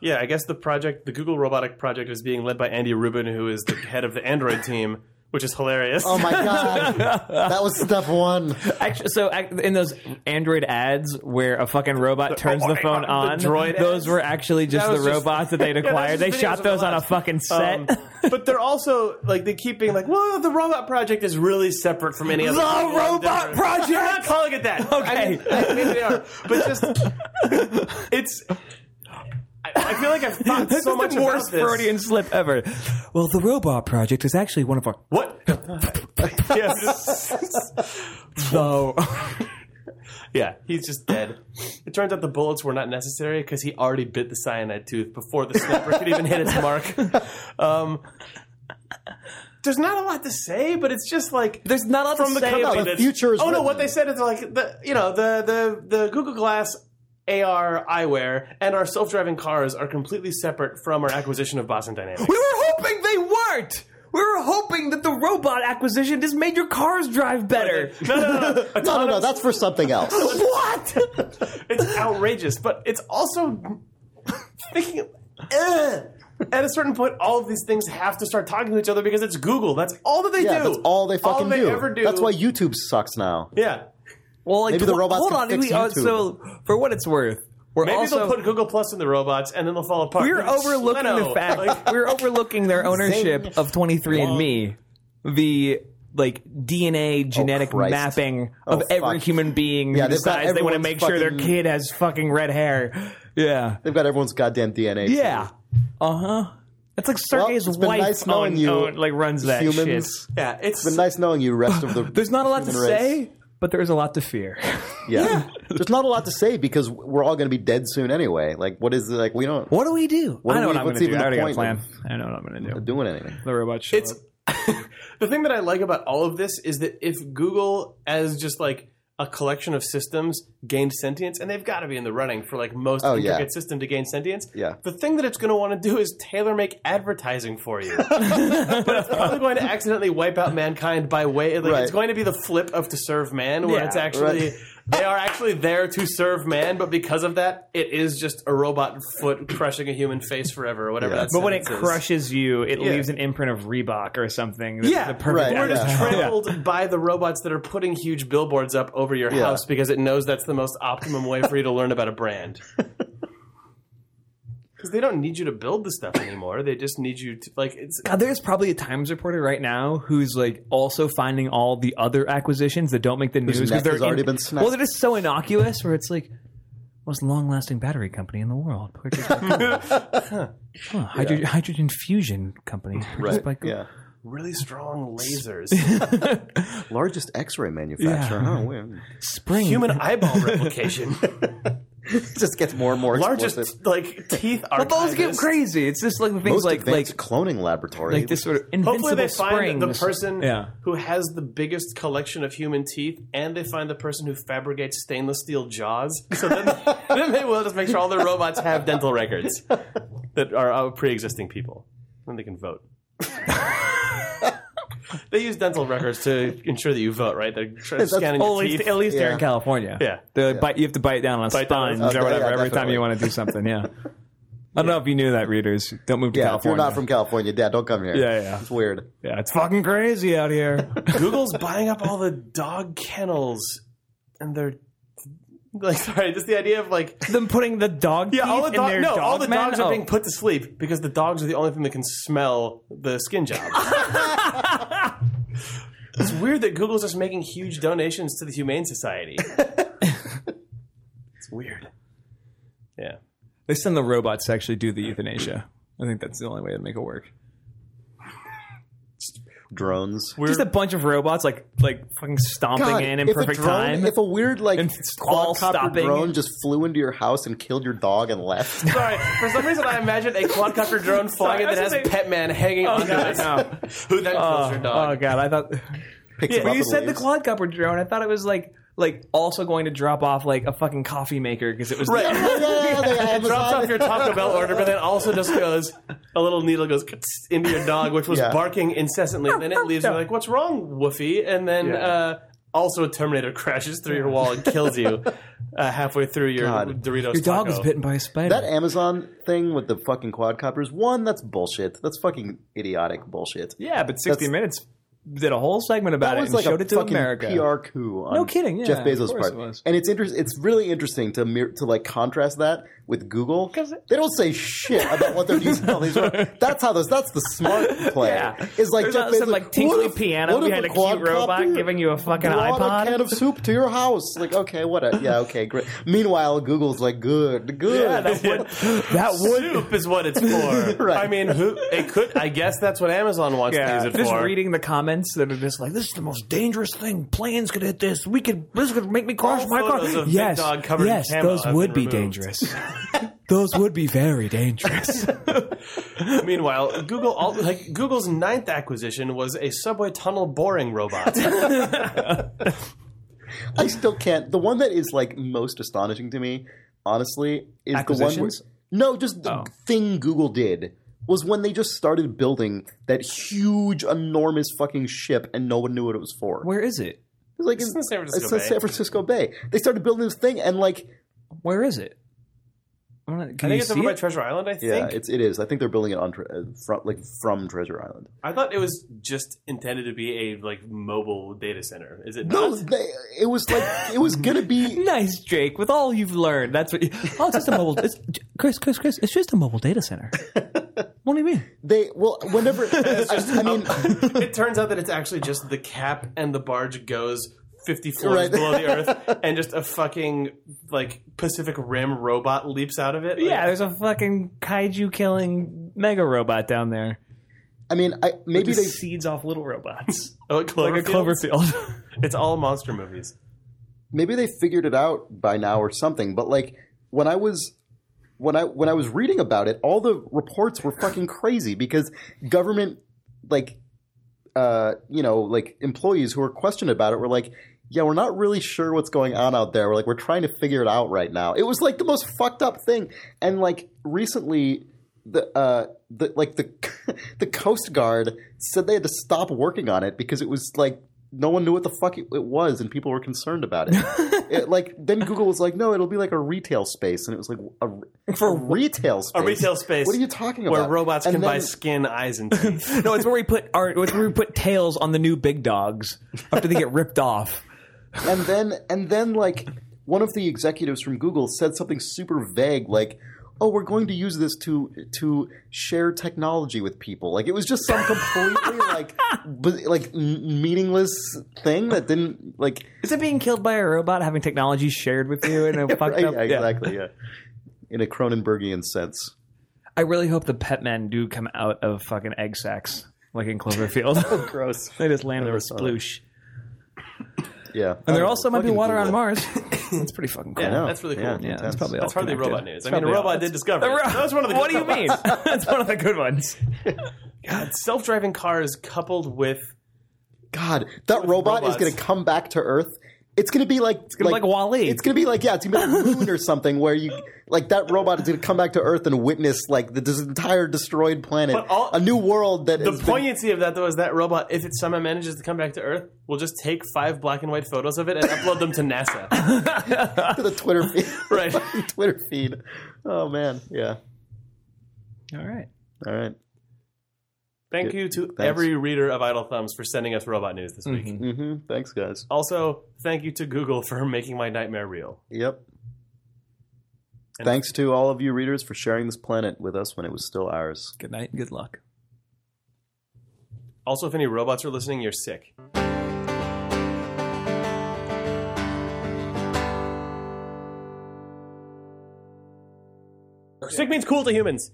Speaker 5: Yeah, I guess the project, the Google robotic project, is being led by Andy Rubin, who is the head of the Android team, which is hilarious.
Speaker 2: Oh my god, that was step one.
Speaker 1: actually so ac- in those android ads where a fucking robot turns
Speaker 5: oh,
Speaker 1: the
Speaker 5: I-
Speaker 1: phone
Speaker 5: the
Speaker 1: on
Speaker 5: droid
Speaker 1: those
Speaker 5: ads?
Speaker 1: were actually just
Speaker 5: That
Speaker 1: the
Speaker 5: was just-
Speaker 1: robots that they'd
Speaker 5: Yeah, that was
Speaker 1: acquired they
Speaker 5: just videos
Speaker 1: shot
Speaker 5: of the
Speaker 1: those on a
Speaker 5: robots.
Speaker 1: fucking set
Speaker 5: Um, but they're also like they keep being like, well, the robot project is really separate from any other.
Speaker 1: The Robot Project!
Speaker 5: They're not calling it that. I mean,
Speaker 1: Okay.
Speaker 5: I mean, they are, but just it's. I, I feel like I've thought
Speaker 1: This
Speaker 5: so
Speaker 1: is
Speaker 5: much
Speaker 1: the
Speaker 5: about
Speaker 1: worst
Speaker 5: this.
Speaker 1: Freudian slip ever. Well, the robot project is actually one of our
Speaker 5: What? yes.
Speaker 1: though.
Speaker 5: Yeah, he's just dead. It turns out the bullets were not necessary because he already bit the cyanide tooth before the sniper could even hit its mark. Um, there's not a lot to say, but it's just like
Speaker 1: There's not a lot
Speaker 5: from
Speaker 1: to
Speaker 5: the
Speaker 1: say
Speaker 5: company
Speaker 1: about
Speaker 2: the
Speaker 5: that's-
Speaker 2: future is
Speaker 5: Oh no,
Speaker 2: written.
Speaker 5: what they said is like the you know the the the Google Glass AR eyewear, and our self-driving cars are completely separate from our acquisition of Boston Dynamics.
Speaker 1: We were hoping they weren't. We were hoping that the robot acquisition just made your cars drive better.
Speaker 5: No, no, no,
Speaker 2: No,
Speaker 5: no.
Speaker 2: no, no. That's for something else.
Speaker 1: what?
Speaker 5: it's outrageous, but it's also thinking. of- Ugh. At a certain point, all of these things have to start talking to each other because it's Google. That's all that they
Speaker 2: Yeah,
Speaker 5: do.
Speaker 2: that's all they fucking do.
Speaker 5: ever do.
Speaker 2: That's why YouTube sucks now.
Speaker 5: Yeah.
Speaker 1: Well, like,
Speaker 2: Maybe the
Speaker 1: wh-
Speaker 2: robots
Speaker 1: Hold
Speaker 2: can
Speaker 1: on.
Speaker 2: fix
Speaker 1: we also, for what it's worth, we're
Speaker 5: Maybe
Speaker 1: also
Speaker 5: they'll put Google Plus in the robots, and then they'll fall apart.
Speaker 1: we're
Speaker 5: Like,
Speaker 1: overlooking
Speaker 5: Leno.
Speaker 1: the fact
Speaker 5: Like,
Speaker 1: we're overlooking their ownership of 23andme the like dna genetic
Speaker 2: Oh, Christ.
Speaker 1: mapping
Speaker 2: Oh,
Speaker 1: of every
Speaker 2: fuck.
Speaker 1: human being
Speaker 2: Yeah,
Speaker 1: who
Speaker 2: they've got
Speaker 1: decides they want to
Speaker 2: everyone's
Speaker 1: make sure their
Speaker 2: fucking-
Speaker 1: kid has fucking red hair yeah
Speaker 2: They've got everyone's goddamn DNA. too.
Speaker 1: yeah uh-huh it's like
Speaker 2: Well,
Speaker 1: Sergey's
Speaker 2: it's been
Speaker 1: wife
Speaker 2: nice knowing
Speaker 1: own-
Speaker 2: you.
Speaker 1: own- like runs that shit.
Speaker 2: humans.
Speaker 5: yeah, it's
Speaker 2: Been nice knowing you. Rest of the
Speaker 1: There's not a lot to
Speaker 2: human race.
Speaker 1: say, but there's a lot to fear.
Speaker 2: Yeah. There's not a lot to say because we're all going to be dead soon anyway. Like, what is it? Like, we don't
Speaker 1: What do we do?
Speaker 2: What
Speaker 3: I
Speaker 2: do
Speaker 3: know
Speaker 2: we-
Speaker 3: what I'm
Speaker 2: what's
Speaker 3: going to do.
Speaker 2: even
Speaker 3: I
Speaker 2: the
Speaker 3: already got a plan.
Speaker 2: point
Speaker 3: I know what I'm going to do.
Speaker 2: doing anything.
Speaker 3: The robot show
Speaker 5: it's
Speaker 3: up.
Speaker 5: the thing that I like about all of this is that if Google as just like a collection of systems gained sentience, and they've got to be in the running for like most
Speaker 2: Oh, yeah.
Speaker 5: intricate system to gain sentience.
Speaker 2: Yeah.
Speaker 5: The thing that it's going to want to do is tailor make advertising for you, but it's probably going to accidentally wipe out mankind by way. Like,
Speaker 2: Right.
Speaker 5: It's going to be the flip of to serve man, where
Speaker 1: Yeah,
Speaker 5: it's actually
Speaker 2: right.
Speaker 5: they are actually there to serve man, but because of that, it is just a robot foot crushing a human face forever or whatever.
Speaker 2: Yeah.
Speaker 5: that
Speaker 3: But when it
Speaker 5: sentence is.
Speaker 3: crushes you, it
Speaker 5: Yeah.
Speaker 3: leaves an imprint of Reebok or something. That's
Speaker 5: Yeah,
Speaker 3: the perfect
Speaker 2: right.
Speaker 5: We're
Speaker 3: advertisement.
Speaker 5: just
Speaker 2: Yeah.
Speaker 5: trampled by the robots that are putting huge billboards up over your
Speaker 2: Yeah.
Speaker 5: house because it knows that's the most optimum way for you to learn about a brand. Because they don't need you to build the stuff anymore. They just need you to like it's.
Speaker 1: God, there's probably a
Speaker 3: Times reporter right now who's like also finding all the other acquisitions that don't make the news
Speaker 2: neck
Speaker 3: they're
Speaker 2: has already
Speaker 3: in-
Speaker 2: been snapped.
Speaker 3: Well, they're just so innocuous where it's like most long-lasting battery company in the world, purchased by Google. huh. Hydro- hydrogen fusion company, purchased by Google.
Speaker 2: Yeah.
Speaker 5: Really strong lasers,
Speaker 2: Largest x ray manufacturer.
Speaker 3: Yeah.
Speaker 2: Oh, weird.
Speaker 3: Spring
Speaker 5: human eyeball replication,
Speaker 2: It just gets more and more explicit.
Speaker 5: largest like teeth are.
Speaker 1: But those get crazy. It's just like the things
Speaker 2: Most
Speaker 1: like like
Speaker 2: advanced cloning laboratory.
Speaker 3: like this sort of invincible
Speaker 5: Hopefully, they
Speaker 3: springs.
Speaker 5: find the person
Speaker 3: Yeah.
Speaker 5: who has the biggest collection of human teeth, and they find the person who fabricates stainless steel jaws. So then, then they will just make sure all their robots have dental records that are of pre-existing people, and they can vote. they use dental records to ensure that you vote, right? They're tr- scanning
Speaker 3: Well,
Speaker 5: your
Speaker 3: at least,
Speaker 5: teeth.
Speaker 3: at least they're
Speaker 2: Yeah.
Speaker 3: in California.
Speaker 5: Yeah.
Speaker 3: The Bite, you have to bite down on a
Speaker 5: Bite down on
Speaker 3: sponge
Speaker 2: a-
Speaker 3: or whatever
Speaker 2: Yeah,
Speaker 3: every time
Speaker 2: definitely.
Speaker 3: you want to do something. Yeah. I don't know if you knew that, readers. Don't move to
Speaker 2: yeah, if
Speaker 3: California.
Speaker 2: you're not from California, Dad, don't come here.
Speaker 3: Yeah, yeah.
Speaker 2: It's weird.
Speaker 3: Yeah, it's fucking crazy out here.
Speaker 5: Google's buying up all the dog kennels, and they're like, sorry, just the idea of like
Speaker 3: Them putting the dog
Speaker 5: Yeah,
Speaker 3: teeth
Speaker 5: all the,
Speaker 3: in
Speaker 5: dog,
Speaker 3: their
Speaker 5: no,
Speaker 3: dog
Speaker 5: all the
Speaker 3: men?
Speaker 5: dogs are
Speaker 3: Oh.
Speaker 5: being put to sleep because the dogs are the only thing that can smell the skin job. it's weird that Google's just making huge donations to the Humane Society. it's weird. Yeah.
Speaker 3: They send the robots to actually do the euthanasia. I think that's the only way to make it work.
Speaker 2: Drones.
Speaker 3: Just a bunch of robots like like fucking stomping
Speaker 2: God,
Speaker 3: in in
Speaker 2: if
Speaker 3: perfect
Speaker 2: a drone,
Speaker 3: time.
Speaker 2: If a weird, like,
Speaker 3: And it's all
Speaker 2: quadcopter
Speaker 3: stopping.
Speaker 2: drone just flew into your house and killed your dog and left.
Speaker 5: Sorry, for some reason I imagine a quadcopter drone flying
Speaker 3: Sorry, I
Speaker 5: that has
Speaker 3: was gonna say- Oh,
Speaker 5: Pet Man hanging on onto
Speaker 3: God,
Speaker 5: it.
Speaker 3: no.
Speaker 5: Who then kills
Speaker 3: oh,
Speaker 5: your
Speaker 3: oh
Speaker 5: dog.
Speaker 3: god, I thought
Speaker 2: Picks him
Speaker 3: when
Speaker 2: up
Speaker 3: you
Speaker 2: and
Speaker 3: said the
Speaker 2: leaves.
Speaker 3: quadcopter drone, I thought it was like like also going to drop off like a fucking coffee maker because it was
Speaker 5: Right.
Speaker 2: Yeah, yeah, yeah, they
Speaker 5: drops
Speaker 2: Amazon-
Speaker 5: off your Taco Bell order, but then also just goes a little needle goes into your dog, which was
Speaker 2: Yeah.
Speaker 5: barking incessantly, and then it leaves. You're like, "What's wrong, Woofy?" And then uh, also a Terminator crashes through your wall and kills you uh, halfway through your
Speaker 2: God.
Speaker 5: Doritos.
Speaker 3: your dog
Speaker 5: taco.
Speaker 3: was bitten by a spider.
Speaker 2: That Amazon thing with the fucking quadcopters, one, that's bullshit. That's fucking idiotic bullshit.
Speaker 3: yeah, but 60
Speaker 2: That's-
Speaker 3: Minutes did a whole segment about
Speaker 2: That
Speaker 3: it
Speaker 2: was
Speaker 3: and
Speaker 2: like
Speaker 3: showed
Speaker 2: a
Speaker 3: it to
Speaker 2: fucking
Speaker 3: America.
Speaker 2: PR coup on
Speaker 3: No kidding, yeah,
Speaker 2: Jeff
Speaker 3: of
Speaker 2: Bezos'
Speaker 3: course
Speaker 2: part.
Speaker 3: it was.
Speaker 2: And it's inter- it's really interesting to mir- to like contrast that with Google. They don't say shit about what they're using all these. roads. That's how those. That's the smart play.
Speaker 3: Yeah.
Speaker 2: Is like
Speaker 3: There's
Speaker 2: Jeff
Speaker 3: not
Speaker 2: Bezos
Speaker 3: some, like, tinkly
Speaker 2: what if-
Speaker 3: piano
Speaker 2: what if
Speaker 3: behind a cute robot
Speaker 2: quadcopter
Speaker 3: giving you a fucking
Speaker 2: brought
Speaker 3: iPod?
Speaker 2: a can of soup to your house. Like okay, what? A, yeah, okay, great. Meanwhile, Google's like good, good.
Speaker 5: Yeah, that would, that would soup is what it's for.
Speaker 2: Right.
Speaker 5: I mean, who it could? I guess that's what Amazon wants
Speaker 3: Yeah,
Speaker 5: to use it
Speaker 3: just
Speaker 5: for.
Speaker 3: reading the comments that are just like, "This is the most dangerous thing. Planes could hit this. We could. This could make me crash
Speaker 5: All
Speaker 3: my car."
Speaker 5: photos of Big
Speaker 1: yes,
Speaker 5: Dog covered in
Speaker 1: yes,
Speaker 5: camo
Speaker 1: those
Speaker 5: have
Speaker 1: would be
Speaker 5: been removed.
Speaker 1: dangerous. those would be very dangerous.
Speaker 5: Meanwhile, Google all, like Google's ninth acquisition was a subway tunnel boring robot.
Speaker 2: I still can't. The one that is like most astonishing to me honestly, is the one where,
Speaker 1: Acquisitions?
Speaker 2: no, just the
Speaker 1: Oh.
Speaker 2: thing Google did was when they just started building that huge, enormous fucking ship, and no one knew what it was for.
Speaker 1: Where is it?
Speaker 2: It was like
Speaker 5: It's in San Francisco
Speaker 2: it's in
Speaker 5: Bay.
Speaker 2: San Francisco Bay. They started building this thing, and like,
Speaker 1: Where is it? I wanna-
Speaker 5: I
Speaker 1: Can
Speaker 5: think
Speaker 1: you
Speaker 5: it's
Speaker 1: see
Speaker 5: over by
Speaker 1: it?
Speaker 5: Treasure Island. I
Speaker 2: yeah,
Speaker 5: think
Speaker 2: it's it is. I think they're building it on tre- uh, from like from Treasure Island.
Speaker 5: I thought it was just intended to be a like mobile data center. Is it
Speaker 2: No,
Speaker 5: not?
Speaker 2: they, it was like it was gonna be.
Speaker 6: Nice, Jake. With all you've learned, that's what. You, oh, it's just a mobile. It's, Chris, Chris, Chris. It's just a mobile data center. What do you mean?
Speaker 2: They well, whenever I, I mean,
Speaker 5: um, it turns out that it's actually just the cap and the barge goes 50 floors
Speaker 2: Right.
Speaker 5: below the earth and just a fucking like Pacific Rim robot leaps out of it. Like,
Speaker 6: Yeah, there's a fucking kaiju killing mega robot down there.
Speaker 2: I mean, I maybe
Speaker 6: Maybe
Speaker 2: they
Speaker 6: just seeds off little robots,
Speaker 5: oh, at
Speaker 6: like a
Speaker 5: Cloverfield.
Speaker 6: Cloverfield.
Speaker 5: It's all monster movies.
Speaker 2: maybe they figured it out by now or something but like when i was when i when i was reading about it all the reports were fucking crazy because government like uh you know like employees who were questioned about it were like yeah we're not really sure what's going on out there we're like we're trying to figure it out right now it was like the most fucked up thing and like recently the uh the like the the coast guard said they had to stop working on it because it was like no one knew what the fuck it, it was and people were concerned about it. it like then google was like no it'll be like a retail space and it was like a, for retail space
Speaker 5: A retail space
Speaker 2: what are you talking about
Speaker 5: where robots
Speaker 2: And
Speaker 5: can buy
Speaker 2: then-
Speaker 5: skin, eyes, and teeth.
Speaker 6: no, it's where we put our, it's where we put tails on the new big dogs after they get ripped off.
Speaker 2: and then and then like one of the executives from Google said something super vague like oh we're going to use this to to share technology with people like it was just some completely like b- like n- meaningless thing that didn't like
Speaker 6: Is it being killed by a robot having technology shared with you in a fucked
Speaker 2: right,
Speaker 6: up?
Speaker 2: yeah, exactly yeah in a Cronenbergian sense
Speaker 1: I really hope the pet men do come out of fucking egg sacks like in Cloverfield.
Speaker 2: gross
Speaker 1: they just land with a
Speaker 2: saw that.
Speaker 1: sploosh.
Speaker 2: yeah Oh,
Speaker 6: And
Speaker 5: Oh,
Speaker 6: there also might be
Speaker 2: Fucking
Speaker 6: water on
Speaker 2: Google.
Speaker 6: Mars. That's pretty fucking cool.
Speaker 5: Yeah,
Speaker 2: know.
Speaker 5: that's really cool.
Speaker 2: Yeah,
Speaker 1: Yeah, that's
Speaker 2: Intense.
Speaker 1: probably
Speaker 5: That's
Speaker 1: all
Speaker 5: hardly
Speaker 1: connected.
Speaker 5: robot news.
Speaker 1: It's
Speaker 5: I mean, a
Speaker 1: probably all-
Speaker 5: robot did discover it. That was one of the
Speaker 6: What
Speaker 5: good
Speaker 6: do you
Speaker 5: ones.
Speaker 6: mean? That's one of the good ones.
Speaker 5: God, self-driving cars coupled with
Speaker 2: God, that robot is
Speaker 5: robots.
Speaker 2: going to come back to Earth. It's going to be like it's
Speaker 6: gonna be like Wall-E.
Speaker 2: It's going to be like yeah, it's going to be like Moon or something where you like that robot is going to come back to Earth and witness like the this entire destroyed planet,
Speaker 5: But all-
Speaker 2: a new world that
Speaker 5: the
Speaker 2: has been-
Speaker 5: poignancy of that though is that robot, if it somehow manages to come back to Earth, will just take five black and white photos of it and upload them to NASA.
Speaker 2: to the Twitter feed,
Speaker 5: Right.
Speaker 2: Twitter feed. Oh man, yeah.
Speaker 1: All right.
Speaker 2: All right.
Speaker 5: Thank you to every reader of Idle Thumbs for sending us robot news this week.
Speaker 2: hmm Thanks, guys.
Speaker 5: Also, thank you to Google for making my nightmare real.
Speaker 2: Yep.
Speaker 5: And-
Speaker 2: Thanks to all of you readers for sharing this planet with us when it was still ours.
Speaker 1: Good night and good luck.
Speaker 5: Also, if any robots are listening, you're sick. Sick means cool to humans.